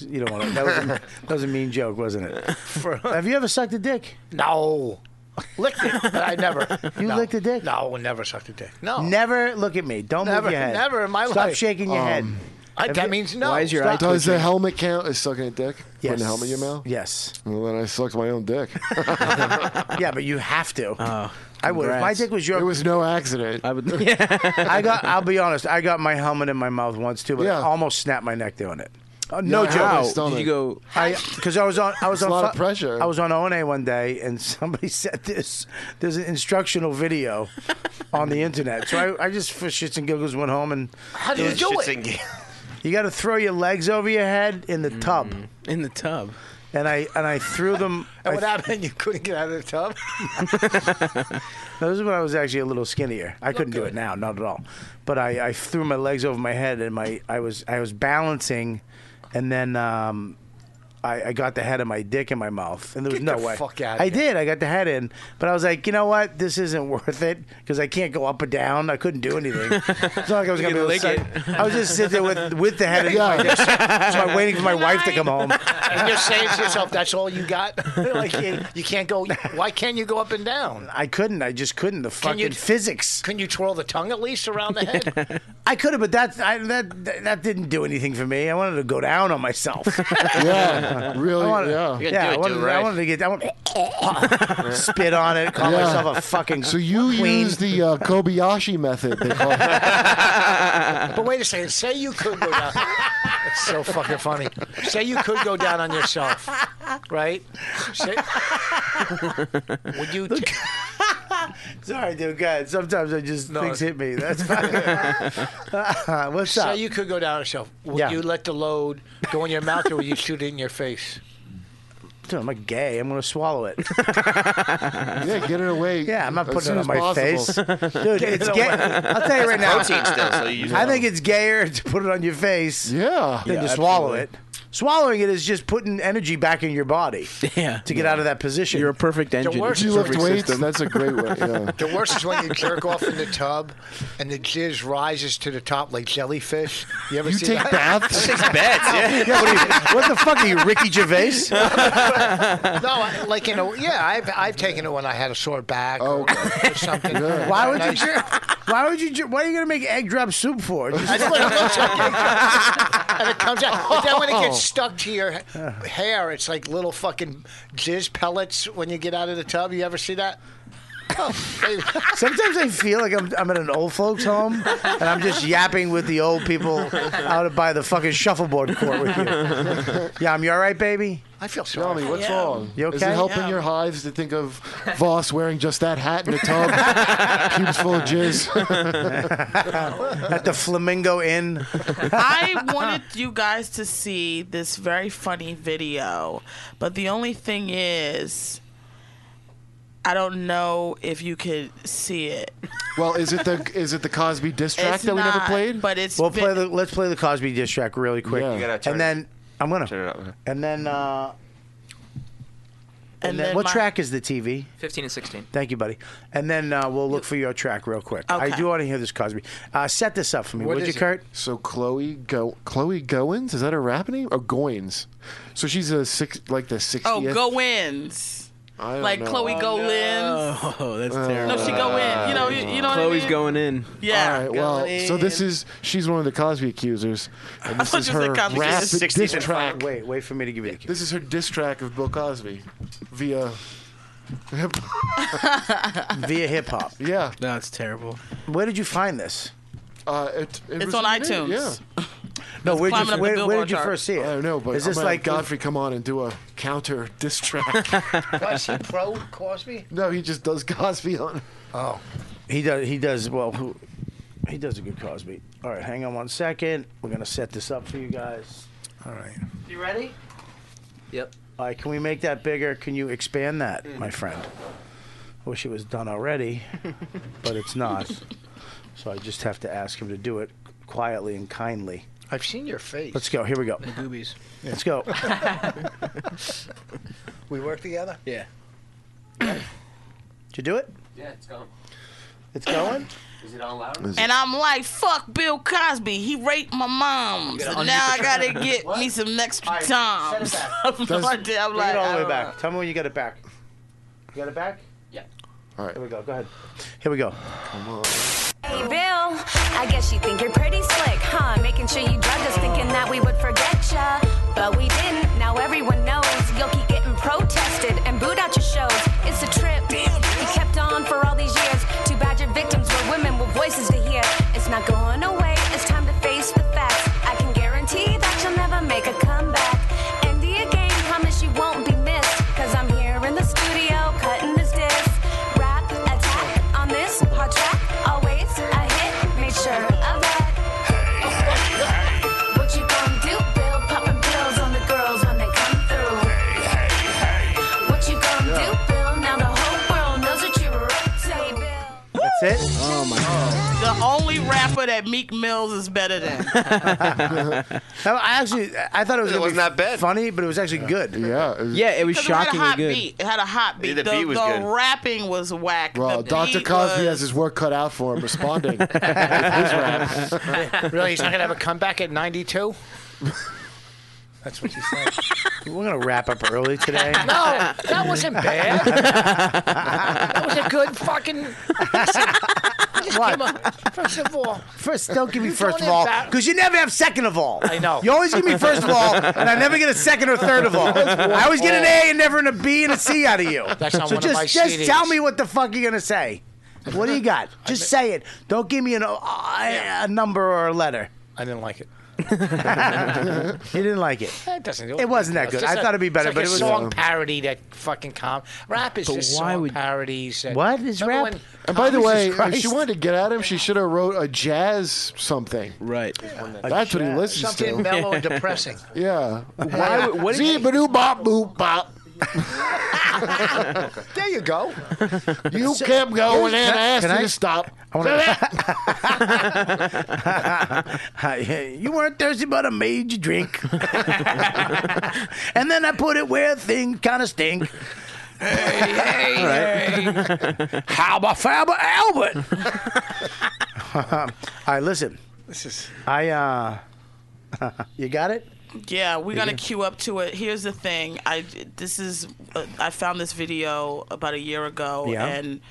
you don't want to. That was, a, that was a mean joke, wasn't it? Have you ever sucked a dick?
No. Licked it, but I never.
You
no.
licked a dick?
No, never sucked a dick. No.
Never look at me. Don't
Never,
move your head.
never in my
Stop
life.
shaking your head.
Um,
I,
Have
that
you-
means no.
Stop. Does the helmet count as sucking a dick? Putting
Yes.
a helmet in your mouth?
Yes.
Well, then I sucked my own dick.
yeah, but you have to.
Oh,
I would. If my
Congrats.
dick was your.
It was no accident.
I would.
I got. I'll be honest. I got my helmet in my mouth once too, but I
Yeah.
almost snapped my neck doing it. Uh, no
Yeah,
joke.
how? Did you go?
Because I, was on. I was
It's
on
a lot
fu-
of pressure.
I was on ONA one day, and somebody said this. There's an instructional video on the internet, so I, I just for shits and giggles went home and.
How do you do Shits it? and gi-
you got to throw your legs over your head in the tub.
Mm.
In the tub. And I and I threw them.
And what
I,
happened? You couldn't get out of the tub.
No, this is when I was actually a little skinnier. I couldn't do it now, not at all. But I, I threw my legs over my head and my I was I was balancing, and then um, I, I got the head of my dick in my mouth, and there was
Get
no
the
way.
fuck outta
I did. I got the head in, but I was like, you know what? This isn't worth it because I can't go up or down. I couldn't do anything. It's not like I was
You
gonna be able to.
can lick
suck- I was just sitting there with with the head in my
Yeah.
dick, so I'm waiting for my wife to come home.
and you're saying to yourself, "That's all you got. like you, you can't go. Why can't you go up and down?
I couldn't. I just couldn't. The
Can
fucking
you-
physics.
Can you twirl the tongue at least around the head?
I could have, but that, I, that that that didn't do anything for me. I wanted to go down on myself.
Yeah, really,
I wanted,
yeah. You gotta do
yeah. I
it,
wanted,
do it right.
I wanted to get. I wanted, spit on it. Call
Yeah.
myself a fucking.
So you
queen.
use the uh, Kobayashi method. They call it.
but wait a second. Say you could go down. It's so fucking funny. Say you could go down on yourself, right? Say, would you? t-
Sorry, dude. God, sometimes I just things hit me. That's fine. What's
say
up?
you could go down on yourself. Would
Yeah.
you let the load go in your mouth, or would you shoot it in your face?
Dude, I'm a gay. I'm gonna swallow it.
yeah, get it away.
Yeah, I'm not
as
putting
soon
it
as
on my
possible.
face, dude.
Get
it's
it
gay.
away.
I'll tell you right now.
It's protein still, so you use
I
it.
think it's gayer to put it on your face.
Yeah.
Than
Yeah,
to swallow
absolutely.
it. Swallowing it is just putting energy back in your body. Yeah. To get out of that position. You're a
perfect
engine. worst- You lift weights? That's a great way, yeah.
The worst is when you jerk off in the tub and the jizz rises to the top like jellyfish. You ever
You
see
take
that?
baths?
Takes
yeah what, are you, what the fuck are you, Ricky Gervais?
no, I- like you know, yeah, I've I've taken it when I had a sore back
Oh,
or- or, something.
Why would
And I-
you? Jer- why would you? Jer- why are you gonna make egg drop soup for?
I just want to go check it. and it comes out. But then when it
Oh.
gets stuck to your hair, it's like little fucking jizz pellets when you get out of the tub. You ever see that? Oh,
Sometimes I feel like I'm, I'm at an old folks' home and I'm just yapping with the old people out by the fucking shuffleboard court with you. Yeah, I'm. You all right, baby?
I feel sorry.
Johnny, what's
Yeah.
wrong?
You
Is it
okay?
helping
Yeah.
your hives to think of Voss wearing just that hat in a tub, cubes full of jizz?
at the Flamingo Inn.
I wanted you guys to see this very funny video, but the only thing is, I don't know if you could see it.
well, is it the is it the Cosby diss track
It's
that we never
not,
played?
But it's
We'll play the. Let's play the Cosby diss track really quick,
Yeah. You gotta turn
and then I'm gonna.
Turn it up.
And then. Uh, and,
And
then,
then
what
my-
track is the TV?
15 and 16.
Thank you, buddy. And then uh, we'll look for your track real quick. I
Okay.
do want to hear this Cosby. Uh, set this up for me, would you, Kurt?
So Chloe Go Chloe Goins is that her rap name or Goins? So she's a six like the
Oh,
sixtieth.
go wins.
I don't
Like
know.
Chloe
Oh,
Go
Oh, that's terrible.
No, she go in. You know, you, you know what I
Chloe's
mean?
going in.
Yeah.
All right, well, so this is she's one of the Cosby accusers, and this
thought
is
you said
her
Cosby
rap
accusers.
diss
60th and
track.
Wait, wait for me to give you the
This is her diss track of Bill Cosby via
Via hip hop.
Yeah.
That's terrible.
Where did you find this?
Uh, it, it
It's
was
on
in there,
iTunes.
Yeah.
No, It's where'd you- climbing up the where- where Billboard did you chart. first see it?
I don't know, but
Is this
I'm gonna have
like-
Godfrey come on and do a counter diss track?
Was he pro Cosby?
no, he just does Cosby on.
Oh, he does. He does well. Who, he does a good Cosby. All right, hang on one second. We're gonna set this up for you guys. All right.
You ready?
Yep. All right. Can we make that bigger? Can you expand that, my friend? I wish it was done already, but it's not. So I just have to ask him to do it quietly and kindly.
I've seen your face.
Let's go. Here we go.
goobies.
Let's go.
We work together.
Yeah.
Did you do it?
Yeah, it's gone.
It's going.
Is it on loud?
And I'm like, fuck Bill Cosby. He raped my mom.
You gotta
So
unmute
now I
the-
gotta get
What?
me some extra
All right,
times.
set
I have no
Does-
idea. I'm
Bring
like,
it all
I
the way
don't
back. Tell me when you get it back. You got it back?
Yeah.
All right.
Here we go. Go ahead. Here we go.
Hey, Bill. I guess you think you're pretty slick, huh? Making sure you drugged us, thinking that we would forget ya. But we didn't. Now everyone knows you'll keep getting protested and booed out your shows. It's a trip. You kept on for all these years. Too bad your victims were women with voices to hear. It's not going away. It's time to face the facts. I can guarantee that you'll never make a
that Meek Mills is better than.
No, I actually, I thought it was. It was not bad. Funny, but it was actually good.
Yeah. It was,
yeah, it
'Cause It had a hot beat. It had a hot beat.
the beat was
the
good.
rapping was whack.
Well,
the
Dr.
beat
Cosby
was-
has his work cut out for him responding. with his raps.
really, he's not gonna have a comeback at '92. That's what you said.
We're gonna wrap up early today.
no, that wasn't bad. that was a good fucking. What? First of all,
First, don't give me
You
first
don't
of all,
embar-
because you never have second of all. I
know.
You always give me first of all, and I never get a second or third of all.
That's one
I always get an
all.
A and never an a B and a C out of you.
That's on one
so
of
just,
my
just
CDs.
tell me what the fuck you're gonna say. What do you got? Just say it. Don't give me an, uh, a number or a letter.
I didn't like it.
you didn't like it.
That doesn't.
It wasn't that
it's
good.
just
I
a-
thought it'd be better,
it's
but
like
it
a
was-
song
Yeah.
parody that fucking com. Rap is
But
just
why
song
would-
parodies. and-
What is
Remember
rap?
when
And by the
Congress-
way,
Jesus
if she
Christ.
wanted to get at him, she should have wrote a jazz something.
Right.
That's what he
jazz.
listens to.
Something mellow and depressing.
yeah.
Why would- what did
Zee
he-
badoo bop boop bop.
there you go.
You kept going
Can
and
I-
asked
can
me
I-
to stop.
I wanna- you weren't thirsty, but I made you drink. and then I put it where things kind of stink. Hey, hey, hey. Halba Fabba Albert. All right, listen.
This is.
I, uh, you got it?
Yeah, we're
Yeah.
gonna queue up to it. Here's the thing. I this is uh, I found this video about a year ago,
Yeah. Mm.
and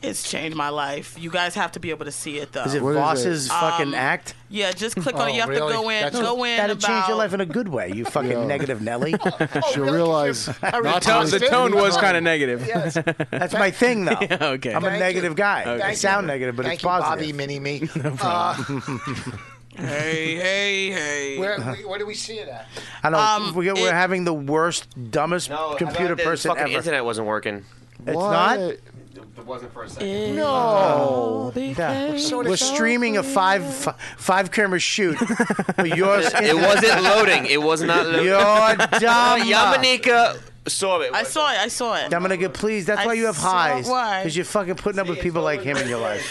it's changed my life. You guys have to be able to see Uh, it though.
Is it Voss's fucking
Um,
act?
Yeah, just click on. it. You have to go in. go in.
That'd change your
about-
life in a good way, you fucking negative Nelly.
Oh,
She'll realize.
The tone, the tone was kind of negative.
That's my thing, though.
Yeah, okay.
I'm a
Thank
negative
you.
guy.
Okay.
I
Thank
sound
you.
negative, but
Thank
it's
you,
positive.
Bobby Mini Me.
hey, hey, hey.
Where, where do we see it at?
I know
Um,
we're, we're
it-
having the worst, dumbest computer
the
person
fucking
ever.
internet wasn't working.
It's not.
It wasn't for a second.
No.
Sort of
We're streaming a five fi- five camera shoot. But yours.
It wasn't loading. It was not loading.
You're dumb.
Yamanika saw it.
I saw it. I saw it.
Dominica, please. That's
I
why you have
saw
highs.
why.
Because you're fucking putting up with people like him in your life.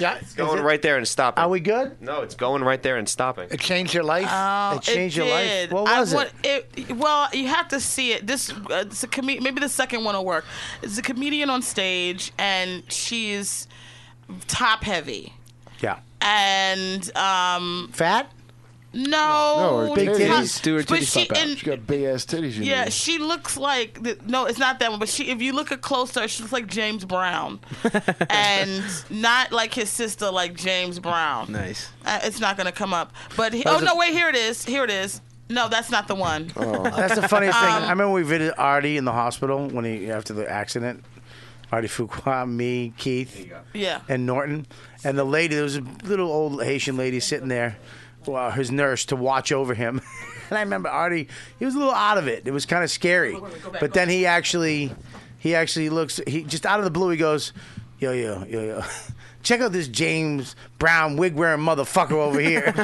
Yeah,
It's going right there and stopping. Are
we good?
No, it's going right there and stopping.
It changed your life.
Oh,
It changed your life?
did.
What
I
was it?
want- it? Well, you have to see it. This uh, it's a com- maybe the second one will work. It's a comedian on stage, and she's top heavy
Yeah.
and um
fat.
No,
Oh,
or
top- but
titties
she
pop out.
in-
She got big ass titties. You
yeah,
know.
she looks like the, no, it's not that one. But she, if you look at closer, she looks like James Brown, and not like his sister, like James Brown.
Nice.
Uh, it's not gonna come up. But he,
That
oh
was
no,
a-
wait, here it is. Here it is. No, that's not the one.
That's the funniest thing.
Um,
I remember we visited Artie in the hospital when he after the accident. Artie Fuqua, me, Keith,
Yeah.
and Norton, and the lady. There was a little old Haitian lady sitting there, well, his nurse to watch over him. and I remember Artie. He was a little out of it. It was kind of scary. But then he actually, he actually looks. He just out of the blue. He goes, yo, yo, yo, yo. Check out this James Brown wig wearing motherfucker over here.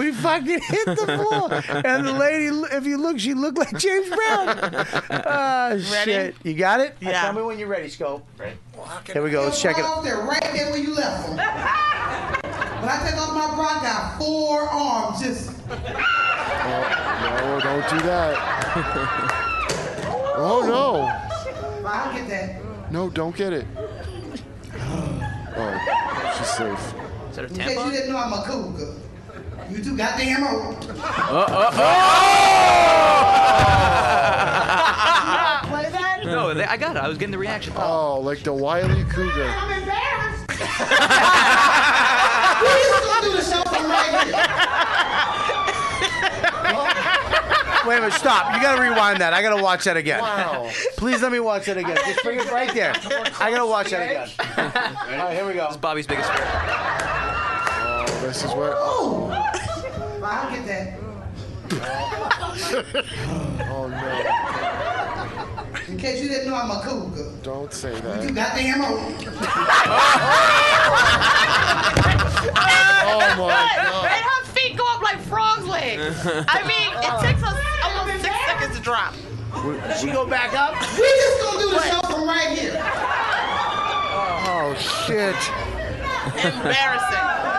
we fucking hit the floor. And the lady, if you look, she looked like James Brown. Ah, shit. You got it?
Yeah.
Tell me when you're ready, Scope.
Right.
Here we go. Let's check it
out.
out.
there, right there where you left them. when I take off my bra, I got four arms. Just
No, don't do that. oh
I'll get that.
no! No, don't get it. Oh, she's safe.
Is that
In case you didn't know, I'm a cougar. You two goddamn old.
Play that? No, they, I got it. I was getting the reaction.
Oh, like the wily cougar.
I'm embarrassed. we used to do the show from right
Wait a minute. Stop. You got to rewind that. I got to watch that again.
Wow.
Please let me watch that again. Just bring it right there. I got to watch that again. All right, here we go. This is
Bobby's biggest fear.
Oh, this is where. Oh,
I'll get that.
oh no!
In case you didn't know, I'm a cougar.
Don't say
You
that.
two goddamn old.
Oh
And her feet go up like frog's legs. I mean, it takes us almost six seconds to drop.
Does she go back up?
We just gonna do the show from right here.
Oh shit!
Embarrassing.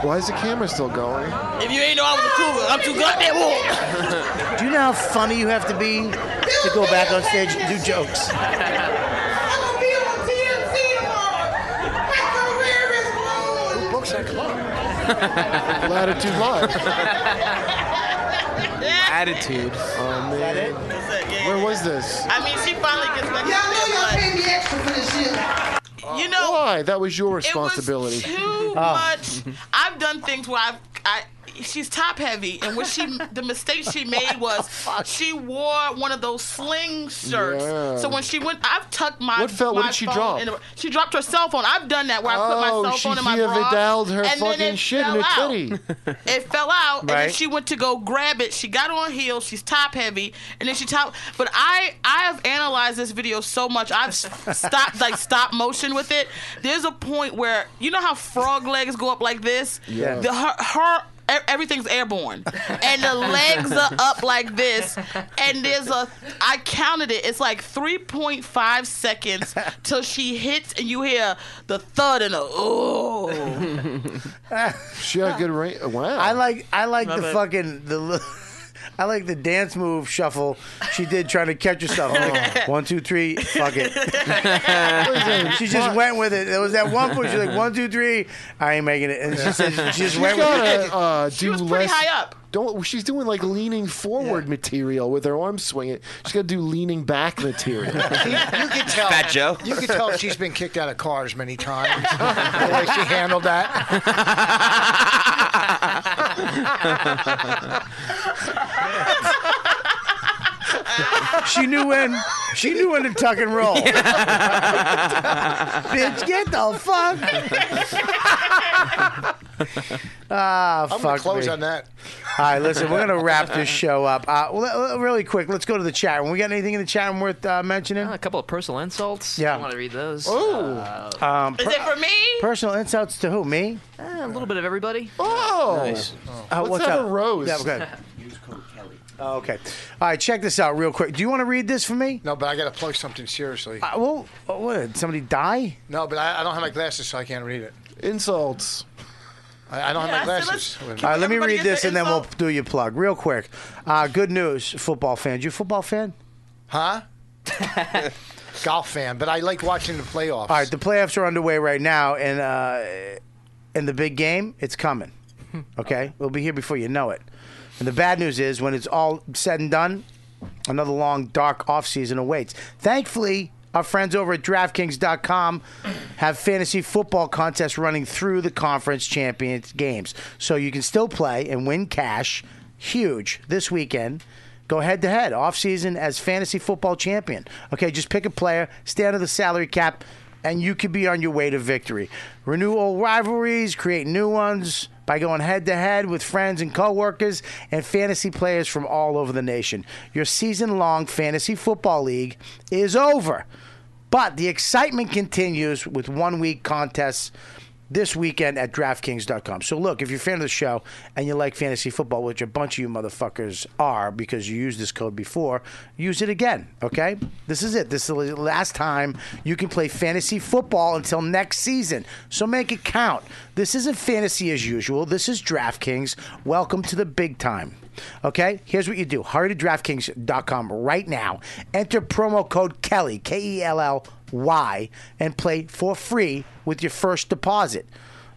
Why is the camera still going?
If you ain't know I was a cougar, I'm too goddamn old.
Do you know how funny you have to be to go back on stage and do jokes?
Who books that club?
Latitude Live.
Attitude.
Oh, man. Where was this?
I mean, she finally gets back. Y'all know y'all pay me extra for this shit. You know,
Why? That was your responsibility. Oh.
too much. I've done things where I've, I, she's top heavy, and what she, the mistake she made was she wore one of those sling shirts.
Yeah.
So when she went, I've tucked my
What felt-
my
what did she
phone
drop?
in the- she dropped her cell phone. I've done that where I put my
Oh,
cell
she
phone in my
Via
bra,
Vidal'd her
and then
fucking
it
shit in her
fell out.
titty.
It fell out, and then
Right.
she went to go grab it. She got on heels. She's top heavy, and then she top. But I, I have analyzed this video so much. I've s- stopped like stop motion with it. There's a point where you know how frog legs go up like this.
Yeah.
The her. her e- Everything's airborne, and the legs are up like this. And there's a, I counted it. It's like 3.5 seconds till she hits, and you hear the thud and the oh.
She had a good range. Wow.
I like I like
My
the
bad.
fucking the. li- I like the dance move shuffle she did trying to catch herself. I'm like, one, two, three, fuck it. she just went with it. There was that one point. She's like, one, two, three. I ain't making it. And she said she just
She's
went with
gotta,
it.
Uh, do less,
high up.
Don't. She's doing like leaning forward material with her arms swinging. She's got to do leaning back material.
You can tell.
Fat Joe.
You can tell she's been kicked out of cars many times. the way she handled that.
she knew when. She knew when to tuck and roll. Bitch, get the fuck. ah,
I'm gonna
fuck
close
me.
on that.
All right, listen, we're gonna wrap this show up. Uh, le- le- really quick, let's go to the chat room. We got anything in the chat room worth uh, mentioning?
Oh,
a couple of personal insults.
Yeah.
I want to read those.
Ooh.
Uh,
Um,
Is it
for me?
Personal insults to who? Me?
eh, a little bit of everybody.
Oh,
Nice. Uh, what's up? Yeah, okay. Oh, okay. All right, check this out real quick. Do you want to read this for me?
No, but I got to plug something seriously.
Uh, well, uh, what? Did somebody die?
No, but I, I don't have my glasses, so I can't read it.
Insults.
I, I don't
Yeah,
have my
so
glasses.
All right, let me read this and then we'll do your plug real quick. Uh, good news, football fans. You a football fan?
Huh? Golf fan, but I like watching the playoffs.
All right, the playoffs are underway right now, and uh, and the big game, it's coming. Okay, we'll be here before you know it. And the bad news is, when it's all said and done, another long dark off season awaits. Thankfully, our friends over at DraftKings.com have fantasy football contests running through the conference champions games, so you can still play and win cash, huge this weekend. Go head to head off season as fantasy football champion. Okay, just pick a player, stay under the salary cap, and you could be on your way to victory. Renew old rivalries, create new ones by going head to head with friends and coworkers and fantasy players from all over the nation. Your season long fantasy football league is over. But the excitement continues with one week contests this weekend at DraftKings.com. So, look, if you're a fan of the show and you like fantasy football, which a bunch of you motherfuckers are because you used this code before, use it again, okay? This is it. This is the last time you can play fantasy football until next season. So, make it count. This isn't fantasy as usual. This is DraftKings. Welcome to the big time. Okay, here's what you do. Hurry to DraftKings.com right now. Enter promo code Kelly, K E L L Y, and play for free with your first deposit.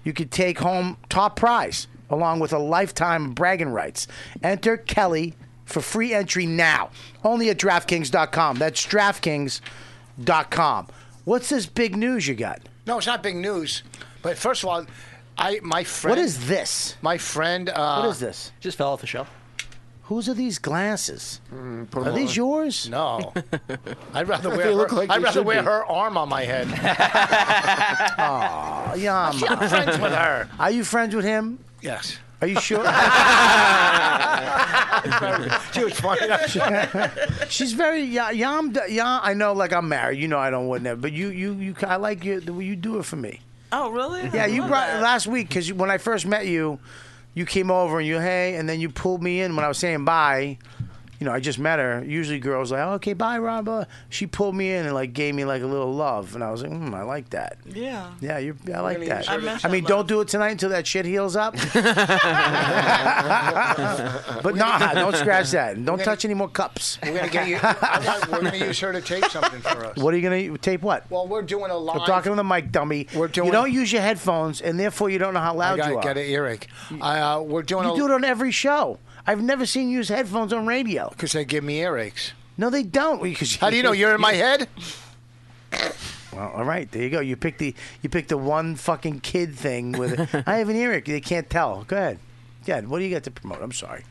You could take home top prize along with a lifetime of bragging rights. Enter Kelly for free entry now. Only at DraftKings.com. That's DraftKings.com. What's this big news you got?
No, it's not big news. But first of all, I my friend.
What is this?
My friend. Uh,
What is this?
Just fell off the shelf.
Whose are these glasses?
Mm, put
are
'em
these
on.
yours?
No. I'd rather
They
wear. Her,
look like
I'd
they
rather
should
wear
be.
her arm on my head.
Oh, yeah.
I'm friends with her.
Are you friends with him?
Yes.
Are you sure?
she was funny.
She's very yeah, yeah, I'm, d- yeah. I know, like I'm married. You know, I don't want that. But you, you, you. I like you. The way you do it for me.
Oh, really?
Yeah,
I
you
love
brought
that.
last week because when I first met you, you came over and you hey, and then you pulled me in when I was saying bye. you know, I just met her. Usually, girls like, oh, okay, bye, Rob. blah." She pulled me in and like gave me like a little love, and I was like, hmm, I like that.
Yeah.
Yeah, you. I like
need
that.
to I share this.
I mean, don't do it tonight until that shit heals up. but nah, don't scratch that. And Don't
We're gonna-
touch any more cups.
We're gonna get you. I'm not- We're gonna use her to tape something for us.
What are you gonna tape? What?
Well, we're doing a live.
We're talking on the mic, dummy. We're doing. You don't use your headphones, and therefore you don't know how
I
loud you
got,
are.
got an earache. I, uh, we're doing.
You
a,
do it on every show. I've never seen you use headphones on radio.
Because they give me earaches.
No, they don't. Because
How do you know you're in my head?
Well, all right, there you go. You picked the you picked the one fucking kid thing with. I have an earache. They can't tell. Go ahead. Go ahead. What do you got to promote? I'm sorry.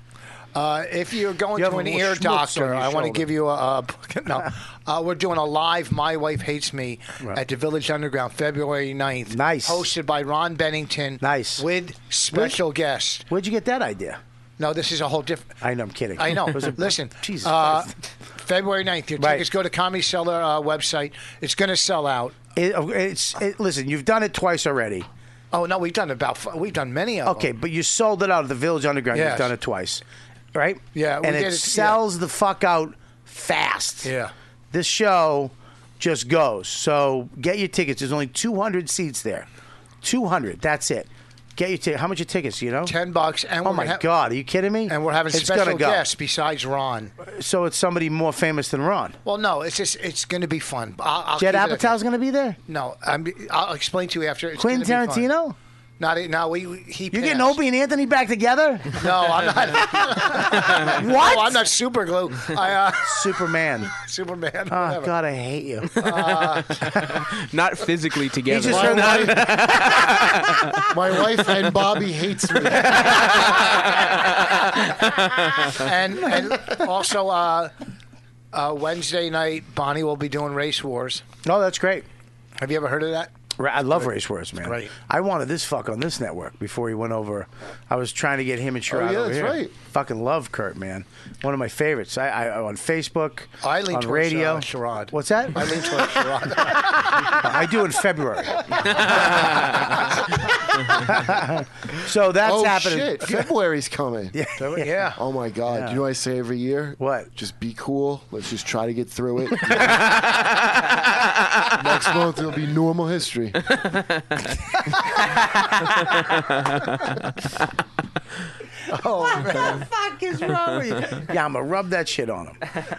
Uh, if you're going
You have
to an
a little
ear
schmutz on
doctor,
your
I want to
shoulder.
give you a. a no, uh, we're doing a live "My Wife Hates Me" at the Village Underground, February 9th. Nice. Hosted by Ron Bennington. Nice. With special guest.
Where'd you get that idea?
No, this is a whole different.
I know. I'm kidding.
I know.
Was it-
Listen,
Jesus
uh,
Christ.
February 9th. Your
Right.
tickets go to Comedy Seller uh, website. It's going to sell out.
It, oh, it's it, listen. You've done it twice already.
Oh no, we've done about f- we've done many of
Okay,
them.
but you sold it out of the Village Underground.
Yes.
You've done it twice, right?
Yeah, we
and
did
it
it-
sells the fuck out fast.
Yeah.
this show just goes. So get your tickets. There's only 200 seats there. 200. That's it. Get your ticket. How much are tickets? You know,
ten bucks. And
oh
we're
my
ha-
god, are you kidding me? And we're
having
it's
special
gonna go.
guests besides Ron.
So it's somebody more famous than Ron.
Well, no, it's just it's going to be fun. I'll, I'll
Jed
keep it-
Apatow's gonna be there.
No, I'm, I'll explain to you after. It's
Quentin
gonna be fun.
Tarantino.
Not it. No, we, we- he.
You're
passed.
getting Opie and Anthony back together.
No, I'm not.
What?
No, I'm not super glue. I, uh,
Superman.
Superman.
Oh God, I hate you.
Not physically together.
just Why heard
My wife and Bobby hates me.
and and also uh, uh, Wednesday night, Bonnie will be doing race wars.
Oh, that's great.
Have you ever heard of that?
Right, I love race wars, man. Right. I wanted this fuck on this network before he went over. I was trying to get him and Sherrod
Oh, yeah,
over
that's
here.
right.
Fucking love Kurt, man. One of my favorites. I, I on Facebook,
I lean
on
towards,
radio.
uh, Sherrod.
What's that?
I lean towards Sherrod.
I do in February. so that's
oh,
happening.
shit. February's coming. Yeah.
yeah.
Oh, my God. You know what I say every year?
What?
Just be cool. Let's just try to get through it. Next month, it'll be normal history.
Oh, man.
the fuck is wrong with you? Yeah, I'm gonna rub that shit on him.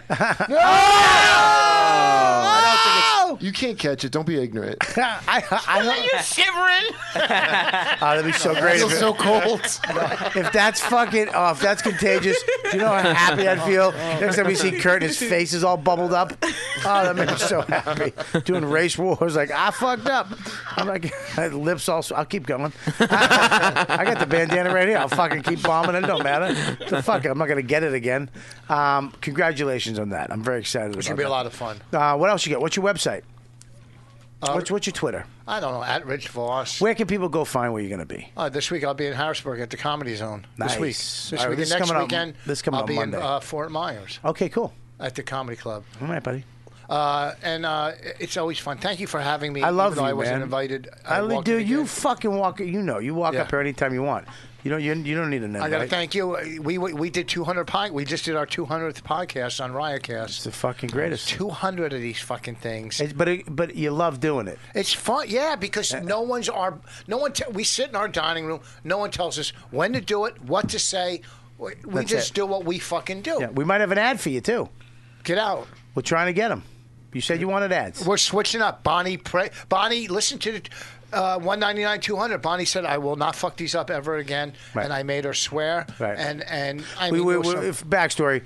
You can't catch it. Don't be ignorant.
I, I,
Are you shivering?
Oh, that'd be so great.
It's
if it-
so cold.
If that's fucking, oh, if that's contagious, do you know how happy I'd feel? Next time we see Kurt, his face is all bubbled up. Oh, that made me so happy. Doing race wars, like I fucked up. I'm like, my lips also. I'll keep going. I, got the bandana right here. I'll fucking keep bombing. It don't matter. The fuck, I'm not gonna get it again. Um, congratulations on that. I'm very excited.
It
about
should be a
that.
lot of fun.
Uh, what else you got? What's your website?
Uh,
what's, what's your Twitter?
I don't know. At Rich Voss.
Where can people go find where you're gonna be?
Uh, this week I'll be in Harrisburg at the Comedy Zone.
Nice.
This week. This
All right,
week.
this
and next
coming up-
weekend.
this coming
I'll
up
be
Monday.
in uh, Fort Myers
Okay, cool.
at the Comedy Club.
All right, buddy.
Uh, and uh, it's always fun. Thank you for having me.
I love
even though
you,
I wasn't
man.
invited.
I li-
walked in
dude,
again.
you fucking walk. You know, you walk up here anytime you want. You don't. You, you don't need an invite.
I got to thank you. uh, We, we we did 200 pod. We just did our 200th podcast on Riotcast. It's
the fucking greatest.
200 of these fucking things.
It's- but it, but you love doing it.
It's fun, yeah, because no one's our no one. Te- we sit in our dining room. No one tells us when to do it, what to say. We we
That's
just
it.
do what we fucking do.
Yeah, we might have an ad for you too.
Get out.
We're trying to get them. You said you wanted ads.
We're switching up. Bonnie, pray. Bonnie, listen to the. Uh, 199 200 bonnie said i will not fuck these up ever again
Right.
and i made her swear
Right.
and and i
we,
mean,
we,
there was
we,
some-
if, backstory.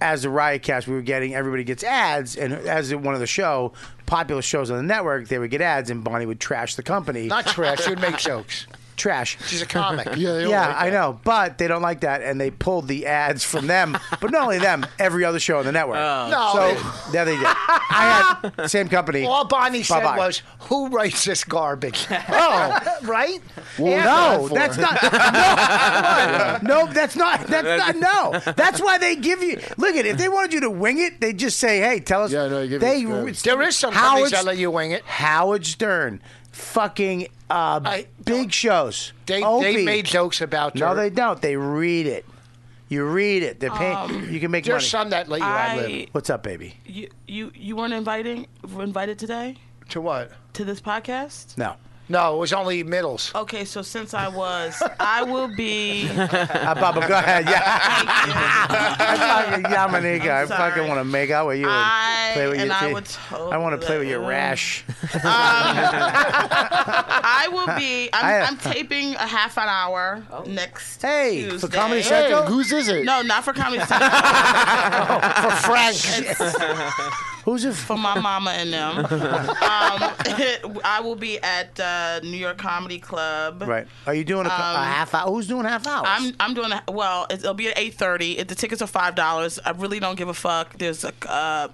As the Riotcast, we were getting everybody gets ads, and as one of the show popular shows on the network, they would get ads, and Bonnie would trash the company.
not trash she would make jokes
trash.
she's a comic
yeah, I know, but they don't like that, and they pulled the ads from them. but not only them, every other show on the network.
No.
So there they go. I had same company.
All Bonnie said
Bye-bye.
was, "Who writes this garbage?"
Oh.
right?
no, that's not. No, no, that's not. That's not. No, that's why they give you. Look at if they wanted you to wing it, they just say, "Hey, tell us." Yeah, no,
give
they
you- yeah.
There is some companies that let you wing it.
Howard Stern, fucking uh, big shows.
They,
Opie.
they made jokes about
No,
her.
they don't. They read it. You read it. They're paying.
Um,
you can make
Your
money.
son that let you ad lib. I-
What's up, baby?
You you you weren't inviting were invited today
To what?
to this podcast.
No.
No, it was only middles.
Okay, so since I was, I will be.
Uh, Baba, go ahead. Yeah. I fucking, Yamanika, I fucking want to make out with you and
I-
play with
and
your
I
teeth.
would
I want to play with your rash.
I will be. I'm,
I have-
I'm taping a half an hour next.
Hey,
Tuesday.
for Comedy Central? Hey, whose is it?
No, not for Comedy Central. for
Frank.
Who's it for? my mama and them. Um, I will be at uh, New York Comedy Club.
Right. Are you doing a, co- a
Um,
half hour? Who's doing half hours?
I'm I'm doing a, well. It's, it'll be at eight thirty. The tickets are five dollars. I really don't give a fuck. There's a uh,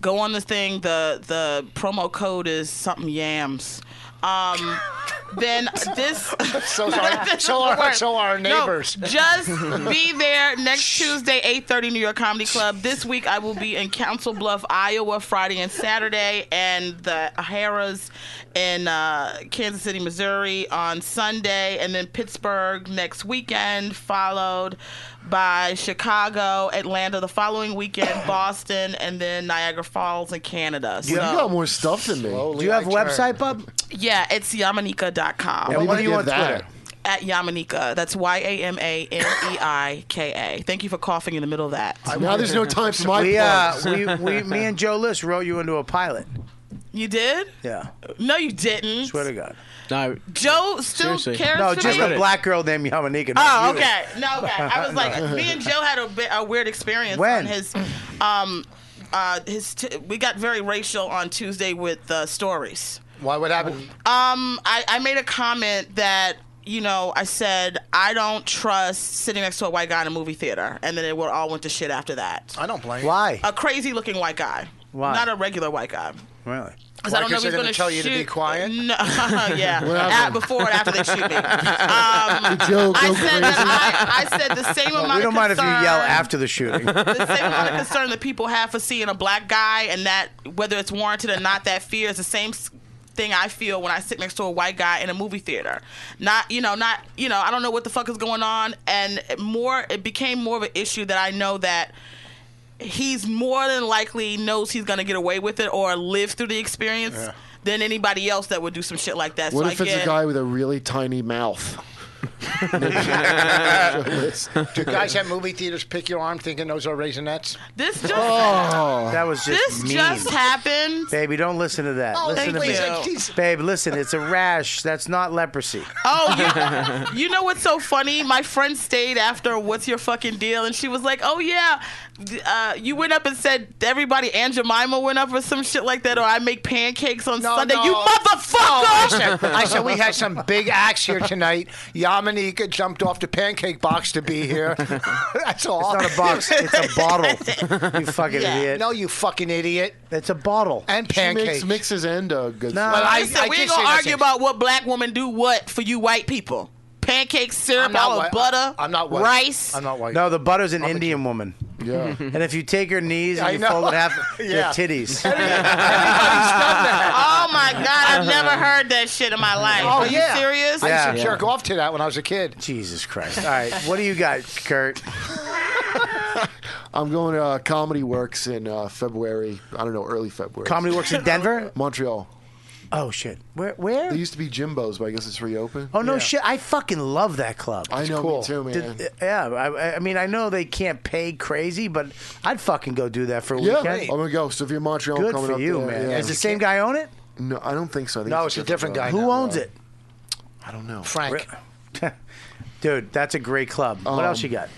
go on the thing. The the promo code is something yams. Um, then this.
So
this
are- so
is the
are-
word.
so are our
No,
neighbors.
just be there next Tuesday, eight thirty, New York Comedy Club. This week I will be in Council Bluff, Iowa, Friday and Saturday, and the Harrah's in uh, Kansas City, Missouri on Sunday, and then Pittsburgh next weekend, followed by Chicago, Atlanta the following weekend, Boston, and then Niagara Falls in Canada.
You
So-
got more stuff than me.
Do you have a website, Bub?
yeah, it's yamanika.com.
And what do you on Twitter?
At Yamanika. That's Y A M A N E I K A. Thank you for coughing in the middle of that.
we, uh, we, we, Me and Joe List wrote you into a pilot.
You did?
Yeah.
No, you didn't.
Swear to God.
No,
Joe still cares
No,
for
just
me?
a black girl named Yamanika.
Oh,
not you.
okay. No, okay. I was like, me and Joe had a, bit, a weird experience on
When?
his, um, uh, his. T- we got very racial on Tuesday with uh, stories.
Why? What happened?
Um, I, I made a comment that you know I said I don't trust sitting next to a white guy in a movie theater, and then it would all went to shit after that.
I don't blame. Uh,
Why?
A crazy looking white guy.
Why?
Not a regular white guy.
Really?
'Cause I don't know if he's
going
gonna
to tell Oh, you to be
shoot-
quiet.
No, yeah.
What
At,
happened?
before and after they shoot me. Um,
Joe,
I said that I, I said the same amount
we don't
of
mind if you
concern-
yell after the shooting.
the same amount of concern that people have for seeing a black guy and that whether it's warranted or not that fear is the same s- thing I feel when I sit next to a white guy in a movie theater. Not you know not you know I don't know what the fuck is going on and more it became more of an issue that I know that he's more than likely knows he's going to get away with it or live through the experience
Yeah.
than anybody else that would do some shit like that.
What
so
if
I
it's
get,
a guy with a really tiny mouth?
Do guys at movie theaters pick your arm thinking those are raisinettes?
This just
Oh.
That was just
This
mean.
just happened.
Baby, don't listen to that.
Oh,
listen to
thank you.
me.
Please.
Babe, listen, it's a rash. That's not leprosy.
Oh, you, you know what's so funny? My friend stayed after What's Your Fucking Deal, and she was like, Oh, yeah, th- uh, you went up and said everybody and Jemima went up or some shit like that, or I make pancakes on Sunday.
no.
You
I
motherfucker!
said, I said we had some big acts here tonight. Yamanika jumped off the pancake box to be here. That's all.
It's not a box, it's a bottle. You fucking
Yeah.
idiot.
No, you fucking idiot.
It's a bottle.
And
She
pancakes.
makes mixes and uh, good
No.
stuff.
But I-
Listen,
I
we
can
ain't
say
gonna
that's
argue
it.
about what black women do what for you white people. Pancakes, syrup,
I'm not
all
white.
of butter.
I'm not white.
Rice.
I'm not white.
No, the butter's an Indian woman. Yeah. and if you take her knees and
I
you
know.
fold it half,
Yeah.
they're titties.
oh my God, I've never heard that shit in my life.
Oh,
Are
yeah.
you serious?
I used to
Yeah.
jerk off to that when I was a kid.
Jesus Christ. All right, what do you got, Kurt?
I'm going to uh, Comedy Works in uh, February. I don't know, early February.
Comedy Works in Denver?
Montreal.
Oh, shit. Where? Where?
They used to be Jimbo's, but I guess it's reopened.
Oh no shit! I fucking love that club.
I
It's
know, me
cool.
too, man.
Did- yeah, I, I mean, I know they can't pay crazy, but I'd fucking go do that for a
Yeah,
weekend.
I'm gonna go. So if you're Montreal,
Good
coming
for
up
you,
there,
man.
yeah.
Does the same guy own it?
No, I don't think so. I think
No, it's a different guy Who now. owns it?
I don't know.
Frank.
Dude, that's a great club. what
Um,
else you got?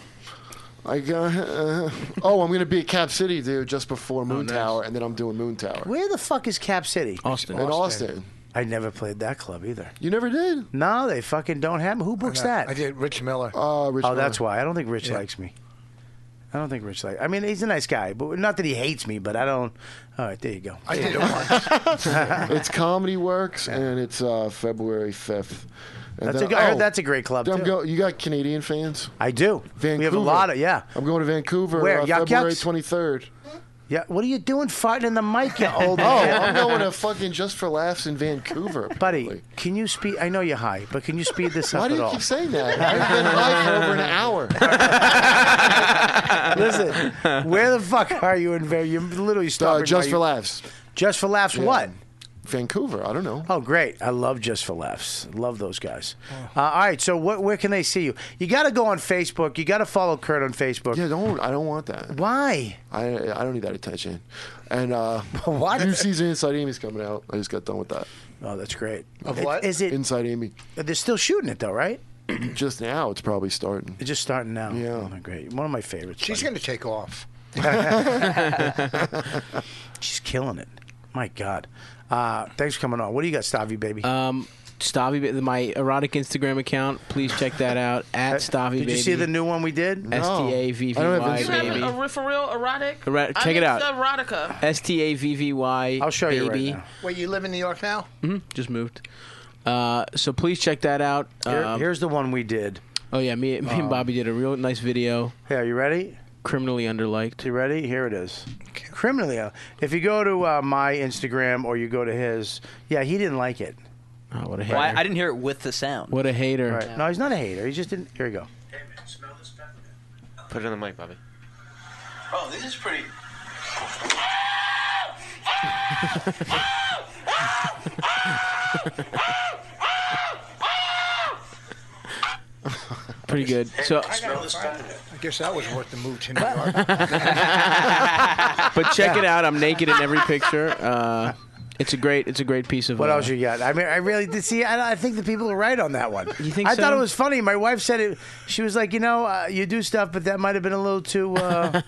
I got. Uh, oh, I'm gonna be at Cap City, dude, just before Moon Tower, and then I'm doing Moon Tower.
Where the fuck is Cap City?
Austin. In Austin.
I never played that club either.
You never did?
No, they fucking don't have. Who books that?
I did Rich Miller.
Uh, Rich
oh, that's
Miller.
why. I don't think Rich likes me. I don't think Rich likes. I mean, he's a nice guy, but not that he hates me. But I don't. All right, there you go.
I did it once.
it's Comedy Works, and it's uh, February 5th. And
That's
then-
a good- I heard that's a great club,
then I'm
too.
go- you got Canadian fans?
I do.
Vancouver.
We have a lot of yeah.
I'm going to Vancouver
Where?
uh,
Yuck
February
Yucks?
23rd.
Yeah, what are you doing farting in the mic, you
Oh,
old man?
I'm going to fucking Just for Laughs in Vancouver.
Buddy, can you speed? I know you're high, but can you speed this up
Why do
at
you
all?
keep saying that? I've been live for over an hour.
Where the fuck are you in Vancouver? You're literally stopping.
Uh, Just
by
for
you-
Laughs.
Just for Laughs.
Yeah.
What?
Vancouver. I don't know.
Oh, great! I love Just for Laughs. Love those guys.
Oh.
Uh, all right, so what, where can they see you? You got to go on Facebook. You got to follow Kurt on Facebook. Yeah,
don't. I don't want that.
Why?
I I don't need that attention. And uh,
what?
New season Inside Amy's coming out. I just got done with that.
Oh, that's great.
Of
It-
what? Is it Inside Amy?
They're still shooting it though, right?
just now, it's probably starting.
It's just starting now. Yeah, great. One of my favorites.
She's going to take off.
She's killing it. My God. Uh, thanks for coming on. What do you got, Stavy baby?
Um, Stavi, Ba- my erotic Instagram account. Please check that out at Stavi.
Uh, Did you see the new one we did?
S T uh, A V V
I don't have
Y
you have
baby.
a re- for real erotic?
Ero-
I
check it
mixed
out.
Erotica.
S T A V V Y. I'll show
you right
baby.
now.
Wait, you live in New York now?
hmm Just moved. Uh, so please check that out. Um,
Here-
here's the one we did.
Oh yeah, me, me
Um,
and Bobby did a real nice video.
Yeah, you ready?
Criminally underliked.
You ready? Here it is. Criminally, uh, if you go to uh, my Instagram or you go to his, yeah, he didn't like it.
Oh, what a
Well, I, I didn't hear it with the sound.
What a hater.
No, he's not a hater. He just didn't. Here you go.
Put it on the mic, Bobby.
Oh, this is pretty.
Pretty good. So,
I guess that was worth the move to New York.
but check it out. I'm naked in every picture. Uh, it's a great. It's a great piece of.
What
uh,
else you got? I mean, I really did see. I, I think the people are right on that one. You
think
I thought
so?
it was funny. My wife said it. She was like, you know, uh, you do stuff, but that might have been a little too, uh,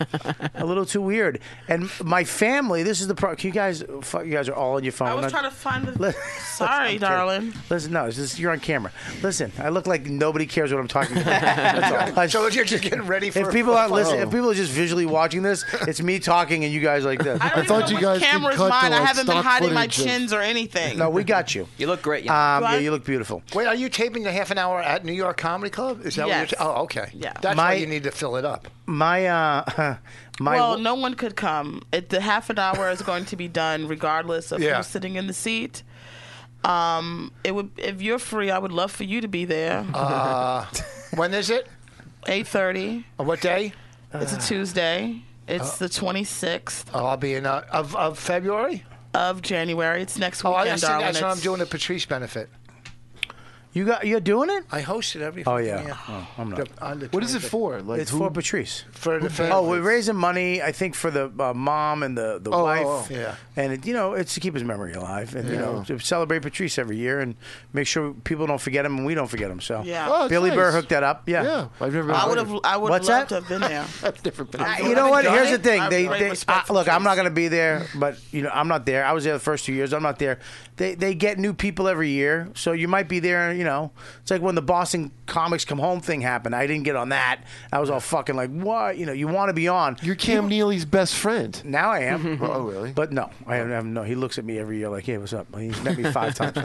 a little too weird. And my family. This is the pro. You guys, fuck, you guys are all on your phone.
I was
Not-
trying to find the.
Li-
Sorry,
I'm kidding.
darling.
Listen, no, it's just, you're on camera. Listen, I look like nobody cares what I'm talking about. That's all. I-
so you're just getting ready for.
if people aren't
for-
listening, if people are just visually watching this, it's me talking and you guys like this.
I, thought you guys camera's mine. I haven't been hiding my chins or anything.
No, we got you. You
look great.
Um, yeah, you look beautiful.
Wait, are you taping the half an hour at New York Comedy Club? Is that
Yes.
what you're? oh, okay.
Yeah.
That's
My-
why you need to fill it up.
My uh, my
well, no one could come. It, the half an hour is going to be done regardless of
Yeah.
who's sitting in the seat. Um, it would if you're free, I would love for you to be there.
Uh, when is it? Uh,
Eight thirty.
What day? uh,
It's a Tuesday. It's the twenty sixth
Oh, I'll be in uh, of of February.
of January. It's next
Oh,
weekend,
I, I see,
darling.
that's what I'm
It's-
doing the Patrice benefit.
You got you're doing it?
I hosted everything.
Oh yeah. Oh, I'm not.
The- on the
What is it
25th.
for? Like
it's
who-
for Patrice.
For the family.
oh, we're raising money. I think for the uh, mom and the the
Oh, oh,
wife.
oh. Yeah.
And it, you know, it's to keep his memory alive, and you
Yeah.
know, to celebrate Patrice every year, and make sure people don't forget him, and we don't forget him. So
Yeah. Oh, that's
Billy Burr
nice.
hooked that up. Yeah.
Yeah.
I've never.
I would have. I would
What's
loved
that?
to have been there.
I've never been.
I- you know what? Here's the thing. They,
I've-
they I, look. I'm not going to be there, but you know, I'm not there. I was there the first two years. I'm not there. They they get new people every year, so you might be there. You know, it's like when the Boston Comics Come Home thing happened. I didn't get on that. I was all fucking like, what? You know, you want to be on. You're
Cam Neely's best friend.
Now I am.
oh really?
But no, I have, I have no. He looks at me every year like, hey, what's up? He's met me five times,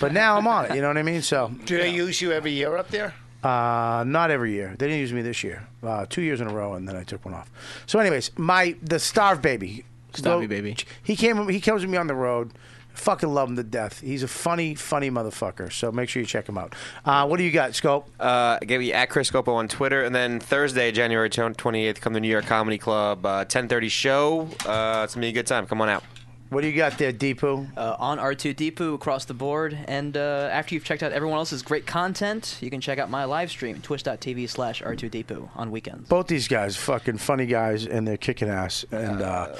but now I'm on it. You know what I mean? So
Do they use you every year up there?
uh, not every year. They didn't use me this year. Uh, two years in a row, and then I took one off. So, anyways, my the starved baby,
Starvey
Lo-
baby.
He came. He comes with me on the road. Fucking love him to death. He's a funny, funny motherfucker. So make sure you check him out. Uh, what do you got, Scope?
Uh, get me at Chris Scopo on Twitter, and then Thursday, January twenty eighth, come to New York Comedy Club, uh, ten thirty show. Uh, it's gonna be a good time. Come on out.
What do you got there, Deepu?
Uh, on R2 Deepu across the board. And uh, after you've checked out everyone else's great content, you can check out my live stream, twitch.tv slash R2 Deepu on weekends.
Both these guys, fucking funny guys, and they're kicking ass. And uh,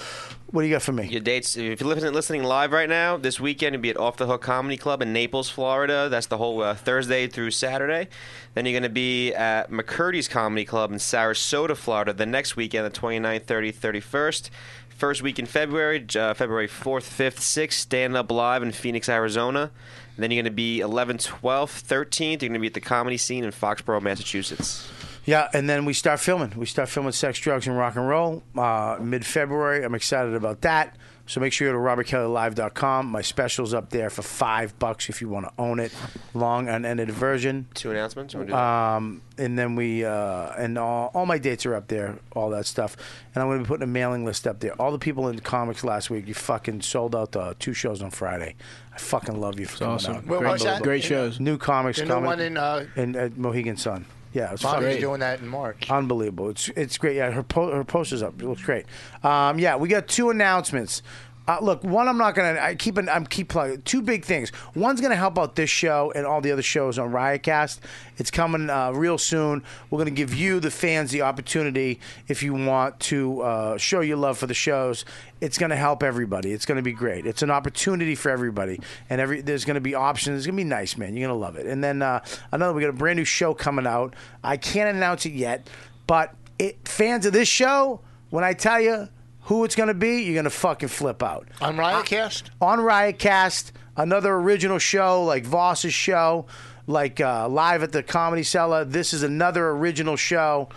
what do you got for me?
Your dates, if you're listening, listening live right now, this weekend you'll be at Off the Hook Comedy Club in Naples, Florida. That's the whole uh, Thursday through Saturday. Then you're going to be at McCurdy's Comedy Club in Sarasota, Florida, the next weekend, the 29th, 30th, 31st. First week in February, J- uh, February 4th, 5th, 6th, stand up live in Phoenix, Arizona. And then you're going to be 11th, 12th, 13th. You're going to be at the comedy scene in Foxborough, Massachusetts.
Yeah, and then we start filming. We start filming Sex, Drugs, and Rock and Roll uh, mid February. I'm excited about that. So make sure you go to robertkellylive.com. My special's up there for five bucks if you want to own it. Long unedited version.
Two announcements? You wanna do that?
Um, and then we uh, and all, all my dates are up there, all that stuff. And I'm going to be putting a mailing list up there. All the people in comics last week, you fucking sold out uh, two shows on Friday. I fucking love you for coming
awesome.
out.
Where was that? Great shows.
New comics.
In the
comedy-
one in, uh,
in uh, Mohegan Sun. Yeah, it was
Bobby's
fucking-
doing that in March.
Unbelievable. It's it's great. Yeah, her po- her poster's up. It looks great. Um, yeah, we got two announcements. Uh, look, one I'm not gonna. I keep an, I'm keep plugging two big things. One's gonna help out this show and all the other shows on Riotcast. It's coming uh, real soon. We're gonna give you the fans the opportunity if you want to uh, show your love for the shows. It's gonna help everybody. It's gonna be great. It's an opportunity for everybody, and every there's gonna be options. It's gonna be nice, man. You're gonna love it. And then uh, another, we got a brand new show coming out. I can't announce it yet. But it, fans of this show, when I tell you who it's going to be, you're going to fucking flip out. Uh,
On Riotcast?
on Riotcast, another original show like Voss's show, like uh, Live at the Comedy Cellar. This is another original show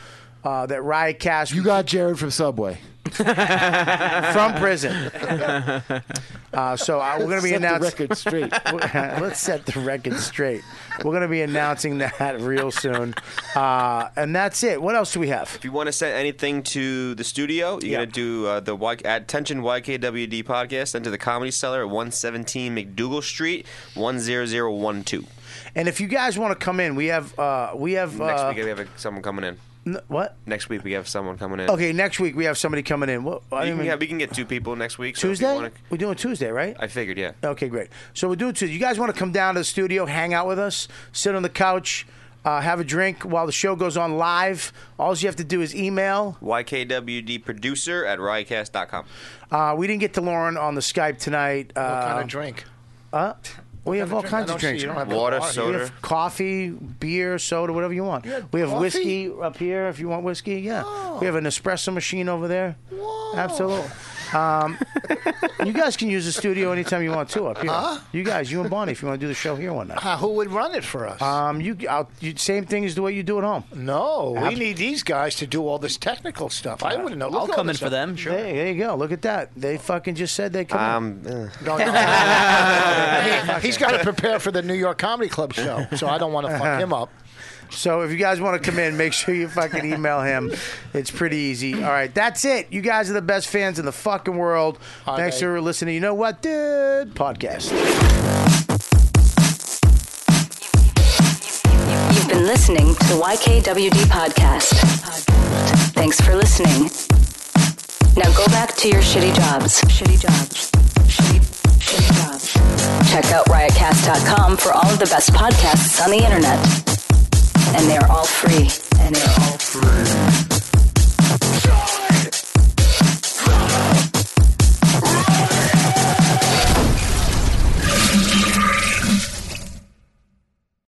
uh, that Riotcast
You got Jared from Subway.
from prison. Uh, so uh, we're going to be
Set the
announcing
record straight.
Let's set the record straight. We're going to be announcing that real soon, uh, and that's it. What else do we have?
If you want to send anything to the studio, you got to do uh, the y- attention YKWd podcast and to the Comedy Cellar at 117 McDougal Street, 10012.
And if you guys want to come in, we have uh, we have
Next
uh,
week we have a- someone coming in.
n- what?
Next week we have someone coming in.
Okay, next week we have somebody coming in. What? I
We
didn't
can,
even-
yeah, we can get two people next week. so if you
Tuesday?
wanna-
We're doing Tuesday, right?
I figured, yeah.
Okay, great. So we're doing Tuesday. You guys want to come down to the studio, hang out with us, sit on the couch, uh, have a drink while the show goes on live. All you have to do is email.
YKWD producer at riotcast.com.
Uh, we didn't get to Lauren on the Skype tonight. Uh,
What kind of drink?
Uh, we have all
drink?
kinds
I
of
don't see-
drinks.
you don't have a Water, bar here.
We
soda.
have coffee, beer, soda, whatever you want. we
coffee?
have
Oh.
whiskey up here if you want whiskey. Yeah. We have an espresso machine over there. Absolutely. Um, you guys can use the studio anytime you want to up here.
Huh?
You guys, you and Bonnie, if you want to do the show here one night.
Uh, who would run it for us?
Um, you, I'll, you same thing as the way you do at home.
No, we
Ab-
need these guys to do all this technical stuff. I wouldn't know. Look at all this stuff.
Sure. Hey, there you go. Look at that. They fucking just said they come.
Um,
He- He's got to prepare for the New York Comedy Club show, so I don't want to fuck him up.
So if you guys want to come in, make sure you fucking email him. It's pretty easy. All right, that's it. You guys are the best fans in the fucking world.
Are
Thanks
they?
for listening. You know what, dude? Podcast.
You've been listening to the YKWD podcast. Thanks for listening. Now go back to your shitty jobs. Shitty jobs. Shitty, shitty jobs. Check out riotcast.com for all of the best podcasts on the internet. And they are all free. And they are all free.